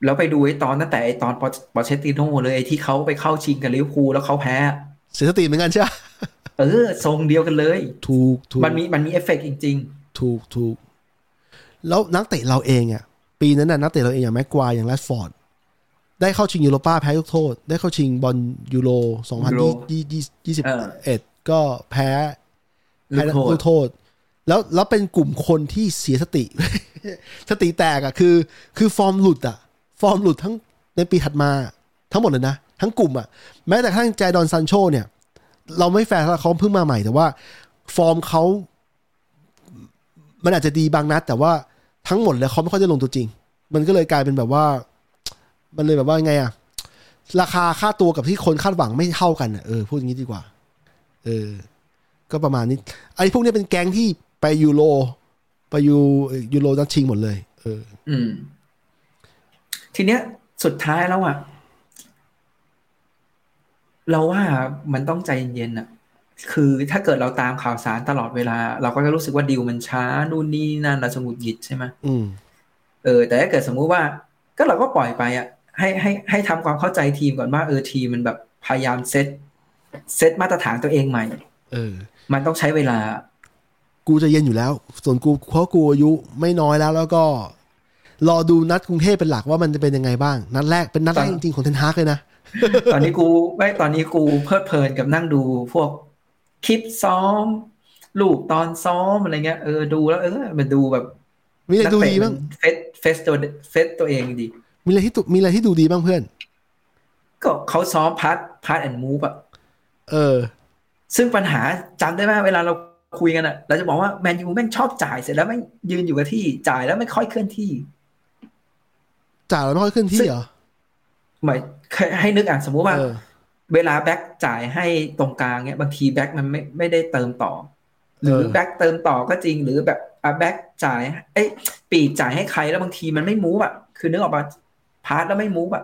Speaker 2: แล้วไปดูไอ้ตอนตั้งแต่ไอ้ตอนปอเชติโน่เลยไอ้ที่เขาไปเข้าชิงกับลิเวอร์พูลแล้วเขาแพ้
Speaker 1: เสียสติเหมือนกันใช่ปะ
Speaker 2: เออ ทรงเดียวกันเลย
Speaker 1: ถูกถูก
Speaker 2: มันมีมันมีเอฟเฟกต์จริง
Speaker 1: ถูกถูกแล้วนักเตะเราเองอะปีนั้นน่ะนักเตะเราเองอย่างแม็กควายอย่างแรดฟอร์ด ได้เข้าชิงยูโรป้าแพ้ยกโทษ ได้เข้าชิงบอลยูโรสองพันยี่สิบ
Speaker 2: เออ
Speaker 1: เอ็ดก็แพ้
Speaker 2: ๆลูกโทษ
Speaker 1: ลูกโทษ แล้วแล้วเป็นกลุ่มคนที่เสียสติ สติแตกอะคือ คือฟอร์มหลุดอะฟอร์มหลุดทั้งในปีถัดมาทั้งหมดเลยนะ ทั้งกลุ่มอะแม้แต่กระทั่งแจดอนซันโชเนี่ย เราไม่แฟร์เขาเพิ่งมาใหม่แต่ว่า ฟอร์มเขา มันอาจจะดีบางนัด แต่ว่าทั้งหมดแล้วเขาไม่ค่อยได้ลงตัวจริง มันก็เลยกลายเป็นแบบว่า มันเลยแบบว่าไงอะราคาค่าตัวกับที่คนคาดหวังไม่เท่ากันอะเออพูดอย่างนี้ดีกว่า เออ ก็ประมาณนี้ ไอ้พวกเนี้ยเป็นแก๊งที่ไปยูโรไปยูยูโรนัดชิงหมดเลย เออ
Speaker 2: อืม ทีเนี้ยสุดท้ายแล้วอ่ะ เราว่ามันต้องใจเย็นๆอ่ะ คือถ้าเกิดเราตามข่าวสารตลอดเวลา เราก็จะรู้สึกว่าดีลมันช้านู่นนี่นั่นเราจะหงุดหงิดใช่ไหม
Speaker 1: อืม
Speaker 2: เออแต่ถ้าเกิดสมมุติว่า ก็เราก็ปล่อยไปอ่ะ ให้ให้ให้ทำความเข้าใจทีมก่อนว่าเออทีมมันแบบพยายามเซตเซตมาตรฐานตัวเองใหม่
Speaker 1: เออ
Speaker 2: มันต้องใช้เวลา
Speaker 1: กูจะเย็นอยู่แล้ว ส่วนกูเพราะกูอายุไม่น้อยแล้ว แล้วก็ รอดูนัดกรุงเทพเป็นหลักว่ามันจะเป็นยังไงบ้าง นัดแรกเป็นนัดแรกจริงๆของเทนฮากเลยนะ
Speaker 2: ตอนนี้กูไม่ตอนนี้กูเพลิดเพลินกับนั่งดูพวกคลิปซ้อมลูกตอนซ้อมอะไรเงี้ยเออดูแล้วเออมันดูแบบ
Speaker 1: มีอะไร
Speaker 2: นัก
Speaker 1: ดู
Speaker 2: เตะ
Speaker 1: ดีบ้าง
Speaker 2: มันเฟสเฟสตัวเฟสตัวเองดี
Speaker 1: มีอะไรที่ตุมีอะไรที่ดูดีบ้างเพื่อน
Speaker 2: ก็เขาซ้อมพาร์ทพาร์ทแอนด์มูฟอะ
Speaker 1: เออ
Speaker 2: ซึ่งปัญหาจำได้ไหมเวลาเราคุยกันอะเราจะบอกว่าแมนยูแม่งชอบจ่ายเสร็จแล้วแม่งยืนอยู่กับที่จ่ายแล้วไม่ค่อยเคลื่อนที่
Speaker 1: จ่าเราไม่ค่อยขึ้นที่เหรอ
Speaker 2: หมายให้นึกอ่ะสมมุติว่า
Speaker 1: เออ
Speaker 2: เวลาแบ็กจ่ายให้ตรงกลางเนี่ยบางทีแบ็กมันไม่ไม่ได้เติมต่อ หรือ
Speaker 1: เออ
Speaker 2: แบ็กเติมต่อก็จริง หรือแบบอ่ะแบ็กจ่าย เอ้ยปีกจ่ายให้ใครแล้วบางทีมันไม่มูฟอ่ะ คือนึกออกปะพาร์ทแล้วไม่มูฟอ่ะ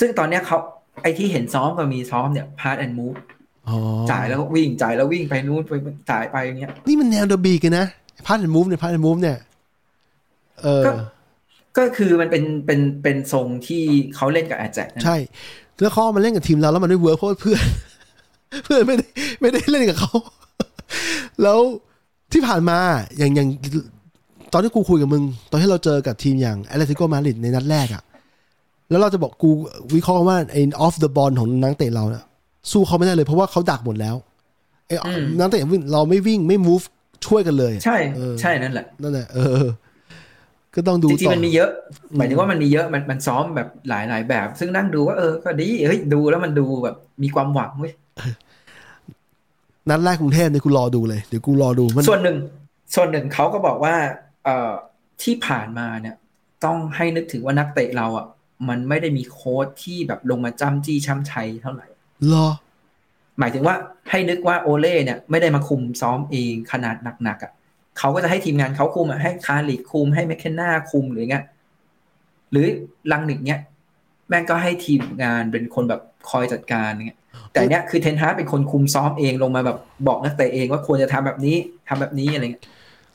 Speaker 2: ซึ่งตอนเนี้ยเขาไอที่เห็นซ้อมกับมีซ้อมเนี่ยพาร์ทแอนด์มูฟ
Speaker 1: อ๋อ
Speaker 2: จ่ายแล้วก็วิ่งจ่ายแล้ววิ่งไปนู้นไปจ่ายไปอย่างเงี้ย
Speaker 1: นี่มันแนวเดอะบีกันนะพาร์ทแอนด์มูฟเนี่ยพาร์ทแอนด์มูฟเนี่ย เออ
Speaker 2: ก็ ก็คือมันเป็นเป็นเป็นทรงที่เขาเล่นกับแอจแจก
Speaker 1: ใช่ แล้วข้อมันเล่นกับทีมเราแล้วมันไม่เวิร์คเพราะว่าเพื่อน เพื่อนไม่ได้ไม่ได้เล่นกับเขา แล้วที่ผ่านมาอย่างอย่างตอนที่กูคุยกับมึง ตอนที่เราเจอกับทีมอย่างแอตเลติโกมาดริดในนัดแรกอะ แล้วเราจะบอกกูวิเคราะห์ว่าไอ้ออฟเดอะบอลของนักเตะเราเนี่ยสู้เขาไม่ได้เลยเพราะว่าเขาดักหมดแล้วไอ้
Speaker 2: อืม
Speaker 1: นักเตะวิ่งเราไม่วิ่งไม่ move ช่วยกันเลย
Speaker 2: ใช่
Speaker 1: เออ
Speaker 2: ใช่นั่นแหละ
Speaker 1: นั่นแหละเออ ก็ต้องดู
Speaker 2: จริง
Speaker 1: ต่อ
Speaker 2: ๆมันมีเยอะ
Speaker 1: อืม
Speaker 2: หมายถึงว่ามันมีเยอะมันมันซ้อมแบบหลายหลายแบบ ซึ่งนั่งดูว่าเออก็ดีเฮ้ยดูแล้วมันดูแบบมีความหวังเว้ย
Speaker 1: นัดแรกกรุงเทพเนี่ยกูรอดูเลยเดี๋ยวกูรอดูมัน
Speaker 2: ส่วนหนึ่ง ส่วนหนึ่งเขาก็บอกว่า เอ่อที่ผ่านมาเนี่ย ต้องให้นึกถึงว่านักเตะเราอ่ะมันไม่ได้มีโค้ชที่แบบลงมาจ้ำจี้ช้ำชัยเท่าไหร่
Speaker 1: รอ
Speaker 2: หมายถึงว่าให้นึกว่าโอเล่เนี่ยไม่ได้มาคุมซ้อมเองขนาดหนักๆอ่ะเขาก็จะให้ทีมงานเขาคุมอ่ะให้คาริกคุมให้แมคเคนนาคุมหรืออย่างเงี้ยหรือลังนิกเนี่ยแม่งก็ให้ทีมงานเป็นคนแบบคอยจัดการอย่างเงี้ยแต่เนี้ยคือเทนฮาร์ดเป็นคนคุมซ้อมเองลงมาแบบบอกนักเตะเองว่าควรจะทำแบบนี้ทำแบบนี้อะไรเงี้ย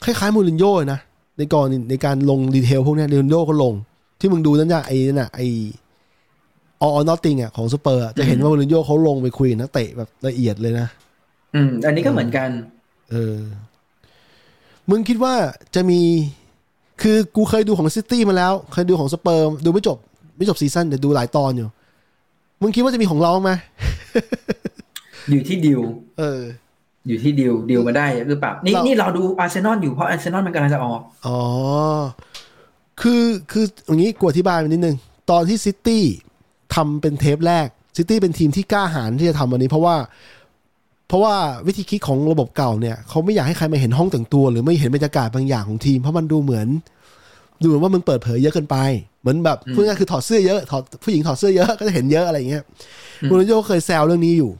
Speaker 1: คล้ายๆมูรินโญ่นะในก่อนในการลงดีเทลพวกเนี้ยมูรินโญ่ก็ลง ที่มึงดูนั่นจ้ะไอ้นั่นน่ะไอออ n o ติงอ่ะของสเปอร์อะจะเห็นว่ามูรินโญ่เขาลงไปคุยกับนักเตะแบบละเอียดเลยนะ
Speaker 2: อืม อันนี้ก็เหมือนกัน
Speaker 1: เออ มึงคิดว่าจะมี คือกูเคยดูของซิตี้มาแล้ว เคยดูของสเปอร์ ดูไม่จบ ไม่จบซีซั่นแต่ดูหลายตอนอยู่ มึงคิดว่าจะมีของเราบ้างไหม
Speaker 2: อยู่ที่ดิว
Speaker 1: เออ
Speaker 2: อยู่ที่ดิวดิวมาได้หรือเปล่านี่
Speaker 1: เรานี่
Speaker 2: นี่เราดูอาร์เซนอลอยู่เพราะอาร์เซนอลมันกำลังจะออก
Speaker 1: อ๋อ คือคืออย่างนี้กูอธิบายมันนิดนึง ตอนที่ซิตี้ทำเป็นเทปแรกซิตี้เป็นทีมที่กล้าหาญที่จะทำวันนี้เพราะว่า เพราะว่าวิธีคิดของระบบเก่าเนี่ยเขาไม่อยากให้ใครมาเห็นห้องแต่งตัว หรือไม่เห็นบรรยากาศบางอย่างของทีม เพราะมันดูเหมือน ดูเหมือนว่ามึงเปิดเผยเยอะเกินไป เหมือนแบบ
Speaker 2: อืม
Speaker 1: พูดง่ายๆคือถอดเสื้อเยอะถอดผู้หญิงถอดเสื้อเยอะก็จะเห็นเยอะอะไรอย่างเงี้ยมูรินโญ่เคยแซวเรื่องนี้อยู่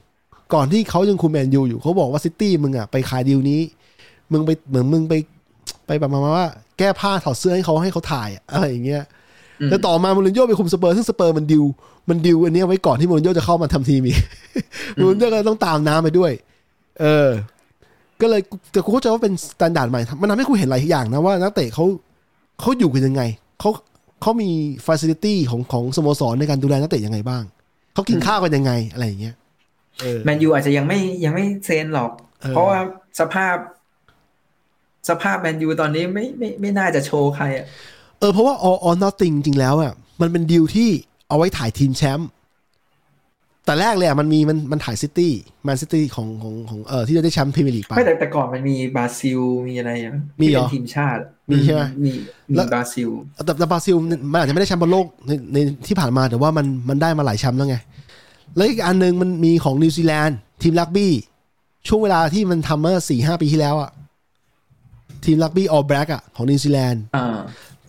Speaker 1: ก่อนที่เขายังคุมแมนยูอยู่เขาบอกว่าซิตี้มึงอะไปขายดีลนี้ มึงไปเหมือนมึงไป ไปแบบมาณว่าแก้ผ้าถอดเสื้อให้เขาให้เขาถ่ายอะอะไรอย่างเงี้ย
Speaker 2: ม
Speaker 1: แต่ต่อมามูรินโญ่ไปคุมสเปอร์ซึ่งสเปอร์มันดิวมันดิวอันเนี้ยไว้ก่อนที่มูรินโญ่จะเข้ามาทำทีมอีก มูรินโญ่ก็ต้องตามน้ำไปด้วย เออ ก็เลยแต่กูเข้าใจว่าเป็นสแตนดาร์ดใหม่มันทำให้กูเห็นหลายอย่างนะว่านักเตะเขาเขาอยู่กันยังไงเขาเขามีฟ a ซิลิตี้ของของสโมสรในการดูแลนักเตะยังไงบ้างเขากินข้าวกันยังไงอะไรอย่างเงี้ยเออ
Speaker 2: แมนยูอาจจะยังไม่ยังไม่เซนหรอก
Speaker 1: เออ
Speaker 2: เพราะว่าสภาพ สภาพแมนยูตอนนี้ไม่ไม่ไม่น่าจะโชว์ใครอ่ะ
Speaker 1: เออเพราะว่า all or nothing จริงๆแล้วอ่ะมันเป็นดีลที่เอาไว้ถ่ายทีมแชมป์แต่แรกเลยอ่ะมันมีมันมันถ่ายซิตี้แมนซิตี้ของของของเออที่จะได้แชมป์พรีเมียร์ลีกไป
Speaker 2: ไม่แต่แต่ก่อนมันมีบราซิลมีอะไรอ่ะ
Speaker 1: มีเหรอ
Speaker 2: ที่เป็นทีมชาติอะ
Speaker 1: มีใช่ไหม
Speaker 2: มีมี
Speaker 1: แล้ว
Speaker 2: บราซิล
Speaker 1: แต่แต่บราซิลมันอาจจะไม่ได้แชมป์บอลโลกในในที่ผ่านมาแต่ว่ามันมันได้มาหลายแชมป์แล้วไง แล้วอีกอันหนึ่งมันมีของนิวซีแลนด์ทีมรักบี้ ช่วงเวลาที่มันทำเมื่อสี่ห้าปีที่แล้วอ่ะทีมรักบี้ออลแบล็กอ่ะของนิวซีแลนด์
Speaker 2: อ่า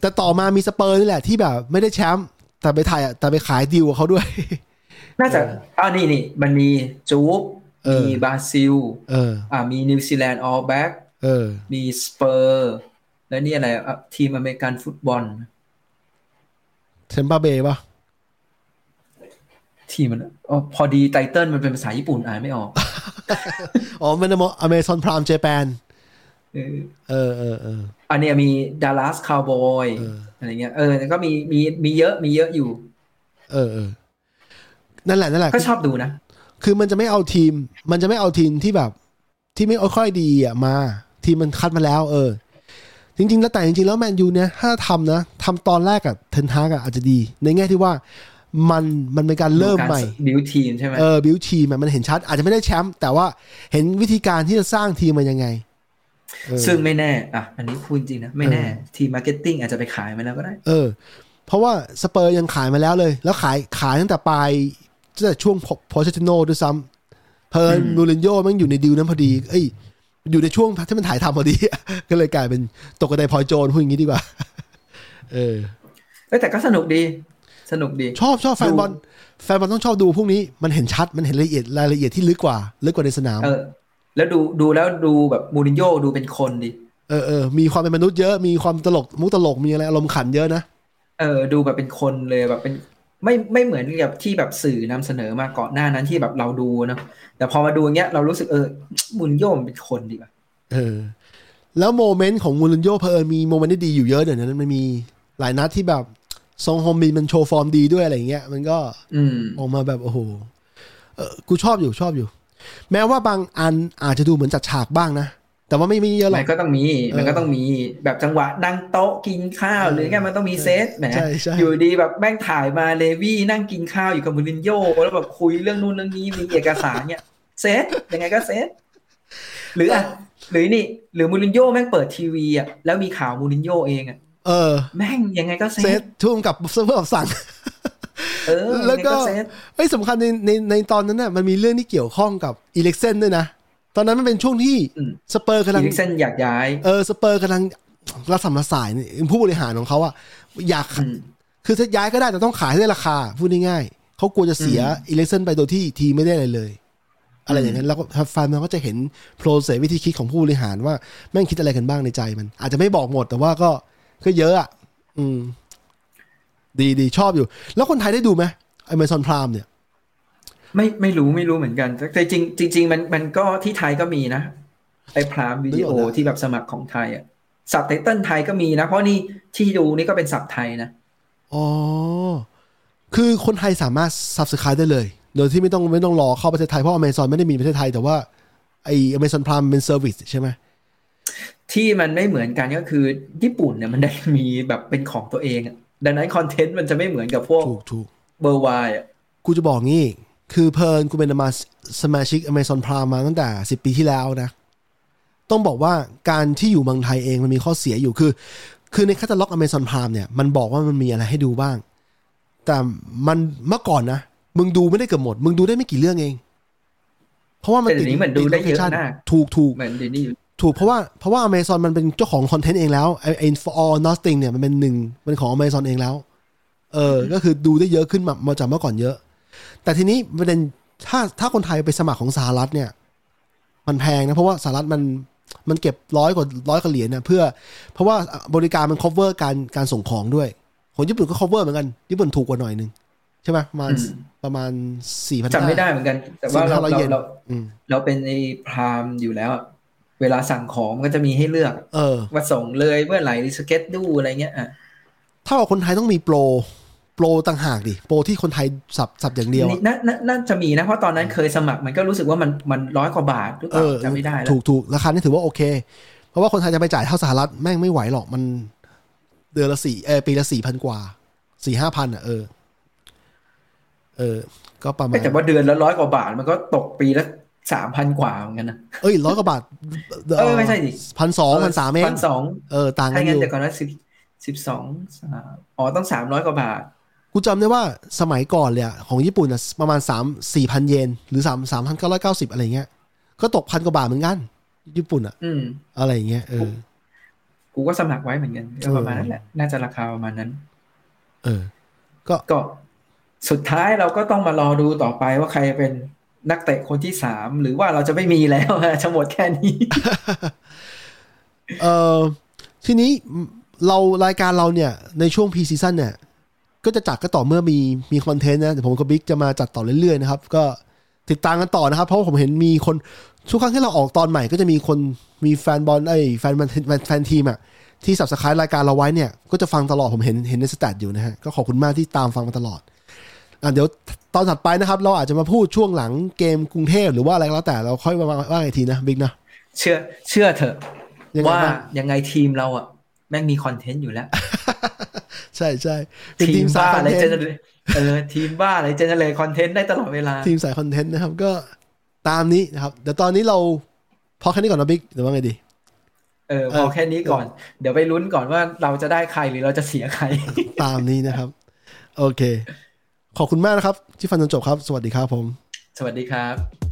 Speaker 1: แต่ต่อมามีสเปอร์นี่แหละที่แบบไม่ได้แชมป์แต่ไปถ่ายแต่ไปขายดีลกับเขาด้วย
Speaker 2: น่าจะอ่านี่นี่มันมีจูบ
Speaker 1: เออ
Speaker 2: มีบราซิล
Speaker 1: เออ
Speaker 2: อ่า มีนิวซีแลนด์ออลแบ็ก
Speaker 1: เออ
Speaker 2: มีสเปอร์ แล้วนี่อะไรอ่ะทีมอเมริกันฟุตบอล
Speaker 1: เทมปาเบย์ป่ะ
Speaker 2: ทีมมันอ๋อพอดีไตเติลมันเป็นภาษาญี่ปุ่นอ่านไม่ออก
Speaker 1: อ๋อมันอเมซอนพรามเจแปน
Speaker 2: เออ
Speaker 1: เออเออเออ
Speaker 2: อันเนี้ยมีดัลลัสคาวบอย
Speaker 1: เออ
Speaker 2: อะไรเงี้ยเออแล้วก็มีมีมีเยอะมีเยอะอยู่
Speaker 1: เออเออ นั่นแหละนั่นแหละ
Speaker 2: ก็ชอบดูนะ
Speaker 1: คือมันจะไม่เอาทีม มันจะไม่เอาทีมที่แบบ ที่ไม่ค่อยดีอ่ะมา ทีมมันคัดมาแล้ว เออ จริง ๆ แล้วแต่จริงๆแล้วแมนยูเนี่ยถ้าทำนะทำตอนแรกกับเทนฮากอะอาจจะดี ในแง่ที่ว่ามันมันเป็นการเริ่มใหม่
Speaker 2: บิวทีมใช่ไหม
Speaker 1: เออบิวทีมอะมันเห็นชัด อาจจะไม่ได้แชมป์แต่ว่าเห็นวิธีการที่จะสร้างทีมมันยังไงเออ
Speaker 2: ซึ่งไม่แน่อ่ะอันนี้พูดจริงนะ ไม่แน่
Speaker 1: เออ
Speaker 2: ทีมมาร์เก็ตติ้งอาจจะไปขายมาแล้วก็ได้
Speaker 1: เออ เพราะว่าสเปอร์ยังขายมาแล้วเลย แล้วขายขายตั้งแต่ปลายตั้งแต่ช่วงพอเชติโนด้วยซ้ำเพลิน
Speaker 2: อืม
Speaker 1: มูรินโญ่แมันอยู่ในดีลนั้นพอดี เอ้ย อยู่ในช่วงที่มันถ่ายทำพอดี ก็เลยกลายเป็นตกกระไดพลอยโจรพูดอย่างนี้ดีกว่า เออ
Speaker 2: เอ้ยแต่ก็สนุกดี สนุกดี
Speaker 1: ชอบชอบแฟนบอลแฟนบอลต้องชอบดูพวกนี้มันเห็นชัดมันเห็นรายละเอียดรายละเอียดที่ลึกกว่า ลึกกว่าในสนาม
Speaker 2: เออ แล้วดูดูแล้วดูแบบมูรินโญ่ดูเป็นคนดิ
Speaker 1: เออเออมีความเป็นมนุษย์เยอะมีความตลกมุกตลกมีอะไรอารมณ์ขันเยอะนะ
Speaker 2: เออ ดูแบบเป็นคนเลยแบบเป็น ไม่ไม่เหมือนกับที่แบบสื่อนำเสนอมาก่อนหน้านั้นที่แบบเราดูเนอะแต่พอมาดูอย่างเงี้ยเรารู้สึกเออมูรินโญ่มันเป็นคนดีว่ะ
Speaker 1: เออแล้วโมเมนต์ของมูรินโญ่เพลินมีโมเมนต์ที่ดีอยู่เยอะเดี๋ยวนั้นมันมีหลายนัดที่แบบซองฮอมบินมันโชว์ฟอร์มดีด้วยอะไรอย่างเงี้ยมันก็
Speaker 2: อืม
Speaker 1: ออกมาแบบโอ้โหเออกูชอบอยู่ชอบอยู่ แม้ว่าบางอันอาจจะดูเหมือนจัดฉากบ้างนะ แต่ว่าไม่มีเยอะหรอ
Speaker 2: มั
Speaker 1: ก
Speaker 2: นก็ต้องมี
Speaker 1: เออ
Speaker 2: มันก็ต้องมีแบบจังหวะนั่งโต๊ะกินข้าว
Speaker 1: เออ
Speaker 2: หรือไงมันต้องมีเซตแหม
Speaker 1: ใช่ใช่
Speaker 2: อยู่ดีแบบแม่งถ่ายมาเลวี่นั่งกินข้าวอยู่กับมูรินโญ่แล้วแบบคุยเรื่องนู่นเรื่องนี้มีเอกสารเนี่ย เซตยังไงก็เซตหรืออ่ะหรือนี่ หรือมูรินโญ่แม่งเปิดทีวีอ่ะแล้วมีข่าวมูรินโญ่เองอ่ะ
Speaker 1: เออ
Speaker 2: แม่งยังไงก็เซ
Speaker 1: เซ
Speaker 2: ต
Speaker 1: ตทุ่มกับเซิร์ฟเวอร์สั่ง
Speaker 2: เออยังไง
Speaker 1: แล้วก็
Speaker 2: เซต
Speaker 1: เอ้ยสำคัญในในในตอนนั้นน่ะมันมีเรื่องที่เกี่ยวข้องกับอีเล็กเซนด้วยนะ ตอนนั้นมันเป็นช่วงที่
Speaker 2: อืม
Speaker 1: สเปอร์กำลัง
Speaker 2: อีลิกเซนอยากย้าย
Speaker 1: เออสเปอร์กำลังรัสำรัสายนี่ผู้บริหารของเขาอะอยาก
Speaker 2: อืม
Speaker 1: คือถ้าย้ายก็ได้แต่ต้องขายให้ได้ราคา พูดง่ายๆเขากลัวจะเสียอีเล t เซนไปโดยที่ทีมไม่ได้อะไรเลย อะไรอย่างนั้นแล้วก็แฟนมันก็จะเห็นโปรเซสวิธีคิดของผู้บริหารว่าแม่งคิดอะไรกันบ้างในใจมัน อาจจะไม่บอกหมดแต่ว่าก็ก็เยอะอ่ะ อืม ดีดีชอบอยู่ แล้วคนไทยได้ดูไหมไอเมซอนพรามเนี่ย
Speaker 2: ไม่ไม่รู้ไม่รู้เหมือนกัน แต่จริงจริง ๆ มันมันก็ที่ไทยก็มีนะ ไอ้พรามวิดีโอ
Speaker 1: นึกออกนะ
Speaker 2: ที่แบบสมัครของไทยอ่ะสับไตเติ้ลไทยก็มีนะ เพราะนี่ที่ดูนี่ก็เป็นสับไทยนะ
Speaker 1: อ๋อ คือคนไทยสามารถ subscribe ได้เลย โดยที่ไม่ต้องไม่ต้องรอเข้าประเทศไทยเพราะ Amazon ไม่ได้มีประเทศไทย แต่ว่าไอ Amazon Prime เป็น service ใช่ไหม
Speaker 2: ที่มันไม่เหมือนกันก็คือญี่ปุ่นเนี่ยมันได้มีแบบเป็นของตัวเองอะดังนั้นคอนเทนต์มันจะไม่เหมือนกับพวก
Speaker 1: ถูกถูก
Speaker 2: เบอร์วายอ่ะ
Speaker 1: กูจะบอกงี้ คือเพลิร์นกูเป็นมาสมาชิก Amazon Prime มาตั้งแต่ 10 ปีที่แล้วนะ ต้องบอกว่าการที่อยู่เมืองไทยเองมันมีข้อเสียอยู่คือ คือในแคตตาล็อก Amazon Prime เนี่ย มันบอกว่ามันมีอะไรให้ดูบ้าง แต่มันเมื่อก่อนนะ มึงดูไม่ได้เกือบหมด มึงดูได้ไม่กี่เรื่องเอง เพราะว่ามัน
Speaker 2: แต่
Speaker 1: ติด
Speaker 2: เดี๋ยวนี้เหมือนดูได้เยอะ
Speaker 1: ติ location
Speaker 2: มาก
Speaker 1: ถูกถูก
Speaker 2: เหมือนเดี๋ยวนี้อยู่
Speaker 1: ถูกเพราะว่าเพราะว่า Amazon มันเป็นเจ้าของคอนเทนต์เองแล้วไอ้ไอ้ for all nothing เนี่ยมันเป็นหนึ่งมันของ Amazon เองแล้ว เออ ก็คือดูได้เยอะขึ้นมามาจากเมื่อก่อนเยอะ แต่ทีนี้ประเด็นถ้าถ้าคนไทยไปสมัครของสหรัฐเนี่ย มันแพงนะ เพราะว่าสหรัฐมันมันเก็บร้อยกว่าร้อยกว่าเหรียญเนี่ยเพื่อ เพราะว่าบริการมัน cover การการส่งของด้วยของญี่ปุ่นก็ cover เหมือนกันญี่ปุ่นถูกกว่าหน่อยนึงใช่ไหมประมาณประมาณสี่พัน
Speaker 2: จำไม่ได้เหมือนกัน แต่ว่า
Speaker 1: 4,500
Speaker 2: เราเรา
Speaker 1: เยน
Speaker 2: เราเราเป็นไอ้พรามอยู่แล้วอะเวลาสั่งของมันก็จะมีให้เลือก
Speaker 1: เออ
Speaker 2: ว่าส่งเลยเมื่อไหร่สเก็ตดูอะไรเงี้ยอ่ะ
Speaker 1: ถ้าว่าคนไทยต้องมีโปร โปรต่างหากดิ โปรที่คนไทยสับสับอย่างเดียวอะ
Speaker 2: นี่น่าน่าน่าจะมีนะ เพราะตอนนั้นเคยสมัครมันก็รู้สึกว่ามันมันร้อยกว่าบาทหรือเป
Speaker 1: เอ
Speaker 2: ล่า
Speaker 1: อ
Speaker 2: จำไม่ได้แล้ว
Speaker 1: ถูกถูกราคานี่ถือว่าโอเค เพราะว่าคนไทยจะไปจ่ายเท่าสหรัฐแม่งไม่ไหวหรอกมัน เดือนละสี่เออปีละสี่พันกว่าสี่ห้าพันอ่ะเออ เออ ก็ประมาณ
Speaker 2: แต่ว่าเดือนละร้อยกว่าบาทมันก็ตกปีละสามพันกว่าเหมือนกันนะ
Speaker 1: เอ้ยร้อยกว่าบาท
Speaker 2: เออไม่ใช่ดิ
Speaker 1: พันสองพันสามเอง
Speaker 2: พันสอง
Speaker 1: เออต่างกั
Speaker 2: ถ้า
Speaker 1: อ
Speaker 2: นงั้น
Speaker 1: ยู่
Speaker 2: แต่ก่อนนะสิบสิบสองสามอ๋อต้องสามร้อยกว่าบาท
Speaker 1: กูจำได้ว่าสมัยก่อนเลยอะของญี่ปุ่นอะประมาณสามสี่พันเยนหรือสามสามพันเก้าร้อยเก้าสิบอะไรเงี้ย ก็ตกพันกว่าบาทเหมือนกัน ญี่ปุ่นอะ
Speaker 2: อืม
Speaker 1: อะไรอย่างเงี้ยเออ
Speaker 2: กูก็สมัครไว้เหมือนกันก็ประมาณนั้นแหละ น่าจะราคาประมาณนั้น
Speaker 1: เออ
Speaker 2: ก็สุดท้ายเราก็ต้องมารอดูต่อไปว่าใครเป็นนักเตะคนที่สามหรือว่าเราจะไม่มีแล้ว จะหมดแค่นี้
Speaker 1: เออทีนี้เรารายการเราเนี่ย ในช่วงพีซีซั่นเนี่ย ก็จะจัดก็ต่อเมื่อมีมีคอนเทนต์นะเดี๋ยวผมกับบิ๊กจะมาจัดต่อเรื่อยๆนะครับ ก็ติดตามกันต่อนะครับ เพราะว่าผมเห็นมีคนทุกครั้งที่เราออกตอนใหม่ก็จะมีคนมีแฟนบอลไอ้ยแฟนแฟนแฟนแฟนทีมอะที่สับสคายรายการเราไว้เนี่ย ก็จะฟังตลอดผมเห็นเห็นในสแตทอยู่นะฮะ ก็ขอบคุณมากที่ตามฟังมาตลอด อ่ะเดี๋ยวตอนถัดไปนะครับ เราอาจจะมาพูดช่วงหลังเกมกรุงเทพหรือว่าอะไรก็แล้วแต่เราค่อยมาว่าอีกทีนะบิ๊กนะ
Speaker 2: เชื่อ เชื่อเถอะ
Speaker 1: ยังไง
Speaker 2: ว่า
Speaker 1: บ้าง
Speaker 2: ยังไงทีมเราอ่ะ แม่งมีคอนเทนต์อยู่แล้ว
Speaker 1: ใช่ใช่เป็นทีมสาย
Speaker 2: บ้า
Speaker 1: คอน
Speaker 2: อะไร
Speaker 1: เท
Speaker 2: เจ
Speaker 1: น
Speaker 2: เน
Speaker 1: ต์
Speaker 2: เรเออทีมบ้าอะไรเจเนเรตคอนเทนต์ได้ตลอดเวลา
Speaker 1: ทีมสายคอนเทนต์นะครับก็ตามนี้นะครับเดี๋ยวตอนนี้เราพอแค่นี้ก่อนนะบิ๊กหรือว่าไงดี
Speaker 2: เออ
Speaker 1: เอ
Speaker 2: พ
Speaker 1: อ
Speaker 2: อแค่นี้ก่อน เดี๋ยวไปลุ้นก่อนว่าเราจะได้ใครหรือเราจะเสียใคร
Speaker 1: ตามนี้นะครับ โอเค ขอบคุณมากนะครับ ที่ฟังจนจบครับ สวัสดีครับผม
Speaker 2: สวัสดีครับ